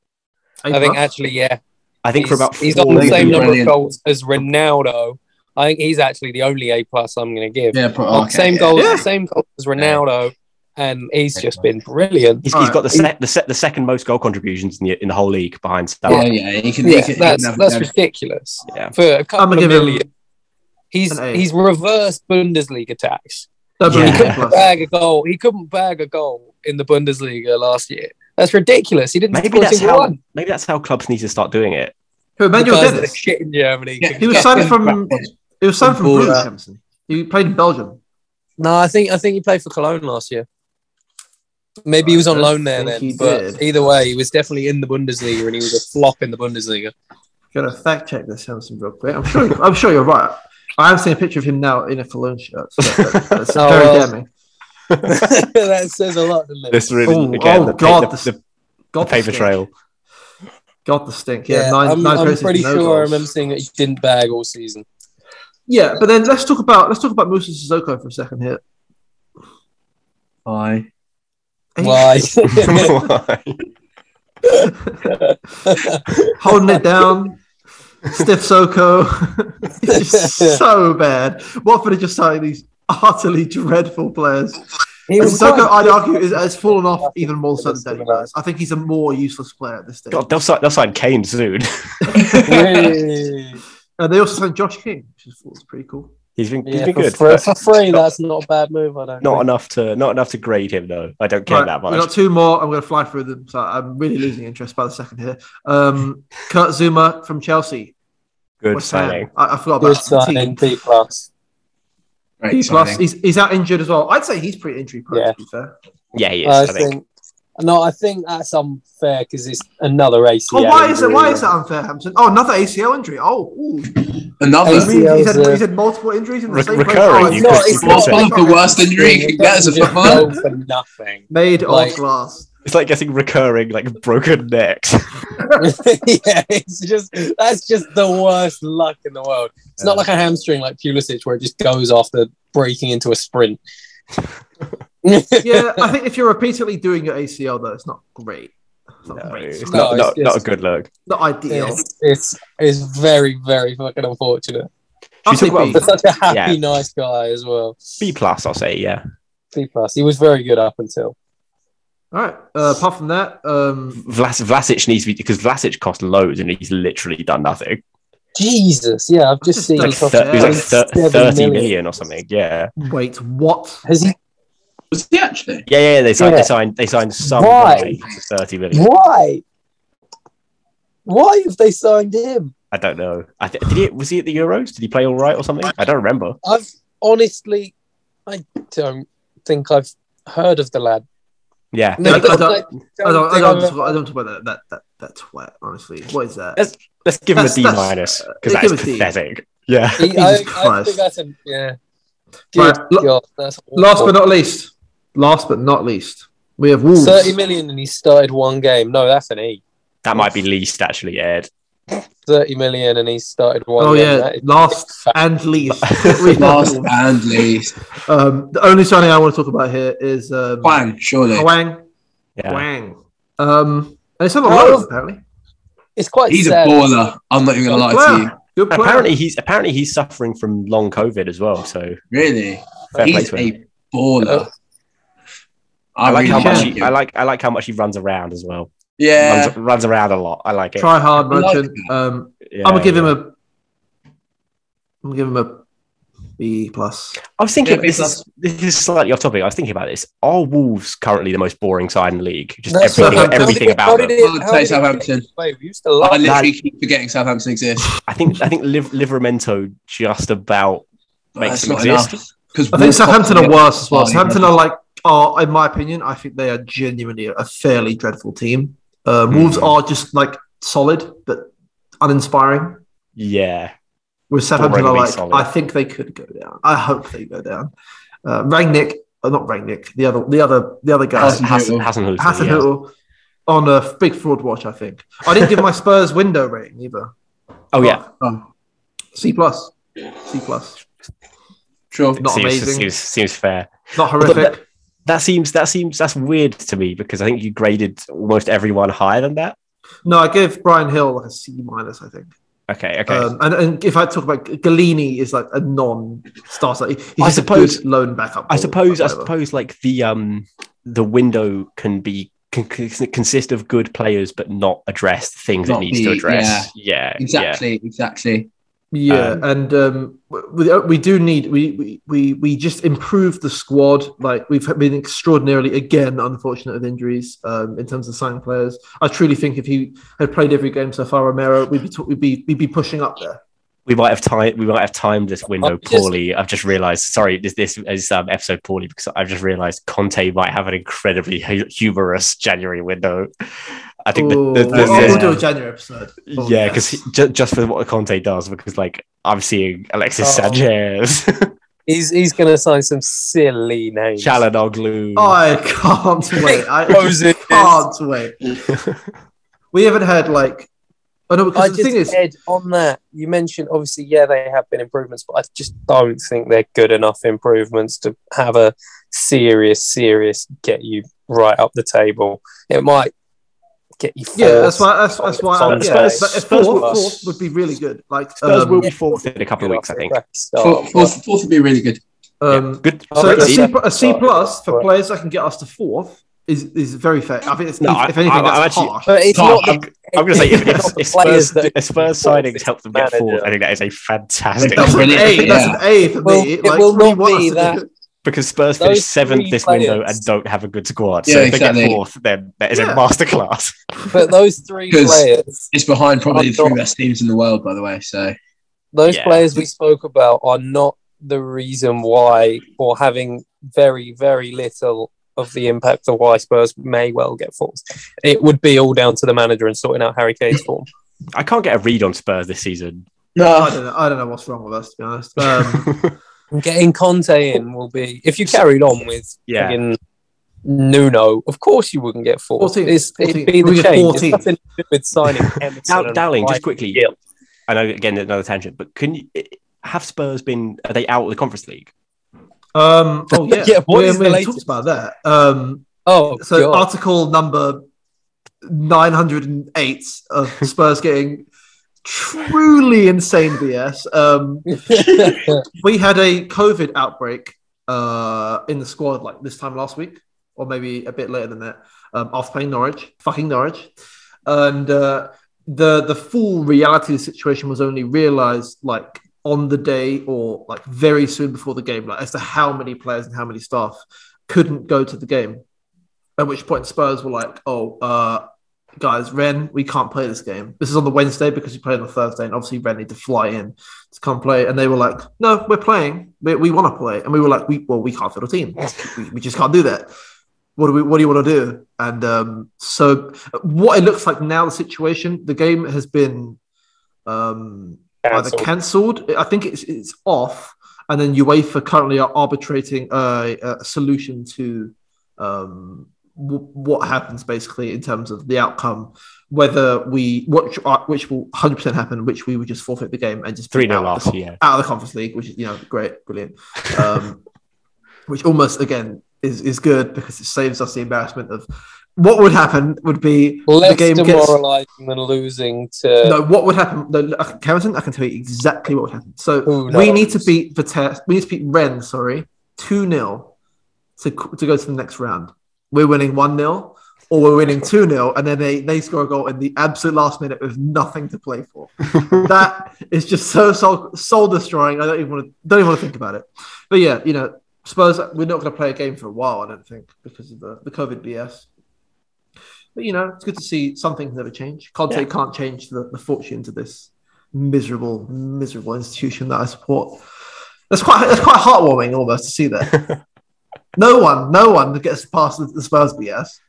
H: I think
E: A+.
H: actually, yeah.
G: I think for
H: he's-
G: about
H: he's
G: four
H: on the
F: he'd
H: same
F: be
H: number
F: brilliant.
H: of goals as Ronaldo. I think he's actually the only A plus I'm going to give.
F: Yeah, pro-
H: Like,
F: okay,
H: same
F: yeah.
H: goals,
E: Yeah.
H: same goals as Ronaldo, and he's
F: Okay.
H: just been brilliant.
G: He's,
E: All
G: he's
E: right.
G: got the se- the, se- the second most goal contributions in the in the whole league behind
F: Yeah,
G: Salah.
F: yeah, he can. he
H: Yeah,
F: can- he
H: that's
F: can have-
H: that's
F: have-
H: ridiculous.
G: Yeah.
H: For a
E: I'm
H: couple
E: gonna
H: of
E: give
H: million,
E: him
H: he's
E: an A.
H: he's reverse Bundesliga tax.
E: double
G: Yeah.
E: A <laughs> plus.
H: Bag a goal. He couldn't bag a goal in the Bundesliga last year. That's ridiculous. He didn't
G: Maybe
H: score a
G: that's
H: single
G: how
H: one.
G: maybe that's how clubs need to start doing it.
E: Who,
H: The
E: Emmanuel
H: guys that are
E: Dennis?
H: shit in Germany.
F: Yeah,
E: He was
F: yeah,
E: signed
F: yeah.
E: from he was signed from
F: Ball,
E: Bruges.
F: uh,
E: Hampson. He played in Belgium.
H: No, I think I think he played for Cologne last year. Maybe he was on
E: I don't
H: loan there
E: think he
H: then. But
E: did.
H: either way, he was definitely in the Bundesliga and he was a flop in the
E: <laughs>
H: Bundesliga. <laughs>
E: Gotta fact check this Hampson real quick. I'm sure I'm sure you're right. I have seen a picture of him now in a Cologne shirt. So that-
G: <laughs>
E: that's
H: Oh,
E: very
H: well.
E: damning.
H: that says a lot, doesn't it?
G: This really
E: Oh,
G: again
E: oh,
G: the, pa-
E: God,
G: the-
E: this-
G: the-
E: God the
G: the paper
E: stink.
G: <laughs> trail.
E: God the stink. Yeah, 9
H: I'm,
E: nine
H: I'm
E: appearances,
H: pretty
E: no
H: sure I
E: goals.
H: remember seeing that he didn't bag all season.
E: Yeah, but then let's talk about let's talk about Musa Sissoko for a second here.
F: Why?
E: <laughs>
H: Why? <laughs>
E: holding it
H: <laughs>
E: down. Stiff Soko. It's just so bad. Watford are just signing these utterly dreadful players.
H: he
E: And
H: was
E: Soko,
H: like-
E: I'd argue, is, has fallen off even more so than Danny Guys. I think he's a more useless player at this stage.
G: God, they'll sign, they'll sign Kane soon. <laughs>
E: <laughs>
H: Really?
E: Uh, they also signed Josh King, which is was pretty cool.
G: He's been, he's
H: Yeah,
G: been
H: for,
G: good.
H: for,
G: but
H: for free, that's not a bad move. I don't.
G: Not
H: think.
G: enough to not enough to grade him though. I don't care
E: Right,
G: that
E: we got
G: much.
E: two more. I'm going to fly through them. So I'm really losing interest by the second here. Um, Kurt Zuma from Chelsea.
G: Good
E: West Ham.
G: signing.
E: I, I forgot
H: Good
E: about the team.
H: signing, P plus.
F: Great
E: P plus.
F: signing.
E: He's, he's out injured as well. I'd say he's pretty injury prone.
H: Yeah.
E: To be fair.
G: Yeah, he is.
H: I
G: I think.
H: think. No, I think that's unfair because it's another ACL.
E: Oh, why is it?
H: injury.
E: Why is that unfair, Hampton? Oh, another ACL injury. Oh, ooh.
H: He's-
F: Another.
E: He's, he's, had,
H: ACLs, uh,
E: he's had multiple injuries in the
G: Re-
E: same
G: recurring,
E: Place.
G: you
E: Oh,
H: could-
E: it's
H: you could
E: not-
H: say.
E: not-
F: One of the worst injury you can get as a
H: It doesn't
F: footballer.
H: go for nothing. <laughs>
E: Made of
H: Like-
E: glass.
G: It's like getting recurring like broken necks.
H: <laughs> yeah, it's just that's just the worst luck in the world. It's not like a hamstring like Pulisic where it just goes after breaking into a sprint. <laughs>
E: Yeah, I think if you're repeatedly doing your ACL, though, it's not great. It's not,
G: No,
E: great. It's
G: it's
E: not,
G: not,
H: No,
G: not,
H: it's
G: not a
H: just-
G: good look.
E: not ideal.
H: It's, it's it's very very fucking unfortunate.
E: I'll
G: Should we
E: say
G: talk
E: B.
H: But such a happy,
G: Yeah.
H: nice guy as well.
G: B plus, I'll say. Yeah,
H: B plus. He was very good up until.
E: All right. Uh, apart from that, um,
G: Vlas, Vlasic needs to be because Vlasic cost loads and he's literally done nothing.
H: Jesus, yeah, I've just
E: Just
G: <laughs>
H: seen.
E: like
G: Like
H: him.
G: thir- he was like thir-
H: Seven
G: thirty million.
H: million.
G: or something. Yeah.
E: wait, what?
H: Has he?
F: Was he actually?
G: yeah, yeah, yeah. They signed,
H: Yeah.
G: they signed, they signed some
H: Why?
G: guy for thirty million.
H: Why? Why have they signed him?
G: I don't know. I th- did he was he at the Euros? Did he play all right or something? I don't remember.
H: I've honestly, I don't think I've heard of the lad.
G: Yeah,
E: No, I don't- I don't- I don't, I
H: think
E: don't,
H: I've
E: talk,
H: ever-
E: I don't talk about that, that, that, that twat, honestly. What is that?
G: That's- let's give him a
E: That's-
G: D
E: that's-
G: minus
E: they
G: because that
E: give
G: is
E: a D.
G: pathetic. Yeah,
H: He-
E: Jesus
H: I, I
E: Christ.
H: think that's him. Yeah.
E: Right,
H: Good
E: la-
H: God, that's
E: Last
H: awful.
E: but not least, last but not least, we have Wolves.
H: thirty million, and he started one game. No, that's an E.
G: that might be least actually, Ed.
H: Thirty million, and he started one.
E: Oh
H: game.
E: yeah,
H: That is-
E: last and
F: <laughs>
E: least.
F: Last and least.
E: um, the only signing I want to talk about here is um,
F: Huang, surely.
E: Hwang.
G: Yeah,
E: Hwang. Um, and it's on the
H: Oh.
E: loan apparently.
H: it's quite.
F: He's a
H: sad.
F: baller. I'm not even gonna lie to you.
E: Player. Good player.
G: apparently he's apparently he's suffering from long COVID as well. So
F: Really.
G: fair play
F: He's
G: to
F: a
G: him.
F: baller.
G: I like
F: really
G: how much he,
F: him.
G: I like I like how much he runs around as well.
F: Yeah.
G: Runs, runs around a lot. I like it.
E: try hard
F: I like
E: merchant.
F: that.
E: um,
G: Yeah,
E: I'm gonna give him
G: yeah.
E: a. I'm gonna give him a B plus.
G: I was thinking
F: Yeah,
G: this,
F: because-
G: is, this is slightly off topic. I was thinking about this. Are Wolves currently the most boring side in the league? Just
H: That's
G: everything,
E: Southampton.
G: everything
H: how
G: about
H: did
G: them.
H: it-
F: I'd
H: how
F: say
H: did it
F: Southampton.
H: play? We used to love
F: I
H: it.
F: literally keep forgetting Southampton exists.
G: I think I think Liv- Livermento just about makes
F: That's
G: them
F: not
G: exist.
F: enough. Because
E: I think Southampton are worse as well. Southampton are like, are in my opinion, I think they are genuinely a fairly dreadful team.
G: Hmm.
E: Uh, Wolves are just like solid but uninspiring.
G: Yeah,
E: With Southampton,
G: Already
E: I like.
G: solid.
E: I think they could go down. I hope they go down. Uh, Rangnick, uh, not Rangnick, the other, the other, the other guy,
F: Hasenhüttl.
G: Hassan, Hassan,
E: Hassan
G: yeah.
E: Hootle, on a big fraud watch. I think I didn't
G: <laughs>
E: give my Spurs window rating either.
G: Oh yeah,
F: Oh,
E: C plus, C plus.
F: sure.
E: Not
G: seems,
E: amazing,
G: Seems, seems fair.
E: not horrific.
G: But That seems that seems that's weird to me because I think you graded almost everyone higher than that.
E: no, I give Brian Hill like a C minus. I think.
G: Okay, okay.
E: Um, and, and if I talk about Galini, is like a non-starter. He- He's
G: I
E: just
G: suppose-
E: a good loan backup.
G: I
E: forward,
G: suppose I
E: oh, whatever.
G: suppose like the um the window can be can, can consist of good players but not address things
F: Not
G: it needs
F: be-
G: to address. Yeah, yeah.
F: Exactly, exactly.
E: Yeah,
G: Um,
E: and um, we, we do need we, we we we just improved the squad. Like we've been extraordinarily again unfortunate with injuries um, in terms of signing players. I truly think if he had played every game so far, Romero, we'd be t- we'd be we'd be pushing up there.
G: We might have time. We might have timed this window
H: I've just-
G: poorly. I've just realised. Sorry, this this is um, episode poorly because I've just realised Conte might have an incredibly hu- humorous January window. I think the,
E: Ooh, Oh,
G: the, the,
E: we'll,
G: the-
E: we'll do a January episode. Oh,
G: yeah,
E: yes.
G: because just, for what Conte does, because like I'm seeing Alexis
E: <laughs>
H: Oh.
G: Sanchez,
H: He's he's gonna sign some silly names.
G: Chalanoglu.
E: I can't wait.
G: <laughs>
E: I
H: Moses.
E: can't wait. we haven't had like. Oh no,
H: I
E: because the
H: just
E: thing is,
H: Ed, on that you mentioned obviously yeah they have been improvements, but I just don't think they're good enough improvements to have a serious serious get you right up the table. It might get you. Fourth.
E: yeah, that's why. That's, that's why. I, yeah,
H: Spurs-
E: but if
G: Spurs
E: fourth,
H: will-
E: fourth would be really good. Like
G: Spurs
E: um,
G: will be fourth in a couple of weeks, I think.
H: Oh,
F: Fourth, fourth, fourth would be really good.
E: um,
G: Good.
E: So
H: Great
E: a C,
H: seed.
E: pl- a C plus for
H: Right.
E: players that can get us to fourth is, is very fair. I think it's,
G: No,
E: if,
G: I-
E: if anything,
G: I-
E: that's
G: I'm actually-
E: harsh.
H: But it's
F: Oh,
H: not. The,
G: I'm, I'm going to say if, if, if
H: players
G: Spurs,
H: that-
G: if Spurs signings help them get fourth, I think that is a fantastic
E: That's an
F: brilliant,
E: A. That's
F: yeah.
E: an A for
H: Well,
E: me.
H: it will
E: what do you
H: not
E: want us
H: be
E: to
H: that-
E: do?
G: because Spurs
H: Those
G: finished seventh
H: three
G: this window
H: players-
G: and don't have a good squad. So
F: Yeah,
G: if they
F: exactly.
G: get fourth, then that is
E: Yeah.
G: a masterclass.
H: but those three
F: 'Cause-
H: players,
F: It's behind probably
H: I'm
F: the three
H: not-
F: best teams in the world, by the way. So
H: those
G: Yeah.
H: players we spoke about are not the reason why, or having very very little of the impact of why Spurs may well get fourth. It would be all down to the manager and sorting out Harry Kane's <laughs> form.
G: I can't get a read on Spurs this season.
E: I
F: no,
E: don't know. I don't know what's wrong with us. To be honest, um, <laughs>
H: Getting Conte in will be if you carried on with
G: Yeah.
H: friggin' Nuno, of course you wouldn't get fourth.
E: 14th,
H: It's- it'd
E: 14th.
H: be
E: We
H: the
E: get
H: change. It's
E: 14th.
H: nothing to do with signing
G: <laughs>
H: Emerson
G: Dow-
H: and
G: Dowling, just
H: Ryan
G: quickly.
H: Gill.
G: I know again another tangent, but can you have Spurs been? Are they out of the Conference League?
E: um, oh yeah,
H: <laughs> Yeah, what
E: we,
H: is
E: we haven't
H: the latest?
E: talked about that. Um,
H: <laughs> Oh,
E: so
H: God.
E: article number nine hundred and eight of Spurs getting truly insane BS. Um, we had a COVID outbreak uh, in the squad like this time last week, or maybe a bit later than that. Um, off playing Norwich, fucking Norwich, and uh, the the full reality of the situation was only realised like on the day or like very soon before the game, like as to how many players and how many staff couldn't go to the game. At which point Spurs were like, "Oh, uh, guys, Ren, we can't play this game. This is on the Wednesday because we play on the Thursday, and obviously Ren need to fly in." to come play. And they were like, no, we're playing. We, we want to play. And we were like, we, well, we can't fit a team. We, we just can't do that. What do we, what do you want to do? And um, so what it looks like now, the situation, the game has been um,
H: Cancelled.
E: either cancelled. I think it's, it's off. And then UEFA currently are arbitrating a, a solution to um, w- what happens basically in terms of the outcome, whether we which are, which will hundred percent happen, which we would just forfeit the game and just be
G: Three 0
E: out of the
G: last
E: con-
G: year.
E: out of the Conference League, which is you know great, brilliant, um, <laughs> which almost again is is good because it saves us the embarrassment of what would happen would be
H: Less
E: the game gets
H: demoralising than losing to
E: no, what would happen? No, look, I- Carrington, I can tell you exactly what would happen. So
H: Who
E: we
H: knows?
E: need to beat Vitesse. We need to beat Ren, sorry, 2 0 to, to go to the next round. We're winning 1 0 or we're winning 2 0, and then they, they score a goal in the absolute last minute with nothing to play for. that is just so soul, soul destroying. I don't even want to don't even want to think about it. But yeah, you know, Spurs, we're not going to play a game for a while, I don't think, because of the, the COVID BS. But you know, it's good to see some things never change. Conte
G: Yeah.
E: can't change the, the fortunes of this miserable, miserable institution that I support. That's quite that's quite heartwarming
G: <laughs>
E: almost to see that. no one, no one gets past the, the Spurs BS.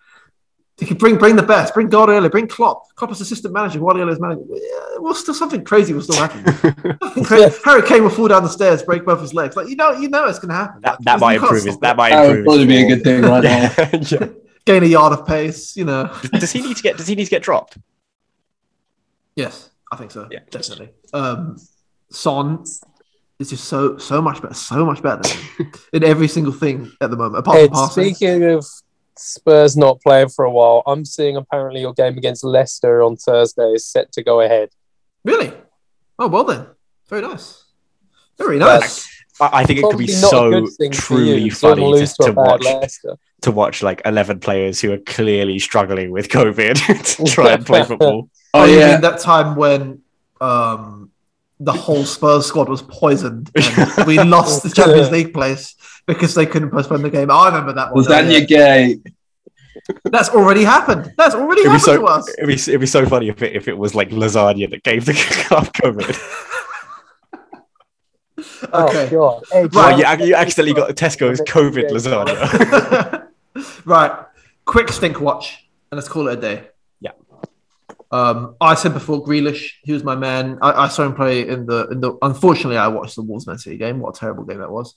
E: If you bring bring the best, bring Guardiola, bring Klopp, Klopp as assistant manager, Guardiola's manager. yeah, Well, still something crazy will still
G: <laughs>
E: happen. Something crazy. Harry Kane will fall down the stairs, break both his legs. Like you know, you know it's going to happen.
G: That,
E: Like,
G: that
E: there's
G: might
E: no
G: improve
E: cost.
G: his. That might
F: That would
G: improve.
F: probably
G: his
F: be a good
G: form.
F: thing
G: <laughs>
F: right now.
G: Yeah, yeah.
E: gain a yard of pace. You know.
G: Does he need to get? Does he need to get dropped?
E: Yes, I think so.
G: Yeah.
E: definitely. Um, Son is just so so much better, so much better than him in every single thing at the moment. Apart
H: Ed,
E: from passing,
H: speaking of Spurs not playing for a while, I'm seeing apparently your game against Leicester on Thursday is set to go ahead.
E: really. Oh well, then very nice, very nice.
G: I, I think it could be
H: Probably not a
G: so
H: good thing for
G: truly
H: you. You're gonna
G: funny
H: lose
G: to,
H: a
G: to
H: bad
G: watch
H: Leicester.
G: to watch like eleven players who are clearly struggling with COVID <laughs> to try and play
H: <laughs>
G: football.
E: Oh,
F: Oh
E: you mean
F: yeah,
E: that time when um, the whole Spurs squad was poisoned and we lost the Champions League place because they couldn't postpone the game. I remember that one.
F: was that
E: now, yeah.
F: your gay?
E: That's already happened. That's already
G: It'd be
E: happened
G: so
E: to us.
G: it'd be, it'd be so funny if it, if it was like lasagna that gave the <laughs> club COVID.
E: Okay.
H: Oh, God. Ed,
G: Well,
E: Right.
G: you, ac- you accidentally got Tesco's COVID
H: <laughs>
G: lasagna.
E: <laughs> right. Quick stink watch, and let's call it a day.
G: Yeah.
E: Um, I said before Grealish, he was my man. I, I saw him play in the in the. Unfortunately, I watched the Wolves Man City game. What a terrible game that was!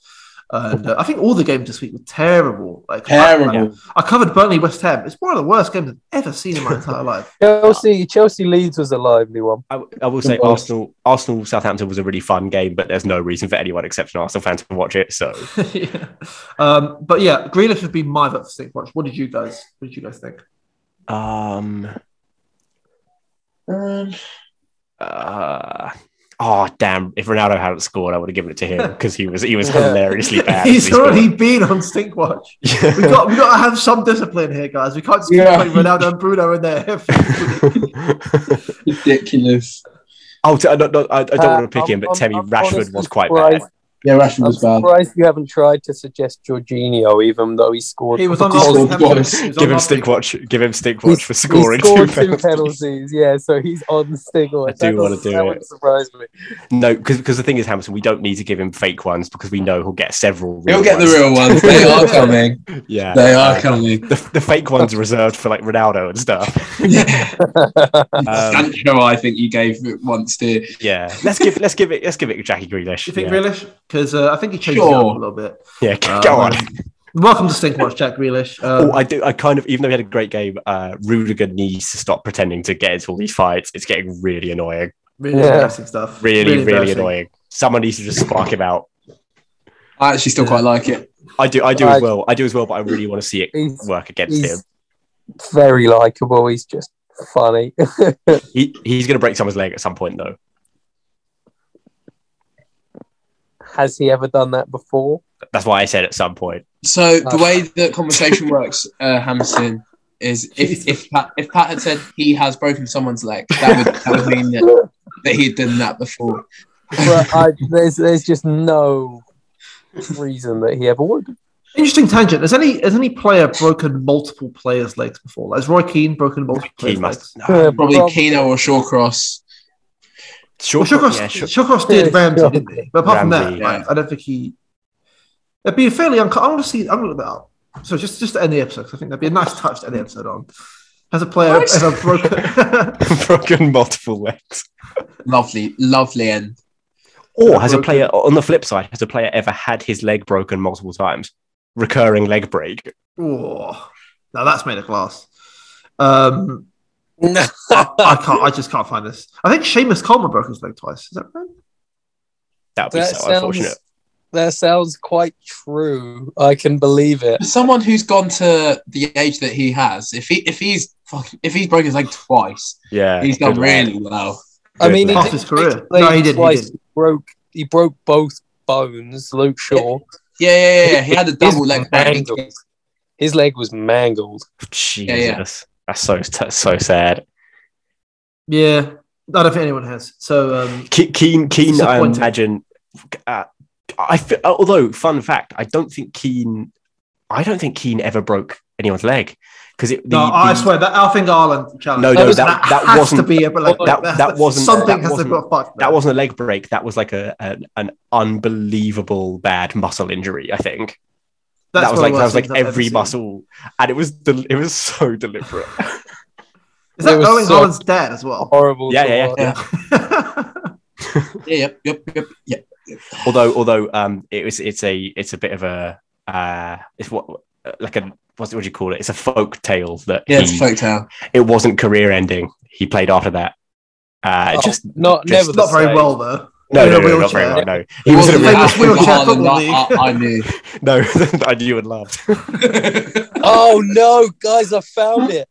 E: And uh, I think all the games this week were terrible. Like I,
F: Terrible.
E: I covered Burnley West Ham. It's one of the worst games I've ever seen in my entire
G: <laughs>
E: life.
H: Chelsea, Chelsea Leeds was a lively one.
G: I, I will say
H: Well-
G: Arsenal Arsenal Southampton was a really fun game, but there's no reason for anyone except an Arsenal fan to watch it. So
E: Yeah. Um, but yeah, Grealish would be my vote for stink watch. What did you guys? What did you guys think?
G: um uh, oh damn! If Ronaldo hadn't scored, I would have given it to him because he was he was
H: Yeah.
E: <laughs>
G: hilariously bad. when
E: He's
G: he scored.
E: already
G: <laughs>
E: been on stink watch. we got we got to have some discipline here, guys. We can't just keep
F: Yeah.
E: putting Ronaldo and Bruno in there.
G: <laughs>
F: ridiculous.
G: oh, t- no, no, I, I don't
H: Um,
G: want to pick him, but
H: Temi
G: Temi Rashford was quite bad.
F: Yeah, Rashford
H: I'm
F: was bad.
H: surprised you haven't tried to suggest Jorginho, even though he scored.
E: he was on
F: He
E: last
F: scored
E: week, haven't
F: twice.
E: he? He was on
G: Give him
E: last
G: stick
E: week.
G: watch. Give him stick
H: He's-
G: watch for scoring
H: he scored
G: two
H: two
G: penalties.
H: penalties. Yeah, so he's on single.
G: I do wanna do
H: that
G: it.
H: Would surprise me.
G: <laughs> No, because the thing is, Hamilton, we don't need to give him fake ones because we know he'll get several.
F: He'll
G: real
F: get the
G: ones.
F: real ones. They are coming.
G: Yeah,
F: <laughs> They are
G: Uh,
F: coming.
G: <laughs> the, the fake ones are reserved for like Ronaldo and
F: <laughs>
G: stuff.
F: Yeah.
G: Um,
F: Sancho, I think you gave it once to.
G: yeah, let's give let's give it let's give it to Jackie Grealish.
E: You think
G: yeah.
E: Grealish? Because uh, I think he changed it up
F: Sure.
E: a little bit.
G: Yeah, go
E: Um,
G: on.
E: Welcome to Stink Watch, Jack Grealish. Um,
G: Oh, I do. I kind of, even though we had a great game, uh, Rudiger needs to stop pretending to get into all these fights. It's getting really annoying.
E: really
H: Yeah.
E: embarrassing stuff.
G: Really, really,
E: embarrassing.
G: annoying. Someone needs to just spark him out.
F: I actually still quite like it.
G: I do. I do
H: I-
G: as well. I do as well. But I really want to see it
H: He's
G: work against him.
H: he's very likable. He's just funny. <laughs>
G: He, he's going to break someone's leg at some point, though.
H: Has he ever done that before?
G: That's why I said at some point.
F: So the way the conversation works, uh, Hamson, is if if Pat, if Pat had said he has broken someone's leg, that would that would mean that, that he'd done that before.
H: But I, there's there's just no reason that he ever would.
E: Interesting tangent. Has any has any player broken multiple players' legs before? Like, has Roy Keane broken multiple
G: He
E: players'
G: must.
E: legs?
G: No.
H: Uh,
F: Probably
H: Rob-
F: Keno or Shawcross.
G: Sure.
E: well, Shawcross,
G: yeah, sure.
E: Shawcross did
H: Yeah,
E: Ramsey,
H: sure.
E: didn't he? But apart from that,
G: Ramsey,
E: like, I don't think he. That'd be a fairly unco- I'm going to see. I'm going to look that up. So just just to end the episode, 'cause I think that'd be a nice touch to end the episode on. Has a player
F: Nice.
E: ever <laughs> broken?
G: <laughs> broken multiple legs.
F: Lovely, lovely end.
G: Or has a
E: Broken.
G: player on the flip side? Has a player ever had his leg broken multiple times? Recurring leg break.
E: oh, now that's made of glass. Um,
H: No.
E: I, I can't. I just can't find this. I think Seamus Coleman broke his leg twice. Is that right?
G: That would be
H: That
G: so unfortunate.
H: sounds, that sounds quite true. I can believe it.
F: For someone who's gone to the age that he has, if he if he's fucking, if he's broken his leg twice,
G: Yeah,
F: he's done
G: good
F: really well.
H: I mean,
G: Good
H: he
G: lad.
E: Half
H: did,
E: his career.
H: played
E: No, he didn't. He
H: twice.
E: didn't.
H: broke. He broke both bones. Luke Shaw.
F: Yeah, yeah, yeah. yeah. He had a double leg break.
H: mangled. His leg was mangled.
G: Oh, Jesus,
F: Yeah, yeah.
G: that's so that's so sad.
E: Yeah, I don't think anyone has. So um,
G: Ke- Keen, Keen, I
E: Disappointing.
G: imagine. Uh, I f- although fun fact, I don't think Keen, I don't think Keen ever broke anyone's leg because it. the-
E: no, I
G: the-
E: swear that I think Ireland challenge.
G: No,
H: no,
E: has-
G: that- that
E: has
G: wasn't-
E: to be a like,
G: that-
E: that's-
G: that wasn't-
E: something
G: that
E: has
G: wasn't-
E: to be fucked. there.
G: That wasn't a leg break. That was like a, an an unbelievable bad muscle injury. I think.
E: That's
G: that was
E: one of
G: like
E: the
G: that was
E: worst
G: like
E: things I've ever
G: every
E: seen.
G: muscle, and it was del- it was so deliberate.
E: Is that
H: It was
E: Erling
H: so-
E: Haaland's dad as well? <laughs>
H: Horrible.
G: Yeah,
H: to
G: yeah, yeah.
H: watch.
F: Yeah.
E: I
F: Yep, yep, yep, yep.
G: although although um it was it's a it's a bit of a uh it's what like a what's what do you call it? It's a folk tale that
F: Yeah, it's
G: he-
F: a folk tale.
G: it wasn't career ending. He played after that. Uh,
H: Oh,
G: just
H: not
G: just-
H: never the
E: not very
H: same.
E: well though.
G: no,
E: in a
G: no, no, not
E: wheelchair.
G: very well. No,
F: He
E: was
F: was
E: the
F: not
E: famous wheelchair
F: I, I knew.
G: <laughs> no, <laughs> I knew you would love.
H: Oh no, guys, I found it.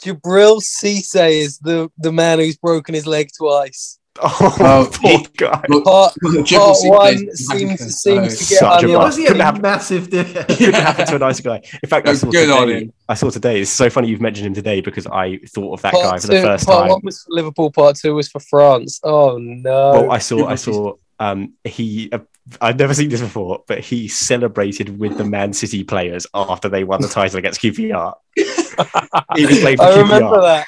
H: Jabril Cisse is the, the man who's broken his leg twice.
G: Oh,
F: Oh,
G: poor
F: he-
G: guy.
H: Part,
F: Dribble
H: part
F: seems-
H: one
F: seems-
H: seems,
F: so-
H: seems to get
G: Such a
H: unlocked.
G: bust.
E: Was he a
G: Couldn't happen.
E: massive <laughs> dick?
G: Couldn't happen to a nicer guy. In fact, I
F: Oh,
G: saw
F: good on
G: today.
F: him.
G: I saw today. It's so funny you've mentioned him today because I thought of that
H: Part
G: guy for the
H: two-
G: first
H: part
G: time.
H: one was for Liverpool, part two was for France. Oh no.
G: Well, I saw, I
F: Liverpool.
G: saw. Um, he, uh, I've never seen this before, but he celebrated with the Man City players after they won the title against QPR. he
H: <laughs>
G: played for
H: I
G: QPR.
H: remember that.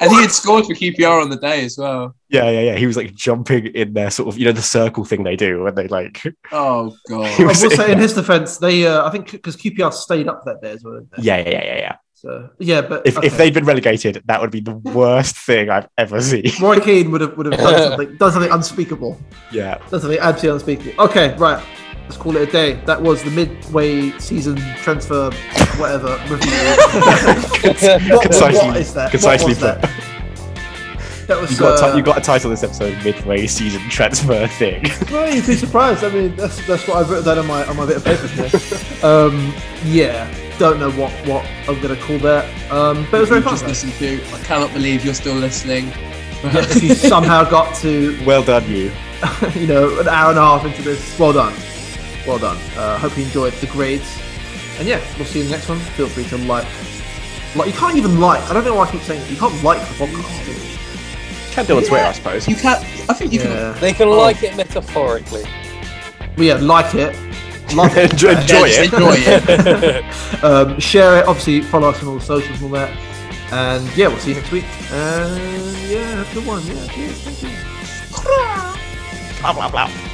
F: And he had scored for QPR on the day as well.
G: Yeah, yeah, yeah. He was like jumping in their sort of, you know, the circle thing they do when they like.
F: Oh
E: I
F: god.
E: will say, in his defence, they uh, I think because QPR stayed up that day as well. Didn't they?
G: Yeah, yeah, yeah, yeah. yeah.
E: So yeah, but
G: If, if
E: okay.
G: they'd been relegated, that would be the worst thing I've ever seen. <laughs>
E: Roy Keane would have would have done something, done something unspeakable,
G: Yeah.
E: done something absolutely unspeakable. Okay, right. Let's call it a day. That was the midway season transfer, whatever review. What-
G: <laughs> concisely-
E: what is that? What
G: concisely
E: was that?
G: put.
E: That was.
G: You got, a
E: uh,
G: ti- you got a title this episode, midway season transfer thing. <laughs>
E: Well, you'd be surprised. I mean, that's that's what I've written down on my on my bit of paper here. um, yeah, don't know what what I'm gonna call that. Um, but it was very
F: You
E: fun.
F: just
E: though.
F: listened to. I cannot believe you're still listening.
E: If you somehow got to <laughs>
G: well done, you.
E: you know an hour and a half into this, well done, well done. Uh, hope you enjoyed the grades, and yeah, we'll see you in the next one. Feel free to like. Like you can't even like. I don't know why I keep saying it. you can't like the podcast. do you?
G: Can do on Twitter, I suppose.
F: <laughs> You can't. I think you can.
E: Yeah,
H: <laughs> They can like it metaphorically.
E: well, yeah, like it, love it.
G: enjoy enjoy
F: Yeah,
G: it.
F: just Enjoy it.
E: um, share it. Obviously, follow us on all the socials and all that. And yeah, we'll see you next week. And yeah, have a good one. Yeah, cheers. Thank you.
G: Blah, blah, blah.